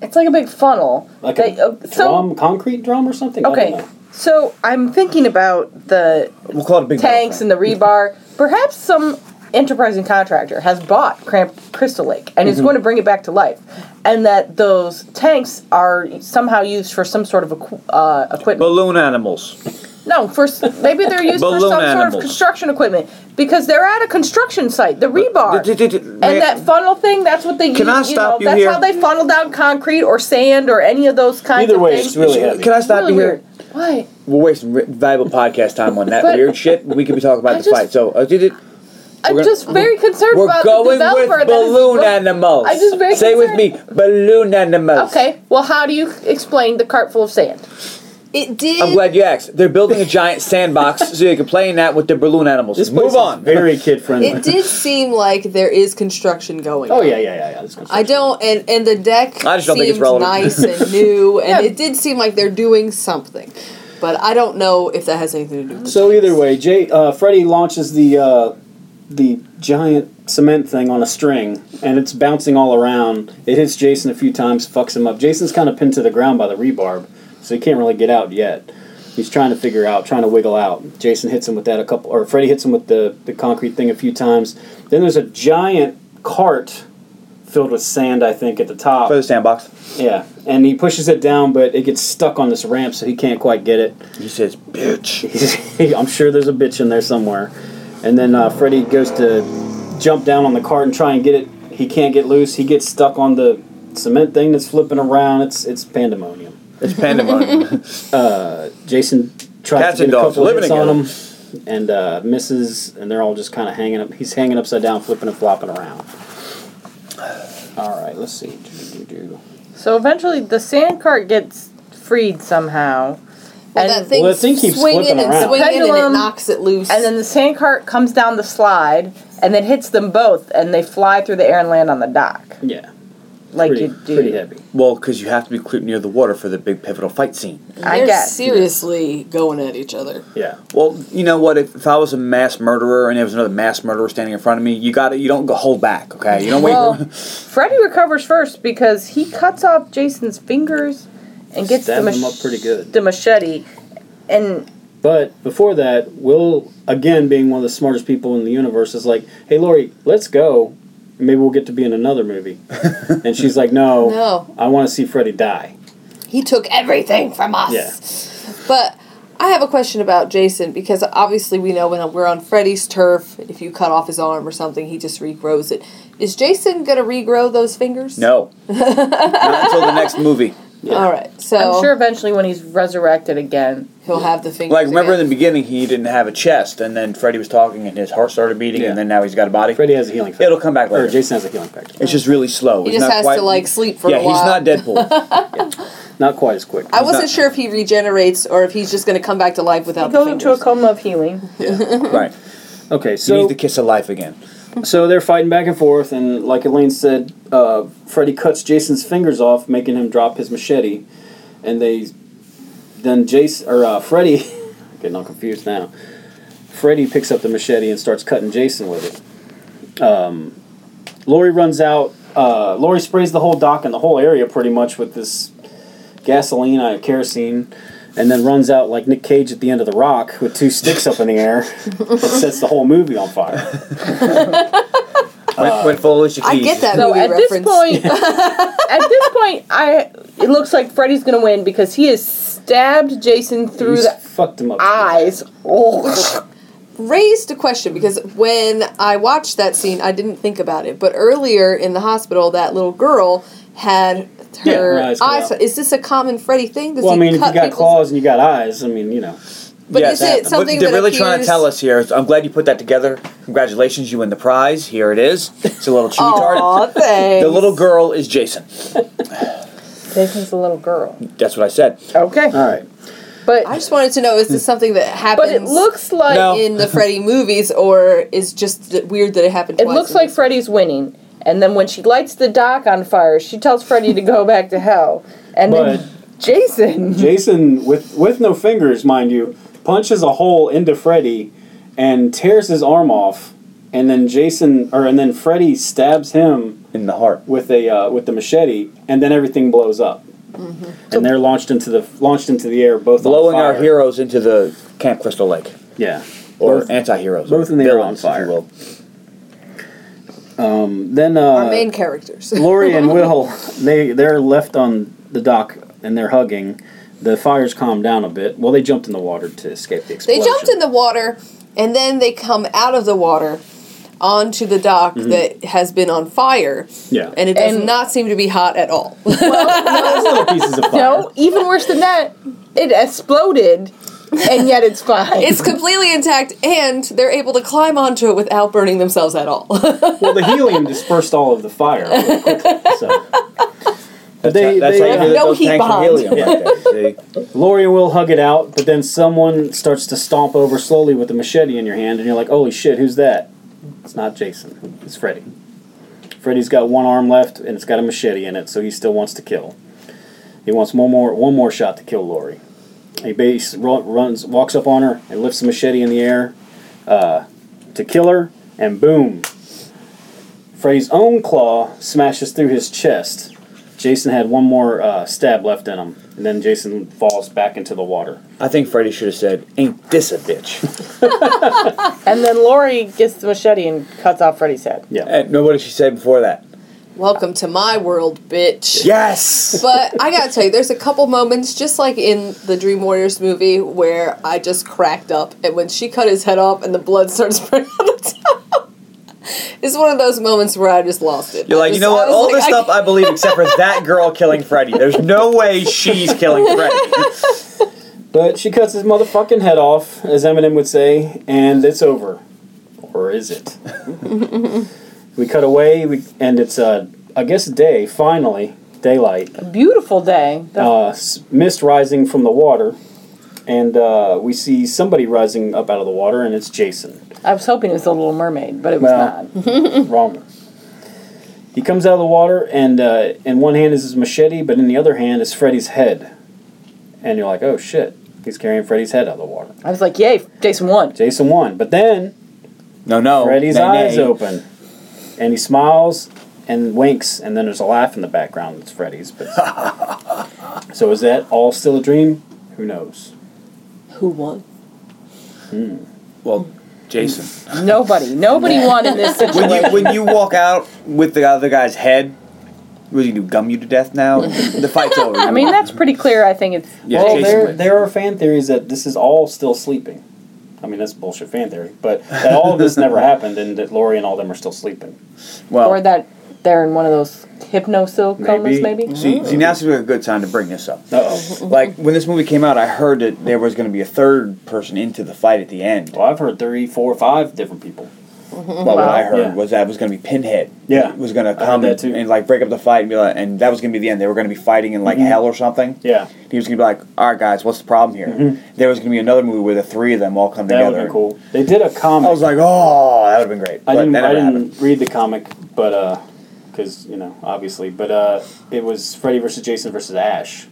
[SPEAKER 1] It's like a big funnel.
[SPEAKER 4] like
[SPEAKER 1] They-
[SPEAKER 4] a
[SPEAKER 1] uh, so,
[SPEAKER 4] drum, concrete drum or something. I don't
[SPEAKER 1] okay,
[SPEAKER 4] know.
[SPEAKER 1] so I'm thinking about the
[SPEAKER 2] We'll call it a big
[SPEAKER 1] tanks and the rebar. Perhaps some enterprising contractor has bought Cramp Crystal Lake and
[SPEAKER 2] Mm-hmm.
[SPEAKER 1] is going to bring it back to life, and that those tanks are somehow used for some sort of equ- uh, equipment.
[SPEAKER 2] balloon animals.
[SPEAKER 1] No, for s- maybe they're used for
[SPEAKER 2] Balloon
[SPEAKER 1] some sort of
[SPEAKER 2] animals.
[SPEAKER 1] construction equipment because they're at a construction site. The rebar
[SPEAKER 2] D- d- d-
[SPEAKER 1] and that funnel thing—that's what they
[SPEAKER 2] Can
[SPEAKER 1] use.
[SPEAKER 2] I
[SPEAKER 1] know,
[SPEAKER 2] stop you
[SPEAKER 1] that's
[SPEAKER 2] here?
[SPEAKER 1] how they funnel down concrete or sand or any of those kinds
[SPEAKER 4] Either
[SPEAKER 1] of
[SPEAKER 4] way,
[SPEAKER 1] things.
[SPEAKER 4] it's really heavy.
[SPEAKER 2] Can I stop
[SPEAKER 1] Really
[SPEAKER 2] you here?
[SPEAKER 1] weird. Why?
[SPEAKER 2] We're wasting ri- valuable podcast time on that
[SPEAKER 1] But-
[SPEAKER 2] weird shit. We could be talking about
[SPEAKER 1] I
[SPEAKER 2] the
[SPEAKER 1] just-
[SPEAKER 2] fight. So, uh, did it,
[SPEAKER 1] I'm
[SPEAKER 2] gonna-
[SPEAKER 1] just very concerned
[SPEAKER 2] we're
[SPEAKER 1] about the
[SPEAKER 2] going
[SPEAKER 1] developer.
[SPEAKER 2] with
[SPEAKER 1] that is-
[SPEAKER 2] balloon
[SPEAKER 1] well,
[SPEAKER 2] animals.
[SPEAKER 1] I'm just very
[SPEAKER 2] Say with me,
[SPEAKER 1] concerned.
[SPEAKER 2] balloon animals.
[SPEAKER 1] Okay, well, how do you explain the cart full of sand?
[SPEAKER 3] It did.
[SPEAKER 2] I'm glad you asked. They're building a giant sandbox so you can play in that with the balloon animals.
[SPEAKER 4] This place
[SPEAKER 2] Move
[SPEAKER 4] is
[SPEAKER 2] on.
[SPEAKER 4] very kid friendly.
[SPEAKER 3] It did seem like there is construction going.
[SPEAKER 4] Oh
[SPEAKER 3] on.
[SPEAKER 4] yeah, yeah, yeah, yeah. This goes-
[SPEAKER 3] I don't, and and the deck
[SPEAKER 2] I just don't
[SPEAKER 3] seemed
[SPEAKER 2] think it's relevant.
[SPEAKER 3] nice and new, and
[SPEAKER 1] Yeah.
[SPEAKER 3] it did seem like they're doing something, but I don't know if that has anything to do. with
[SPEAKER 4] So either way, Jay, uh, Freddy launches the uh, the giant cement thing on a string, and it's bouncing all around. It hits Jason a few times, fucks him up. Jason's kind of pinned to the ground by the rebarb, so he can't really get out yet. He's trying to figure out, trying to wiggle out. Jason hits him with that a couple, or Freddy hits him with the the concrete thing a few times. Then there's a giant cart filled with sand, I think, at the top.
[SPEAKER 2] For the sandbox.
[SPEAKER 4] Yeah, and he pushes it down, but it gets stuck on this ramp, so he can't quite get it.
[SPEAKER 2] He says, bitch.
[SPEAKER 4] I'm sure there's a bitch in there somewhere. And then uh, Freddy goes to jump down on the cart and try and get it. He can't get loose. He gets stuck on the cement thing that's flipping around. It's it's pandemonium.
[SPEAKER 2] It's pandemonium.
[SPEAKER 4] Jason tries
[SPEAKER 2] Cats
[SPEAKER 4] to
[SPEAKER 2] and
[SPEAKER 4] get a
[SPEAKER 2] dogs
[SPEAKER 4] couple of
[SPEAKER 2] living
[SPEAKER 4] hits on him and uh, misses, and they're all just kind of hanging up. He's hanging upside down, flipping and flopping around. All right, let's see.
[SPEAKER 1] So eventually, the sand cart gets freed somehow,
[SPEAKER 3] Well,
[SPEAKER 1] and
[SPEAKER 3] that thing,
[SPEAKER 4] Well, that thing keeps
[SPEAKER 3] swinging
[SPEAKER 4] flipping
[SPEAKER 3] and
[SPEAKER 4] around.
[SPEAKER 3] swinging and
[SPEAKER 1] Pendulum,
[SPEAKER 3] it knocks it loose.
[SPEAKER 1] and then the sand cart comes down the slide and then hits them both, and they fly through the air and land on the dock,
[SPEAKER 4] Yeah,
[SPEAKER 1] like
[SPEAKER 4] pretty,
[SPEAKER 1] you do.
[SPEAKER 4] pretty heavy.
[SPEAKER 2] well, because you have to be clear near the water for the big pivotal fight scene.
[SPEAKER 1] I
[SPEAKER 3] they're
[SPEAKER 1] guess.
[SPEAKER 3] seriously going at each other.
[SPEAKER 4] Yeah.
[SPEAKER 2] Well, you know what? If, if I was a mass murderer and there was another mass murderer standing in front of me, you got to You don't go hold back. Okay, you don't wait.
[SPEAKER 1] Well,
[SPEAKER 2] for
[SPEAKER 1] Freddy recovers first because he cuts off Jason's fingers and gets the,
[SPEAKER 4] Stab
[SPEAKER 1] mach-
[SPEAKER 4] him up pretty good.
[SPEAKER 1] the machete, and
[SPEAKER 4] But before that, Will, again being one of the smartest people in the universe, is like, hey, Lori, let's go. Maybe we'll get to be in another movie. and she's like, no,
[SPEAKER 3] No.
[SPEAKER 4] I want to see Freddy die.
[SPEAKER 3] He took everything from us.
[SPEAKER 4] Yeah.
[SPEAKER 3] But I have a question about Jason because obviously we know when we're on Freddy's turf, if you cut off his arm or something, he just regrows it. Is Jason gonna regrow those fingers?
[SPEAKER 2] No, not until the next movie.
[SPEAKER 3] All right, so
[SPEAKER 1] Oh.
[SPEAKER 7] I'm sure eventually when he's resurrected again,
[SPEAKER 3] he'll have the fingers.
[SPEAKER 5] Like remember in
[SPEAKER 3] again.
[SPEAKER 5] the beginning he didn't have a chest, and then Freddy was talking, and his heart started beating,
[SPEAKER 4] Yeah.
[SPEAKER 5] and then now he's got a body.
[SPEAKER 4] Freddy has a healing factor.
[SPEAKER 5] It'll come back
[SPEAKER 4] Or
[SPEAKER 5] later.
[SPEAKER 4] Jason has a healing factor.
[SPEAKER 5] It's just really slow.
[SPEAKER 3] He
[SPEAKER 5] It's
[SPEAKER 3] just
[SPEAKER 5] not
[SPEAKER 3] has
[SPEAKER 5] quite-
[SPEAKER 3] to like sleep for
[SPEAKER 5] yeah,
[SPEAKER 3] a while.
[SPEAKER 5] he's not Deadpool.
[SPEAKER 4] Not quite as quick.
[SPEAKER 3] I wasn't sure if he regenerates or if he's just going to come back to life without
[SPEAKER 7] he
[SPEAKER 3] the
[SPEAKER 7] goes
[SPEAKER 3] fingers.
[SPEAKER 7] into a coma of healing.
[SPEAKER 5] right.
[SPEAKER 4] Okay,
[SPEAKER 5] He
[SPEAKER 4] so
[SPEAKER 5] needs the kiss of life again.
[SPEAKER 4] so they're fighting back and forth, and like Elaine said, uh, Freddy cuts Jason's fingers off, making him drop his machete, and they then Jason or uh, Freddy, getting all confused now. Freddy picks up the machete and starts cutting Jason with it. Um, Lori runs out. Uh, Lori sprays the whole dock and the whole area pretty much with this gasoline, uh, kerosene, and then runs out like Nick Cage at the end of The Rock with two sticks up in the air. sets the whole movie on fire.
[SPEAKER 2] Went, went full Alicia
[SPEAKER 3] I
[SPEAKER 2] Keys.
[SPEAKER 3] get that
[SPEAKER 7] So
[SPEAKER 3] movie
[SPEAKER 7] at
[SPEAKER 3] reference.
[SPEAKER 7] this point, at this point, I it looks like Freddy's gonna win because he has stabbed Jason through
[SPEAKER 4] He's
[SPEAKER 7] the
[SPEAKER 4] fucked him up.
[SPEAKER 7] eyes. Oh,
[SPEAKER 3] raised a question because when I watched that scene, I didn't think about it. But earlier in the hospital, that little girl had
[SPEAKER 4] Yeah, her
[SPEAKER 3] her
[SPEAKER 4] eyes come
[SPEAKER 3] eyes.
[SPEAKER 4] out.
[SPEAKER 3] Is this a common Freddy thing? Does
[SPEAKER 4] Well, I
[SPEAKER 3] he
[SPEAKER 4] mean, if
[SPEAKER 3] cut
[SPEAKER 4] you got
[SPEAKER 3] people's-
[SPEAKER 4] claws and you got eyes, I mean, you know.
[SPEAKER 3] But
[SPEAKER 2] Yes,
[SPEAKER 3] is it
[SPEAKER 2] happened. But
[SPEAKER 3] something
[SPEAKER 2] they're
[SPEAKER 3] that
[SPEAKER 2] really
[SPEAKER 3] appears,
[SPEAKER 2] trying to tell us here? is- I'm glad you put that together. Congratulations, you win the prize. Here it is. It's a little chewy
[SPEAKER 3] Aw,
[SPEAKER 2] tart.
[SPEAKER 3] thanks.
[SPEAKER 2] The little girl is Jason.
[SPEAKER 7] Jason's a little girl.
[SPEAKER 2] That's what I said.
[SPEAKER 7] Okay,
[SPEAKER 4] All right.
[SPEAKER 3] Mm-hmm. I
[SPEAKER 7] but
[SPEAKER 3] just wanted to know: is this something that happens?
[SPEAKER 7] but it looks like
[SPEAKER 2] No.
[SPEAKER 3] in the Freddy movies, or is just th- weird that it happened.
[SPEAKER 7] it
[SPEAKER 3] twice
[SPEAKER 7] looks like Freddy's winning. And then when she lights the dock on fire, she tells Freddy to go back to hell. And
[SPEAKER 4] But-
[SPEAKER 7] then Jason
[SPEAKER 4] Jason, with, with no fingers, mind you, punches a hole into Freddy and tears his arm off. And then Jason, or and then Freddy stabs him
[SPEAKER 2] In the heart.
[SPEAKER 4] with a uh, with the machete, and then everything blows up.
[SPEAKER 3] Mm-hmm.
[SPEAKER 4] And they're launched into the launched into the air, both on
[SPEAKER 2] Blowing our
[SPEAKER 4] fire.
[SPEAKER 2] heroes into the Camp Crystal Lake.
[SPEAKER 4] Yeah.
[SPEAKER 2] Or
[SPEAKER 4] Both-
[SPEAKER 2] anti heroes.
[SPEAKER 4] both in the air on fire. then uh,
[SPEAKER 3] our main characters.
[SPEAKER 4] Lori and Will, they they're left on the dock and they're hugging. The fires calm down a bit. Well, they jumped in the water to escape the
[SPEAKER 3] They
[SPEAKER 4] explosion.
[SPEAKER 3] jumped in the water and then they come out of the water onto the dock that has been on fire.
[SPEAKER 4] Yeah.
[SPEAKER 3] And it does
[SPEAKER 7] And-
[SPEAKER 3] not seem to be hot at all.
[SPEAKER 4] little pieces of fire.
[SPEAKER 7] No, even worse than that, it exploded, and yet it's fine.
[SPEAKER 3] it's completely intact and they're able to climb onto it without burning themselves at all.
[SPEAKER 4] Well, the helium dispersed all of the fire. Really quickly, so. But
[SPEAKER 2] They,
[SPEAKER 4] they,
[SPEAKER 2] that's how
[SPEAKER 4] they,
[SPEAKER 2] you
[SPEAKER 4] uh,
[SPEAKER 2] do
[SPEAKER 3] No
[SPEAKER 2] those
[SPEAKER 3] heat
[SPEAKER 2] tanks of
[SPEAKER 3] bond.
[SPEAKER 2] helium right there. See?
[SPEAKER 4] Lori and Will hug it out, but then someone starts to stomp over slowly with a machete in your hand, and you're like, "Holy shit, who's that?" It's not Jason. It's Freddy. Freddy's got one arm left, and it's got a machete in it, so he still wants to kill. He wants one more one more shot to kill Lori. He base ru- runs walks up on her and lifts the machete in the air uh, to kill her, and boom. Freddy's own claw smashes through his chest. Jason had one more uh, stab left in him, and then Jason falls back into the water.
[SPEAKER 2] I think Freddy should have said, Ain't this a bitch?
[SPEAKER 7] and then Lori gets the machete and cuts off Freddy's head.
[SPEAKER 4] Yeah.
[SPEAKER 2] and nobody should say before that.
[SPEAKER 3] Welcome to my world, bitch.
[SPEAKER 2] Yes!
[SPEAKER 3] But I gotta tell you, there's a couple moments, just like in the Dream Warriors movie, where I just cracked up. And when she cut his head off and the blood started spraying on the top, it's one of those moments where I just lost it.
[SPEAKER 2] You're
[SPEAKER 3] I
[SPEAKER 2] like, you
[SPEAKER 3] just-
[SPEAKER 2] know what?
[SPEAKER 3] I was
[SPEAKER 2] All
[SPEAKER 3] like,
[SPEAKER 2] this
[SPEAKER 3] I
[SPEAKER 2] stuff I believe except for that girl killing Freddy. There's no way she's killing Freddy.
[SPEAKER 4] But she cuts his motherfucking head off, as Eminem would say, and it's over. Or is it? we cut away, we, and it's, uh, I guess, day, finally, daylight.
[SPEAKER 7] Beautiful day. The
[SPEAKER 4] Uh, s- mist rising from the water, and uh, we see somebody rising up out of the water, and it's Jason.
[SPEAKER 7] I was hoping it was the Little Mermaid, but it was
[SPEAKER 4] Well.
[SPEAKER 7] not.
[SPEAKER 4] Wrong. He comes out of the water, and uh, in one hand is his machete, but in the other hand is Freddy's head. And you're like, oh shit, he's carrying Freddy's head out of the water.
[SPEAKER 7] I was like, "Yay, Jason won!"
[SPEAKER 4] Jason won, but then
[SPEAKER 2] No, no.
[SPEAKER 4] Freddy's
[SPEAKER 2] Nay, nay.
[SPEAKER 4] eyes open, and he smiles and winks, and then there's a laugh in the background. It's Freddy's. But so is that all still a dream? Who knows?
[SPEAKER 3] Who won?
[SPEAKER 2] Well, Jason.
[SPEAKER 7] Nobody, nobody won in this situation.
[SPEAKER 2] When you, when you walk out with the other guy's head, what he do? Gum you to death now? the fight's over.
[SPEAKER 7] I mean, that's pretty clear. I think it's
[SPEAKER 2] Yeah,
[SPEAKER 4] well,
[SPEAKER 2] Jason
[SPEAKER 4] there
[SPEAKER 2] wins.
[SPEAKER 4] there are fan theories that this is all still sleeping. I mean, that's bullshit fan theory, but that all of this never happened, and that Lori and all them are still sleeping.
[SPEAKER 2] well,
[SPEAKER 7] or that
[SPEAKER 1] they're in one of those hypno silk comas, maybe.
[SPEAKER 2] See, see, now seems like a good time to bring this up.
[SPEAKER 4] Uh-oh.
[SPEAKER 2] Like when this movie came out, I heard that there was going to be a third person into the fight at the end.
[SPEAKER 4] Well, I've heard three, four, five different people.
[SPEAKER 2] But what I heard
[SPEAKER 4] Yeah.
[SPEAKER 2] was that it was going to be Pinhead.
[SPEAKER 4] Yeah.
[SPEAKER 2] was going to
[SPEAKER 4] heard
[SPEAKER 2] come
[SPEAKER 4] that
[SPEAKER 2] and,
[SPEAKER 4] too.
[SPEAKER 2] and, like break up the fight and be like, and that was going to be the end. They were going to be fighting in like hell or something.
[SPEAKER 4] Mm-hmm. Yeah. Mm-hmm.
[SPEAKER 2] He was going to be like, all right, guys, what's the problem here? There was going to be another movie where the three of them all come
[SPEAKER 4] That would
[SPEAKER 2] together.
[SPEAKER 4] have been cool. They did a comic.
[SPEAKER 2] I was like, oh, that would have been great. But
[SPEAKER 4] I didn't,
[SPEAKER 2] that
[SPEAKER 4] I
[SPEAKER 2] never
[SPEAKER 4] didn't
[SPEAKER 2] happened.
[SPEAKER 4] read the comic, but uh, because you know, obviously, but uh, it was Freddy versus Jason versus Ash.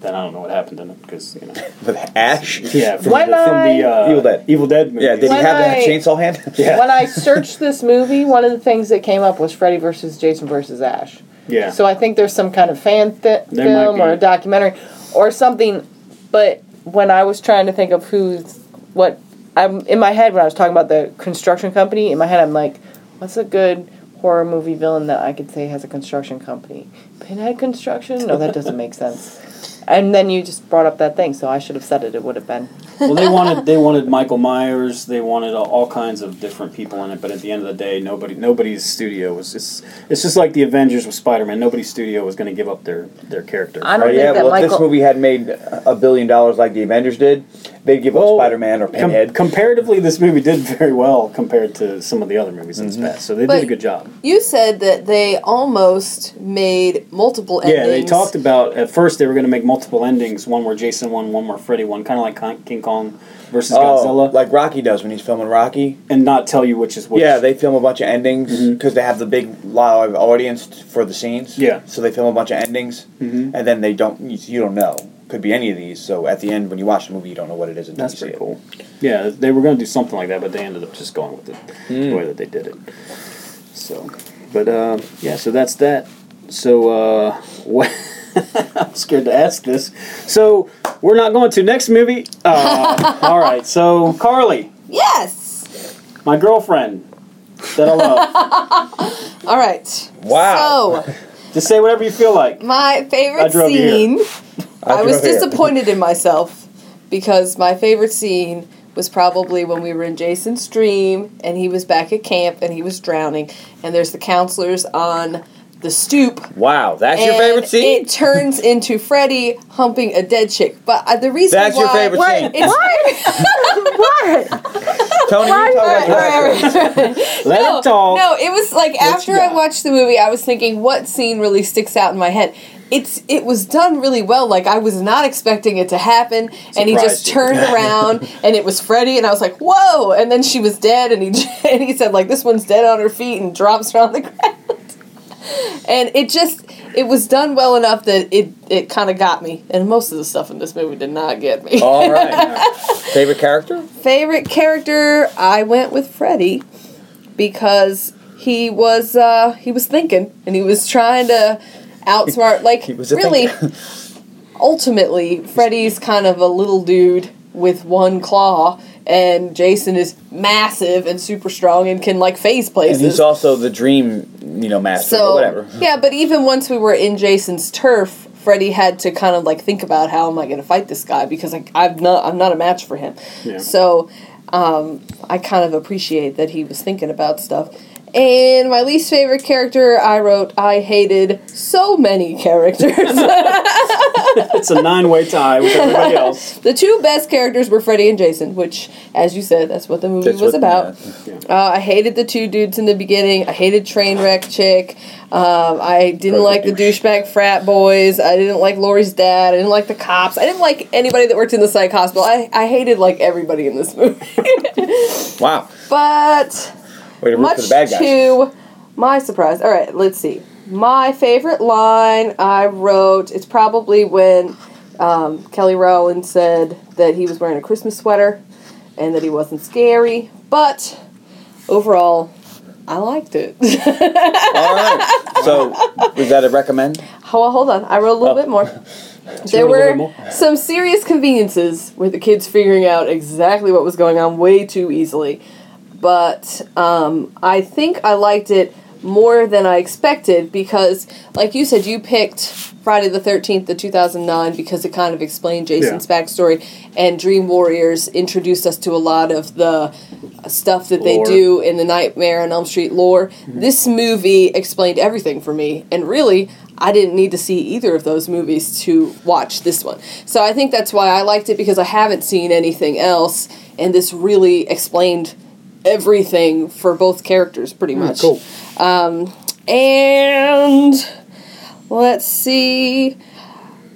[SPEAKER 4] Then I don't know what happened in it because you know,
[SPEAKER 2] But Ash.
[SPEAKER 4] yeah, from,
[SPEAKER 1] When
[SPEAKER 4] the, from
[SPEAKER 1] I-
[SPEAKER 4] the uh,
[SPEAKER 2] Evil Dead.
[SPEAKER 4] Evil Dead movie.
[SPEAKER 2] Yeah, did he
[SPEAKER 1] When
[SPEAKER 2] have that
[SPEAKER 1] I-
[SPEAKER 2] chainsaw hand?
[SPEAKER 4] Yeah.
[SPEAKER 1] When I searched this movie, one of the things that came up was Freddy versus Jason versus Ash.
[SPEAKER 4] yeah.
[SPEAKER 1] So I think there's some kind of fan th-
[SPEAKER 4] There might
[SPEAKER 1] film or a
[SPEAKER 4] be.
[SPEAKER 1] documentary or something. But when I was trying to think of who's what, I'm in my head when I was talking about the construction company. In my head, I'm like, what's a good horror movie villain that I could say has a construction company? Pinhead Construction? No, that doesn't make sense. And then you just brought up that thing, so I should have said it. It would have been.
[SPEAKER 4] well, they wanted they wanted Michael Myers. They wanted all, all kinds of different people in it. But at the end of the day, nobody nobody's studio was. It's it's just like the Avengers with Spider Man. Nobody's studio was going to give up their their character.
[SPEAKER 1] I don't
[SPEAKER 2] Oh,
[SPEAKER 1] think
[SPEAKER 2] yeah,
[SPEAKER 1] that
[SPEAKER 2] well, if
[SPEAKER 1] Michael.
[SPEAKER 2] this movie had made a billion dollars like the Avengers did, they'd give up
[SPEAKER 4] Well,
[SPEAKER 2] Spider Man or
[SPEAKER 4] Com-
[SPEAKER 2] Pinhead.
[SPEAKER 4] comparatively, this movie did very well compared to some of the other movies in its
[SPEAKER 2] Mm-hmm.
[SPEAKER 4] past. So they
[SPEAKER 3] But-
[SPEAKER 4] did a good job.
[SPEAKER 3] You said that they almost made multiple endings.
[SPEAKER 4] Yeah, they talked about at first they were going to make multiple endings: one where Jason won, one where Freddy won, kind of like Con- King Kong versus
[SPEAKER 2] oh,
[SPEAKER 4] Godzilla,
[SPEAKER 2] like Rocky does when he's filming Rocky.
[SPEAKER 4] and not tell you which Mm-hmm. is which.
[SPEAKER 2] Yeah, they film a bunch of endings because they have the big live audience t- for the scenes.
[SPEAKER 4] Yeah. Mm-hmm.
[SPEAKER 2] So they film a bunch of endings, and then they don't. You, you don't know. Could be any of these. So at the end, when you watch the movie, you don't know what it is until
[SPEAKER 4] that's
[SPEAKER 2] you see
[SPEAKER 4] pretty
[SPEAKER 2] it.
[SPEAKER 4] cool. Yeah, they were going to do something like that, but they ended up just going with it the
[SPEAKER 3] Hmm.
[SPEAKER 4] way that they did it. So, but um, yeah, so that's that. So uh, what? I'm scared to ask this. So we're not going to next movie. Uh, all right. So Carly,
[SPEAKER 3] Yes.
[SPEAKER 4] my girlfriend that I love,
[SPEAKER 3] All right.
[SPEAKER 2] Wow.
[SPEAKER 3] So
[SPEAKER 4] just say whatever you feel like.
[SPEAKER 3] my
[SPEAKER 4] I
[SPEAKER 3] favorite
[SPEAKER 4] drove you here.
[SPEAKER 3] scene. I
[SPEAKER 2] drove
[SPEAKER 3] was
[SPEAKER 2] here.
[SPEAKER 3] disappointed in myself because my favorite scene was probably when we were in Jason's stream and he was back at camp and he was drowning and there's the counselors on the stoop
[SPEAKER 5] Wow, that's your
[SPEAKER 3] and
[SPEAKER 5] favorite scene?
[SPEAKER 3] It turns into Freddy humping a dead chick. But uh, the reason
[SPEAKER 5] That's
[SPEAKER 3] why
[SPEAKER 5] your favorite
[SPEAKER 3] Wait,
[SPEAKER 5] scene.
[SPEAKER 3] It's
[SPEAKER 2] Tony, you talk about
[SPEAKER 3] Right,
[SPEAKER 2] your
[SPEAKER 3] right, right, right.
[SPEAKER 4] Let
[SPEAKER 3] no,
[SPEAKER 4] it talk.
[SPEAKER 3] no, it was like after
[SPEAKER 4] you
[SPEAKER 3] I
[SPEAKER 4] got?
[SPEAKER 3] watched the movie, I was thinking, what scene really sticks out in my head? It's it was done really well. Like I was not expecting it to happen, and he just
[SPEAKER 4] Surprised you.
[SPEAKER 3] turned around, and it was Freddy, and I was like, whoa! And then she was dead, and he and he said like, this one's dead on her feet, and drops her on the ground. And it just it was done well enough that it it kind of got me, and most of the stuff in this movie did not get me.
[SPEAKER 4] Oh,
[SPEAKER 5] All right. Favorite character?
[SPEAKER 3] Favorite character, I went with Freddy because he was uh, he was thinking and he was trying to outsmart like
[SPEAKER 2] was a
[SPEAKER 3] really ultimately Freddy's kind of a little dude with one claw and Jason is massive and super strong and can like phase
[SPEAKER 2] And
[SPEAKER 3] places.
[SPEAKER 2] he's also the dream, you know, master
[SPEAKER 3] so
[SPEAKER 2] or whatever. Uh-huh.
[SPEAKER 3] yeah, but even once we were in Jason's turf, Freddy had to kind of like think about how am I going to fight this guy because like I'm not I'm not a match for him.
[SPEAKER 4] Yeah.
[SPEAKER 3] So um, I kind of appreciate that he was thinking about stuff. And my least favorite character, I wrote, I hated so many characters.
[SPEAKER 4] It's a nine way tie with everybody else.
[SPEAKER 3] the two best characters were Freddy and Jason, which, as you said, that's what the movie
[SPEAKER 2] That's
[SPEAKER 3] was
[SPEAKER 2] what-
[SPEAKER 3] about. Uh, I hated the two dudes in the beginning. I hated Trainwreck Chick. Um, I
[SPEAKER 2] Probably
[SPEAKER 3] didn't like the
[SPEAKER 2] douche.
[SPEAKER 3] douchebag frat boys. I didn't like Lori's dad. I didn't like the cops. I didn't like anybody that worked in the psych hospital. I, I hated like everybody in this movie.
[SPEAKER 2] Wow.
[SPEAKER 3] but
[SPEAKER 2] Way to root for
[SPEAKER 3] much
[SPEAKER 2] the bad guys.
[SPEAKER 3] to my surprise. All right, let's see. My favorite line I wrote. It's probably when um, Kelly Rowland said that he was wearing a Christmas sweater and that he wasn't scary. But overall, I liked it.
[SPEAKER 2] All right. So, is that a recommend?
[SPEAKER 3] Well, hold on. I wrote a
[SPEAKER 4] Oh.
[SPEAKER 3] little bit more. There
[SPEAKER 4] wrote a little
[SPEAKER 3] were
[SPEAKER 4] bit more?
[SPEAKER 3] some serious conveniences with the kids figuring out exactly what was going on way too easily. But um, I think I liked it more than I expected because, like you said, you picked Friday the 13th, the 2009, because it kind of explained Jason's backstory, and Dream Warriors introduced us to a lot of the stuff that
[SPEAKER 4] Lore.
[SPEAKER 3] they do in the Nightmare on Elm Street lore. This movie explained everything for me, and really, I didn't need to see either of those movies to watch this one. So I think that's why I liked it because I haven't seen anything else, and this really explained everything for both characters pretty much.
[SPEAKER 4] Cool.
[SPEAKER 3] And let's see.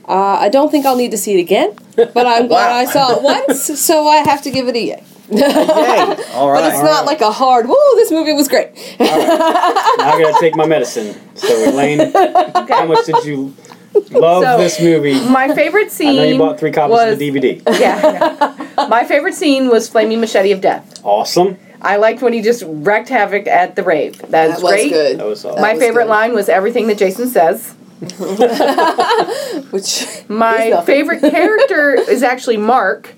[SPEAKER 3] Uh, I don't think I'll need to see it again, but I'm glad I saw it once, so I have to give it a yay.
[SPEAKER 2] Yay! All
[SPEAKER 3] But it's
[SPEAKER 2] right.
[SPEAKER 3] not like a hard, whoa, this movie was great.
[SPEAKER 4] Now I gotta take my medicine. So Elaine, how much did you love
[SPEAKER 1] So-
[SPEAKER 4] this movie?
[SPEAKER 1] My favorite
[SPEAKER 4] I
[SPEAKER 1] scene.
[SPEAKER 4] know you bought three copies
[SPEAKER 1] was,
[SPEAKER 4] of the DVD.
[SPEAKER 1] Yeah. I know. My favorite scene was Flaming Machete of Death.
[SPEAKER 4] Awesome.
[SPEAKER 1] I liked when he just wrecked havoc at the rave. That
[SPEAKER 3] That
[SPEAKER 1] was
[SPEAKER 3] was
[SPEAKER 1] great.
[SPEAKER 4] That
[SPEAKER 3] good.
[SPEAKER 4] was awesome.
[SPEAKER 1] My
[SPEAKER 3] was
[SPEAKER 1] favorite
[SPEAKER 3] good.
[SPEAKER 1] line was everything that Jason says.
[SPEAKER 3] Which He's
[SPEAKER 1] My
[SPEAKER 3] nothing.
[SPEAKER 1] favorite character is actually Mark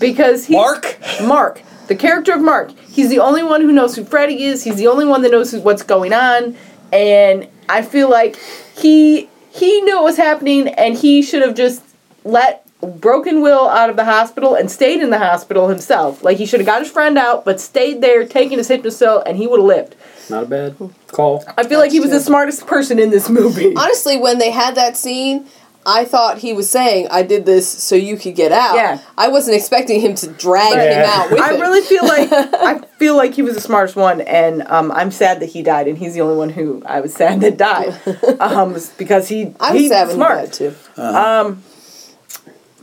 [SPEAKER 1] because he's
[SPEAKER 2] Mark?
[SPEAKER 1] Mark, the character of Mark. He's the only one who knows who Freddy is. He's the only one that knows who- what's going on, and I feel like he he knew what was happening, and he should have just let Broken Will out of the hospital and stayed in the hospital himself. Like he should have got his friend out, but stayed there, taking his hypnosil, and he would have lived.
[SPEAKER 4] Not a bad call.
[SPEAKER 1] I feel like he was the smartest person in this movie.
[SPEAKER 3] honestly, when they had that scene, I thought he was saying, I did this so you could get out.
[SPEAKER 1] Yeah.
[SPEAKER 3] I wasn't expecting him to drag him
[SPEAKER 4] Yeah.
[SPEAKER 3] out with
[SPEAKER 1] I
[SPEAKER 3] him.
[SPEAKER 1] really feel like I feel like he was the smartest one, and um, I'm sad that he died, and he's the only one who I was sad that died, um, because he
[SPEAKER 3] I was
[SPEAKER 1] he's
[SPEAKER 3] sad when he died,
[SPEAKER 1] smart. Um,
[SPEAKER 3] too.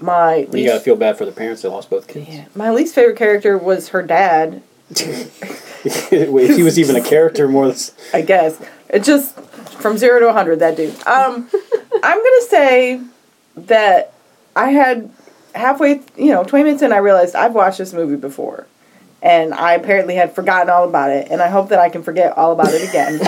[SPEAKER 1] My
[SPEAKER 4] You
[SPEAKER 1] least,
[SPEAKER 4] gotta feel bad for the parents that lost both kids.
[SPEAKER 1] yeah, my least favorite character was her dad,
[SPEAKER 4] Wait, if he was even a character, more or less.
[SPEAKER 1] I guess. It just from zero to hundred that dude. Um, I'm gonna say that I had halfway, you know, twenty minutes in, I realized I've watched this movie before. And I apparently had forgotten all about it, and I hope that I can forget all about it again.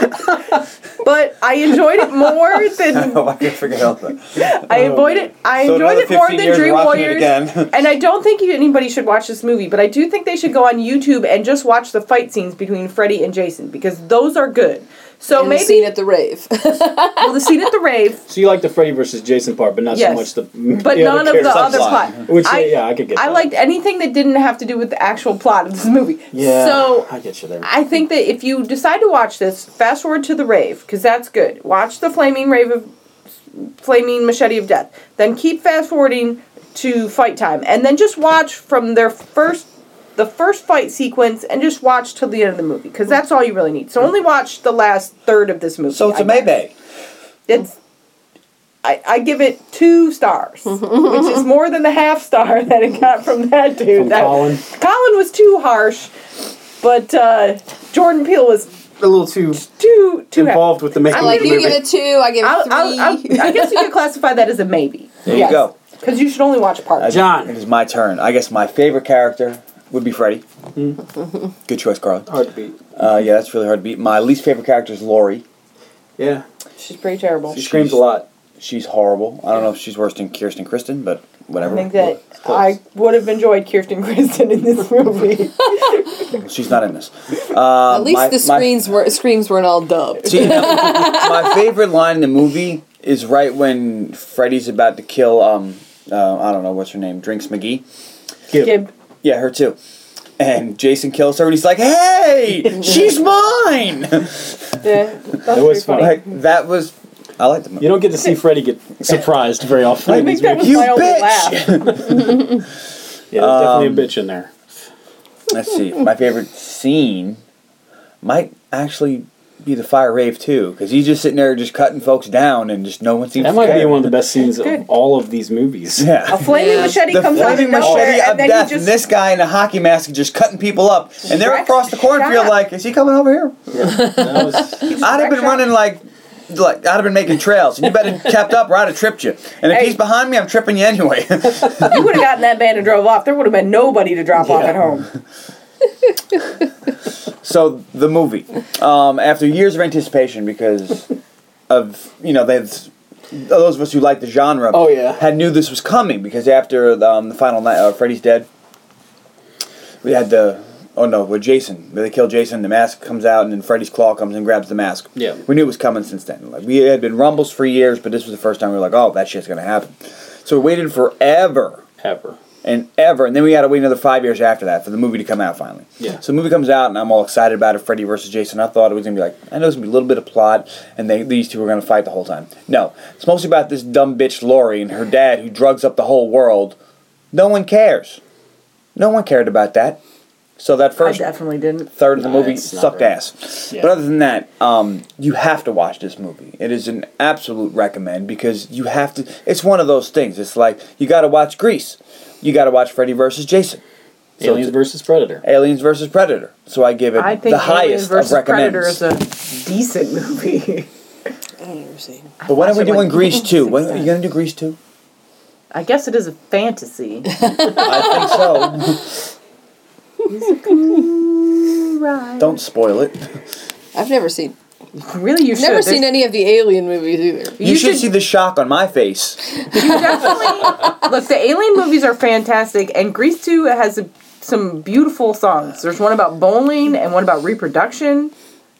[SPEAKER 1] but I enjoyed it more than
[SPEAKER 2] Oh, I can forget all that.
[SPEAKER 1] I enjoyed it. I
[SPEAKER 2] So
[SPEAKER 1] enjoyed
[SPEAKER 2] another
[SPEAKER 1] it more
[SPEAKER 2] 15
[SPEAKER 1] than
[SPEAKER 2] years
[SPEAKER 1] Dream
[SPEAKER 2] watching it
[SPEAKER 1] Warriors.
[SPEAKER 2] again.
[SPEAKER 1] and I don't think you- anybody should watch this movie, but I do think they should go on YouTube and just watch the fight scenes between Freddy and Jason because those are good. So
[SPEAKER 3] And the
[SPEAKER 1] maybe
[SPEAKER 3] scene at the rave.
[SPEAKER 1] well, the scene at the rave,
[SPEAKER 4] So you like the Freddy versus Jason part, but not
[SPEAKER 1] Yes.
[SPEAKER 4] so much the.
[SPEAKER 1] but
[SPEAKER 4] the
[SPEAKER 1] none of the
[SPEAKER 4] characters.
[SPEAKER 1] other plot.
[SPEAKER 2] Subplot.
[SPEAKER 4] Which,
[SPEAKER 1] I-
[SPEAKER 4] yeah, I could get
[SPEAKER 1] I
[SPEAKER 4] that.
[SPEAKER 1] liked anything that didn't have to do with the actual plot of this movie.
[SPEAKER 4] Yeah.
[SPEAKER 1] So
[SPEAKER 4] I get you there.
[SPEAKER 1] I think that if you decide to watch this, fast forward to the rave because that's good. Watch the flaming rave of flaming machete of death. Then keep fast forwarding to fight time, and then just watch from their first the first fight sequence, and just watch till the end of the movie because that's all you really need. So only watch the last third of this movie.
[SPEAKER 8] So it's
[SPEAKER 1] I
[SPEAKER 8] a Maybach.
[SPEAKER 1] it's I, I give it two stars, which is more than the half star that it got from that dude.
[SPEAKER 4] From
[SPEAKER 1] that,
[SPEAKER 4] Colin.
[SPEAKER 1] Colin was too harsh, but uh, Jordan Peele was
[SPEAKER 4] a little too
[SPEAKER 1] too too happy.
[SPEAKER 4] involved with the making
[SPEAKER 3] like
[SPEAKER 4] of the
[SPEAKER 3] you
[SPEAKER 4] movie.
[SPEAKER 3] give it two, I give it
[SPEAKER 1] I'll,
[SPEAKER 3] 3
[SPEAKER 1] I'll, I'll, I guess you could classify that as a maybe.
[SPEAKER 2] There you go.
[SPEAKER 1] Because you should only watch parts.
[SPEAKER 4] John.
[SPEAKER 2] It is my turn. I guess my favorite character would be Freddy.
[SPEAKER 3] Hmm.
[SPEAKER 2] Good choice, Carly.
[SPEAKER 4] Hard to beat.
[SPEAKER 2] Uh, yeah, that's really hard to beat. My least favorite character is Lori.
[SPEAKER 4] Yeah.
[SPEAKER 1] She's pretty terrible.
[SPEAKER 4] She screams a lot.
[SPEAKER 2] She's horrible. I don't know if she's worse than Kirsten Kristen, but
[SPEAKER 1] I
[SPEAKER 2] whatever.
[SPEAKER 1] think that I would have enjoyed Kirsten Kristen in this movie.
[SPEAKER 2] She's not in this. Uh,
[SPEAKER 3] At least
[SPEAKER 2] my-
[SPEAKER 3] the
[SPEAKER 2] my-
[SPEAKER 3] screens were screams weren't all dubbed.
[SPEAKER 2] See, now, my favorite line in the movie is right when Freddy's about to kill, um, uh, I don't know what's her name, Drinks McGee.
[SPEAKER 4] Give.
[SPEAKER 1] Gib,
[SPEAKER 2] Yeah, her too. And Jason kills her, and he's like, "Hey, she's mine!"
[SPEAKER 1] yeah, that
[SPEAKER 4] was funny.
[SPEAKER 2] Like that was, I like the movie.
[SPEAKER 4] You don't get to see Freddy get surprised very often.
[SPEAKER 1] I
[SPEAKER 4] in
[SPEAKER 1] think
[SPEAKER 4] these
[SPEAKER 1] that was my
[SPEAKER 4] movies.
[SPEAKER 2] You
[SPEAKER 1] only
[SPEAKER 2] bitch!
[SPEAKER 1] laugh.
[SPEAKER 4] yeah, there's
[SPEAKER 2] Um,
[SPEAKER 4] definitely a bitch in there.
[SPEAKER 2] Let's see. My favorite scene might actually be the fire rave too, because he's just sitting there just cutting folks down, and just no one seems.
[SPEAKER 4] That
[SPEAKER 2] to
[SPEAKER 4] might be
[SPEAKER 2] care.
[SPEAKER 4] one of the best scenes of all of these movies.
[SPEAKER 2] Yeah.
[SPEAKER 1] A flaming
[SPEAKER 3] Yeah.
[SPEAKER 1] machete
[SPEAKER 2] The
[SPEAKER 1] comes out of
[SPEAKER 2] flaming machete
[SPEAKER 1] nowhere,
[SPEAKER 2] of
[SPEAKER 1] and then
[SPEAKER 2] death,
[SPEAKER 1] he
[SPEAKER 2] and
[SPEAKER 1] just
[SPEAKER 2] this guy in a hockey mask just cutting people up, and they're
[SPEAKER 1] Wreck
[SPEAKER 2] across the cornfield
[SPEAKER 1] shop.
[SPEAKER 2] like, "Is he coming over here?"
[SPEAKER 4] That was,
[SPEAKER 2] I'd have
[SPEAKER 1] wreck
[SPEAKER 2] been
[SPEAKER 1] shop.
[SPEAKER 2] running like. Like I'd have been making trails, and you better kept up, or I'd have tripped you. And if
[SPEAKER 1] Hey.
[SPEAKER 2] he's behind me, I'm tripping you anyway.
[SPEAKER 1] you would have gotten that van and drove off. There would have been nobody to drop off at home.
[SPEAKER 2] So the movie, um, after years of anticipation, because of you know they've those of us who like the genre,
[SPEAKER 4] Oh, yeah.
[SPEAKER 2] had knew this was coming because after um, the final night, uh, Freddy's Dead, we had the Oh no, with Jason. They kill Jason. The mask comes out, and then Freddy's claw comes and grabs the mask.
[SPEAKER 4] Yeah.
[SPEAKER 2] we knew it was coming since then. Like we had been rumbles for years, but this was the first time we were like, "Oh, that shit's gonna happen." So we waited forever
[SPEAKER 4] Ever.
[SPEAKER 2] and ever, and then we got to wait another five years after that for the movie to come out finally.
[SPEAKER 4] Yeah.
[SPEAKER 2] So the movie comes out, and I'm all excited about it. Freddy versus Jason. I thought it was gonna be like, I know it's gonna be a little bit of plot, and they these two are gonna fight the whole time. No, it's mostly about this dumb bitch Lori and her dad who drugs up the whole world. No one cares. No one cared about that. So that
[SPEAKER 1] I
[SPEAKER 2] first
[SPEAKER 1] definitely didn't.
[SPEAKER 2] third of the
[SPEAKER 4] No,
[SPEAKER 2] movie
[SPEAKER 4] it's not
[SPEAKER 2] sucked
[SPEAKER 4] very-
[SPEAKER 2] ass.
[SPEAKER 4] Yeah.
[SPEAKER 2] But other than that, um, you have to watch this movie. It is an absolute recommend because you have to. It's one of those things. It's like you got to watch Grease, you got to watch Freddy versus Jason, So
[SPEAKER 4] Aliens
[SPEAKER 2] it's-
[SPEAKER 4] versus Predator.
[SPEAKER 2] Aliens versus Predator. So I give it
[SPEAKER 1] I think
[SPEAKER 2] the
[SPEAKER 1] the
[SPEAKER 2] highest of
[SPEAKER 1] versus Predator
[SPEAKER 2] recommends.
[SPEAKER 1] is a decent movie.
[SPEAKER 3] I've never seen.
[SPEAKER 2] but when are we
[SPEAKER 1] watched it
[SPEAKER 2] doing
[SPEAKER 1] like
[SPEAKER 2] Grease two? When
[SPEAKER 1] six
[SPEAKER 2] are you gonna do Grease two?
[SPEAKER 1] I guess it is a fantasy.
[SPEAKER 2] I think so.
[SPEAKER 1] right.
[SPEAKER 2] Don't spoil it.
[SPEAKER 3] I've never seen.
[SPEAKER 1] Really, you should.
[SPEAKER 3] Never
[SPEAKER 1] There's-
[SPEAKER 3] seen any of the Alien movies either.
[SPEAKER 2] You, should, see the shock on my face.
[SPEAKER 1] definitely look. The Alien movies are fantastic, and Grease Two has a, some beautiful songs. There's one about bowling and one about reproduction.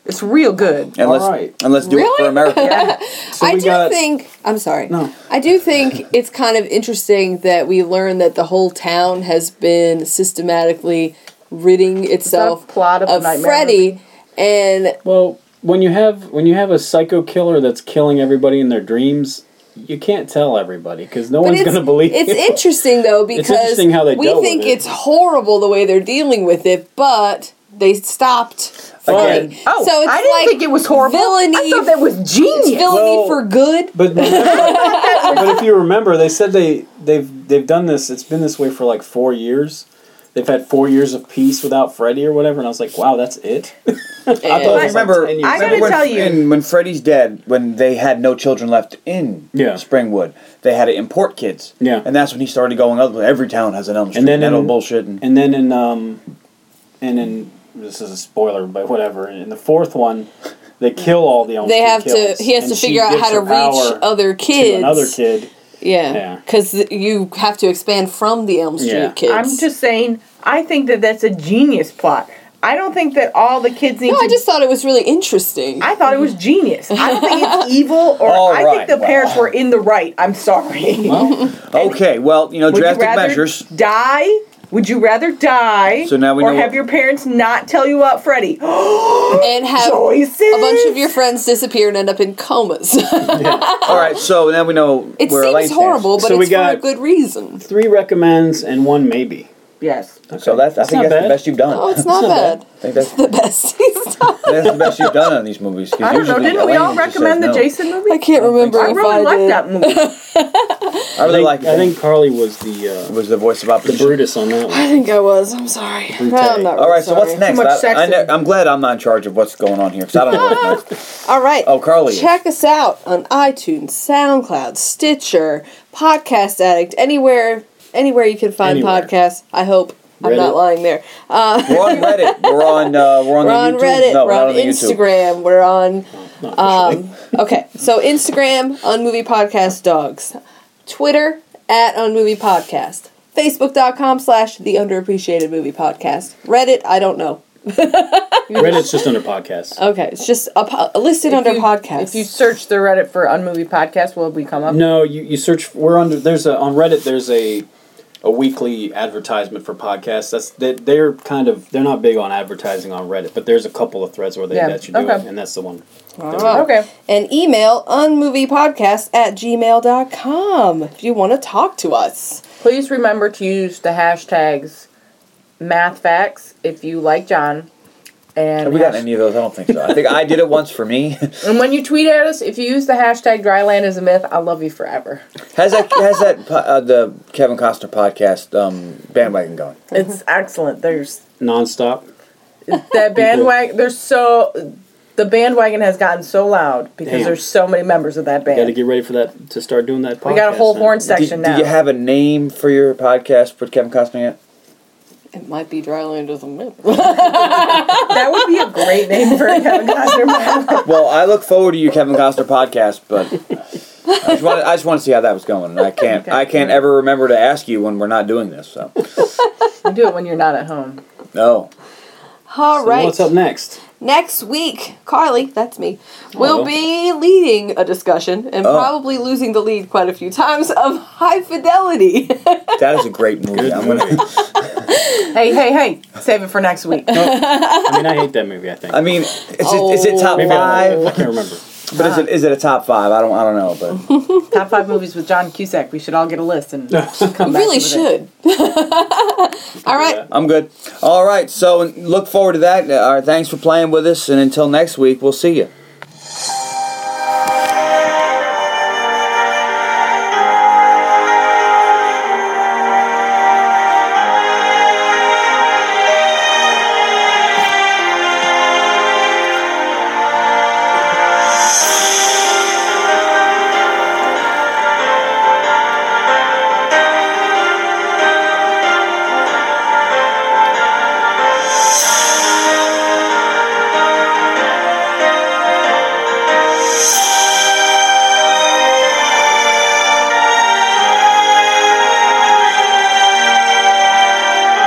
[SPEAKER 1] It's real good.
[SPEAKER 2] And let's
[SPEAKER 4] right.
[SPEAKER 2] and let's do it
[SPEAKER 3] Really?
[SPEAKER 2] for America.
[SPEAKER 4] So
[SPEAKER 3] I
[SPEAKER 4] we
[SPEAKER 3] do
[SPEAKER 4] got-
[SPEAKER 3] think I'm sorry.
[SPEAKER 4] No.
[SPEAKER 3] I do think it's kind of interesting that we learn that the whole town has been systematically ridding itself
[SPEAKER 1] plot of the
[SPEAKER 3] of
[SPEAKER 1] Nightmare
[SPEAKER 3] Freddy and
[SPEAKER 4] Well, when you have when you have a psycho killer that's killing everybody in their dreams, you can't tell everybody because no
[SPEAKER 3] but
[SPEAKER 4] one's
[SPEAKER 3] it's,
[SPEAKER 4] going to believe.
[SPEAKER 3] it's
[SPEAKER 4] you.
[SPEAKER 3] interesting though because
[SPEAKER 4] It's interesting how they
[SPEAKER 3] we
[SPEAKER 4] dealt with
[SPEAKER 3] think
[SPEAKER 4] it.
[SPEAKER 3] it's horrible the way they're dealing with it, but they stopped Freddy.
[SPEAKER 2] Again.
[SPEAKER 1] Oh,
[SPEAKER 3] so it's
[SPEAKER 1] I didn't
[SPEAKER 3] like
[SPEAKER 1] think it was horrible.
[SPEAKER 3] Villainy,
[SPEAKER 1] I thought that was genius.
[SPEAKER 3] villainy
[SPEAKER 4] Well-
[SPEAKER 3] for good.
[SPEAKER 4] But but if you remember, they said they they've they've done this. It's been this way for like four years. They've had four years of peace without Freddy or whatever, and I was like, wow, that's it.
[SPEAKER 2] I
[SPEAKER 3] And-
[SPEAKER 2] thought, remember, remember
[SPEAKER 4] like 10 years
[SPEAKER 1] ago.
[SPEAKER 2] when,
[SPEAKER 1] I gotta tell you-
[SPEAKER 2] in- when Freddy's dead, when they had no children left in
[SPEAKER 4] Yeah.
[SPEAKER 2] Springwood, they had to import kids.
[SPEAKER 4] Yeah.
[SPEAKER 2] And that's when he started going up. Every town has an Elm Street. And
[SPEAKER 4] then
[SPEAKER 2] then that
[SPEAKER 4] in-
[SPEAKER 2] old bullshit. And,
[SPEAKER 4] And then in um, and in this is a spoiler, but whatever. In the fourth one, they kill all the Elm
[SPEAKER 3] they
[SPEAKER 4] Street
[SPEAKER 3] have to.
[SPEAKER 4] kills,
[SPEAKER 3] He has
[SPEAKER 4] and
[SPEAKER 3] to
[SPEAKER 4] she
[SPEAKER 3] figure out
[SPEAKER 4] gives
[SPEAKER 3] how to
[SPEAKER 4] her power
[SPEAKER 3] reach other
[SPEAKER 4] to
[SPEAKER 3] kids.
[SPEAKER 4] another kid. Yeah.
[SPEAKER 3] Yeah, because you have to expand from the Elm Street
[SPEAKER 4] Yeah.
[SPEAKER 3] kids.
[SPEAKER 1] I'm just saying. I think that that's a genius plot. I don't think that all the kids need
[SPEAKER 3] No,
[SPEAKER 1] to.
[SPEAKER 3] I just thought it was really interesting.
[SPEAKER 1] I thought it was genius. I don't think it's evil, or
[SPEAKER 2] All
[SPEAKER 1] I
[SPEAKER 2] right,
[SPEAKER 1] think the
[SPEAKER 2] well.
[SPEAKER 1] parents were in the right. I'm sorry.
[SPEAKER 2] okay, well, you know,
[SPEAKER 1] Would you
[SPEAKER 2] drastic
[SPEAKER 1] rather
[SPEAKER 2] measures.
[SPEAKER 1] die? Would you rather die?
[SPEAKER 2] So now we
[SPEAKER 1] or
[SPEAKER 2] know
[SPEAKER 1] have
[SPEAKER 2] what-
[SPEAKER 1] your parents not tell you about Freddy?
[SPEAKER 3] and have
[SPEAKER 1] Choices.
[SPEAKER 3] a bunch of your friends disappear and end up in comas. it
[SPEAKER 2] All right, so now we know where Elaine stands.
[SPEAKER 3] seems horrible, but
[SPEAKER 4] So we
[SPEAKER 3] it's for
[SPEAKER 4] got-
[SPEAKER 3] a good reason.
[SPEAKER 4] Three recommends and one maybe.
[SPEAKER 1] yes.
[SPEAKER 2] So that's, I think
[SPEAKER 4] not
[SPEAKER 2] that's
[SPEAKER 4] bad.
[SPEAKER 2] the best you've done.
[SPEAKER 3] Oh, it's not bad.
[SPEAKER 2] I think that's,
[SPEAKER 3] The best he's done.
[SPEAKER 2] that's the best you've done on these movies. 'cause
[SPEAKER 1] I don't know.
[SPEAKER 2] usually
[SPEAKER 1] Didn't we all
[SPEAKER 2] Elaine just says
[SPEAKER 1] recommend the
[SPEAKER 2] no.
[SPEAKER 1] Jason movie?
[SPEAKER 3] I can't remember
[SPEAKER 1] I
[SPEAKER 3] if
[SPEAKER 1] really
[SPEAKER 3] I
[SPEAKER 1] like
[SPEAKER 3] did.
[SPEAKER 1] that movie.
[SPEAKER 2] I really
[SPEAKER 4] I
[SPEAKER 2] like
[SPEAKER 4] think, I think Carly was the uh,
[SPEAKER 2] was the voice of
[SPEAKER 4] the
[SPEAKER 2] opposition.
[SPEAKER 4] Brutus on that
[SPEAKER 3] I
[SPEAKER 4] one.
[SPEAKER 3] think I was. I'm sorry. No, I'm not
[SPEAKER 2] all
[SPEAKER 3] really
[SPEAKER 2] right, so what's
[SPEAKER 3] sorry.
[SPEAKER 2] next?
[SPEAKER 1] much
[SPEAKER 2] I, I,
[SPEAKER 1] sexism.
[SPEAKER 2] know- I'm glad I'm not in charge of what's going on here because I don't know what's next.
[SPEAKER 3] All right.
[SPEAKER 2] Oh, Carly.
[SPEAKER 3] Check us out on iTunes, SoundCloud, Stitcher, Podcast Addict, anywhere, anywhere you can find
[SPEAKER 4] Anywhere.
[SPEAKER 3] podcasts. I hope I'm
[SPEAKER 4] Reddit.
[SPEAKER 3] not lying there. Uh,
[SPEAKER 2] We're on Reddit. We're on uh, we're on,
[SPEAKER 3] we're
[SPEAKER 2] the
[SPEAKER 3] on
[SPEAKER 2] YouTube.
[SPEAKER 3] Reddit.
[SPEAKER 2] No,
[SPEAKER 3] we're
[SPEAKER 2] not
[SPEAKER 3] on,
[SPEAKER 2] on the YouTube.
[SPEAKER 3] Instagram. We're on.
[SPEAKER 4] Not
[SPEAKER 3] Um, okay, so Instagram on Movie Podcast Dogs, Twitter at on Movie Podcast, Facebook.com slash the Underappreciated Movie Podcast, Reddit. I don't know.
[SPEAKER 4] Reddit's just under podcasts.
[SPEAKER 3] Okay, it's just a po- listed under
[SPEAKER 1] you-
[SPEAKER 3] podcast.
[SPEAKER 1] If you search the Reddit for Unmovie Podcast, will we come up?
[SPEAKER 4] No, you, you search. We're under. There's a on Reddit. There's a a weekly advertisement for podcasts. That's they, they're kind of they're not big on advertising on Reddit, but there's a couple of threads where they
[SPEAKER 1] Yeah,
[SPEAKER 4] let you do it,
[SPEAKER 1] okay.
[SPEAKER 4] and that's the one.
[SPEAKER 3] Ah.
[SPEAKER 1] Okay.
[SPEAKER 3] and email unmoviepodcast at gmail.com if you want to talk to us.
[SPEAKER 1] Please remember to use the hashtags math facts if you like John. And
[SPEAKER 2] Have we gotten
[SPEAKER 1] hash-
[SPEAKER 2] any of those? I don't think so. I think I did it once for me.
[SPEAKER 1] And when you tweet at us, if you use the hashtag dryland is a myth, I love you forever.
[SPEAKER 2] How's that? How's that? po- Uh, the Kevin Costner podcast um, bandwagon going?
[SPEAKER 1] It's excellent. There's
[SPEAKER 4] Nonstop.
[SPEAKER 1] that bandwagon. There's so the bandwagon has gotten so loud because
[SPEAKER 4] Damn.
[SPEAKER 1] there's so many members of that
[SPEAKER 4] Got to
[SPEAKER 1] band.
[SPEAKER 4] get ready for that to start doing that. Podcast,
[SPEAKER 1] we got a whole
[SPEAKER 4] now.
[SPEAKER 1] horn
[SPEAKER 2] Do,
[SPEAKER 1] section
[SPEAKER 2] do
[SPEAKER 1] now.
[SPEAKER 2] you have a name for your podcast with Kevin Costner yet?
[SPEAKER 3] It might be Dryland as a myth.
[SPEAKER 1] that would be a great name for a Kevin Costner band.
[SPEAKER 2] Well, I look forward to your Kevin Costner podcast, but I just want I just want to see how that was going. And I can't I can't ever remember to ask you when we're not doing this. So
[SPEAKER 1] You do it when you're not at home.
[SPEAKER 2] no.
[SPEAKER 3] All right.
[SPEAKER 4] So what's up next?
[SPEAKER 3] Next week, Carly, that's me, will be leading a discussion and probably losing the lead quite a few times of high fidelity.
[SPEAKER 2] That is a great movie. I'm gonna.
[SPEAKER 7] Hey, hey, hey! Save it for next week.
[SPEAKER 4] I mean, I hate that movie. I think.
[SPEAKER 2] I mean, is it, is it top
[SPEAKER 4] Maybe I, don't know. I
[SPEAKER 2] five?
[SPEAKER 4] can't remember.
[SPEAKER 2] But is it is it a top five? I don't I don't know. But
[SPEAKER 7] Top five movies with John Cusack. We should all get a list and come
[SPEAKER 3] we
[SPEAKER 7] back
[SPEAKER 3] really
[SPEAKER 7] with it.
[SPEAKER 3] should. All right.
[SPEAKER 2] I'm good. All Uh, right. So look forward to that. All right. Thanks for playing with us, and until next week, we'll see you.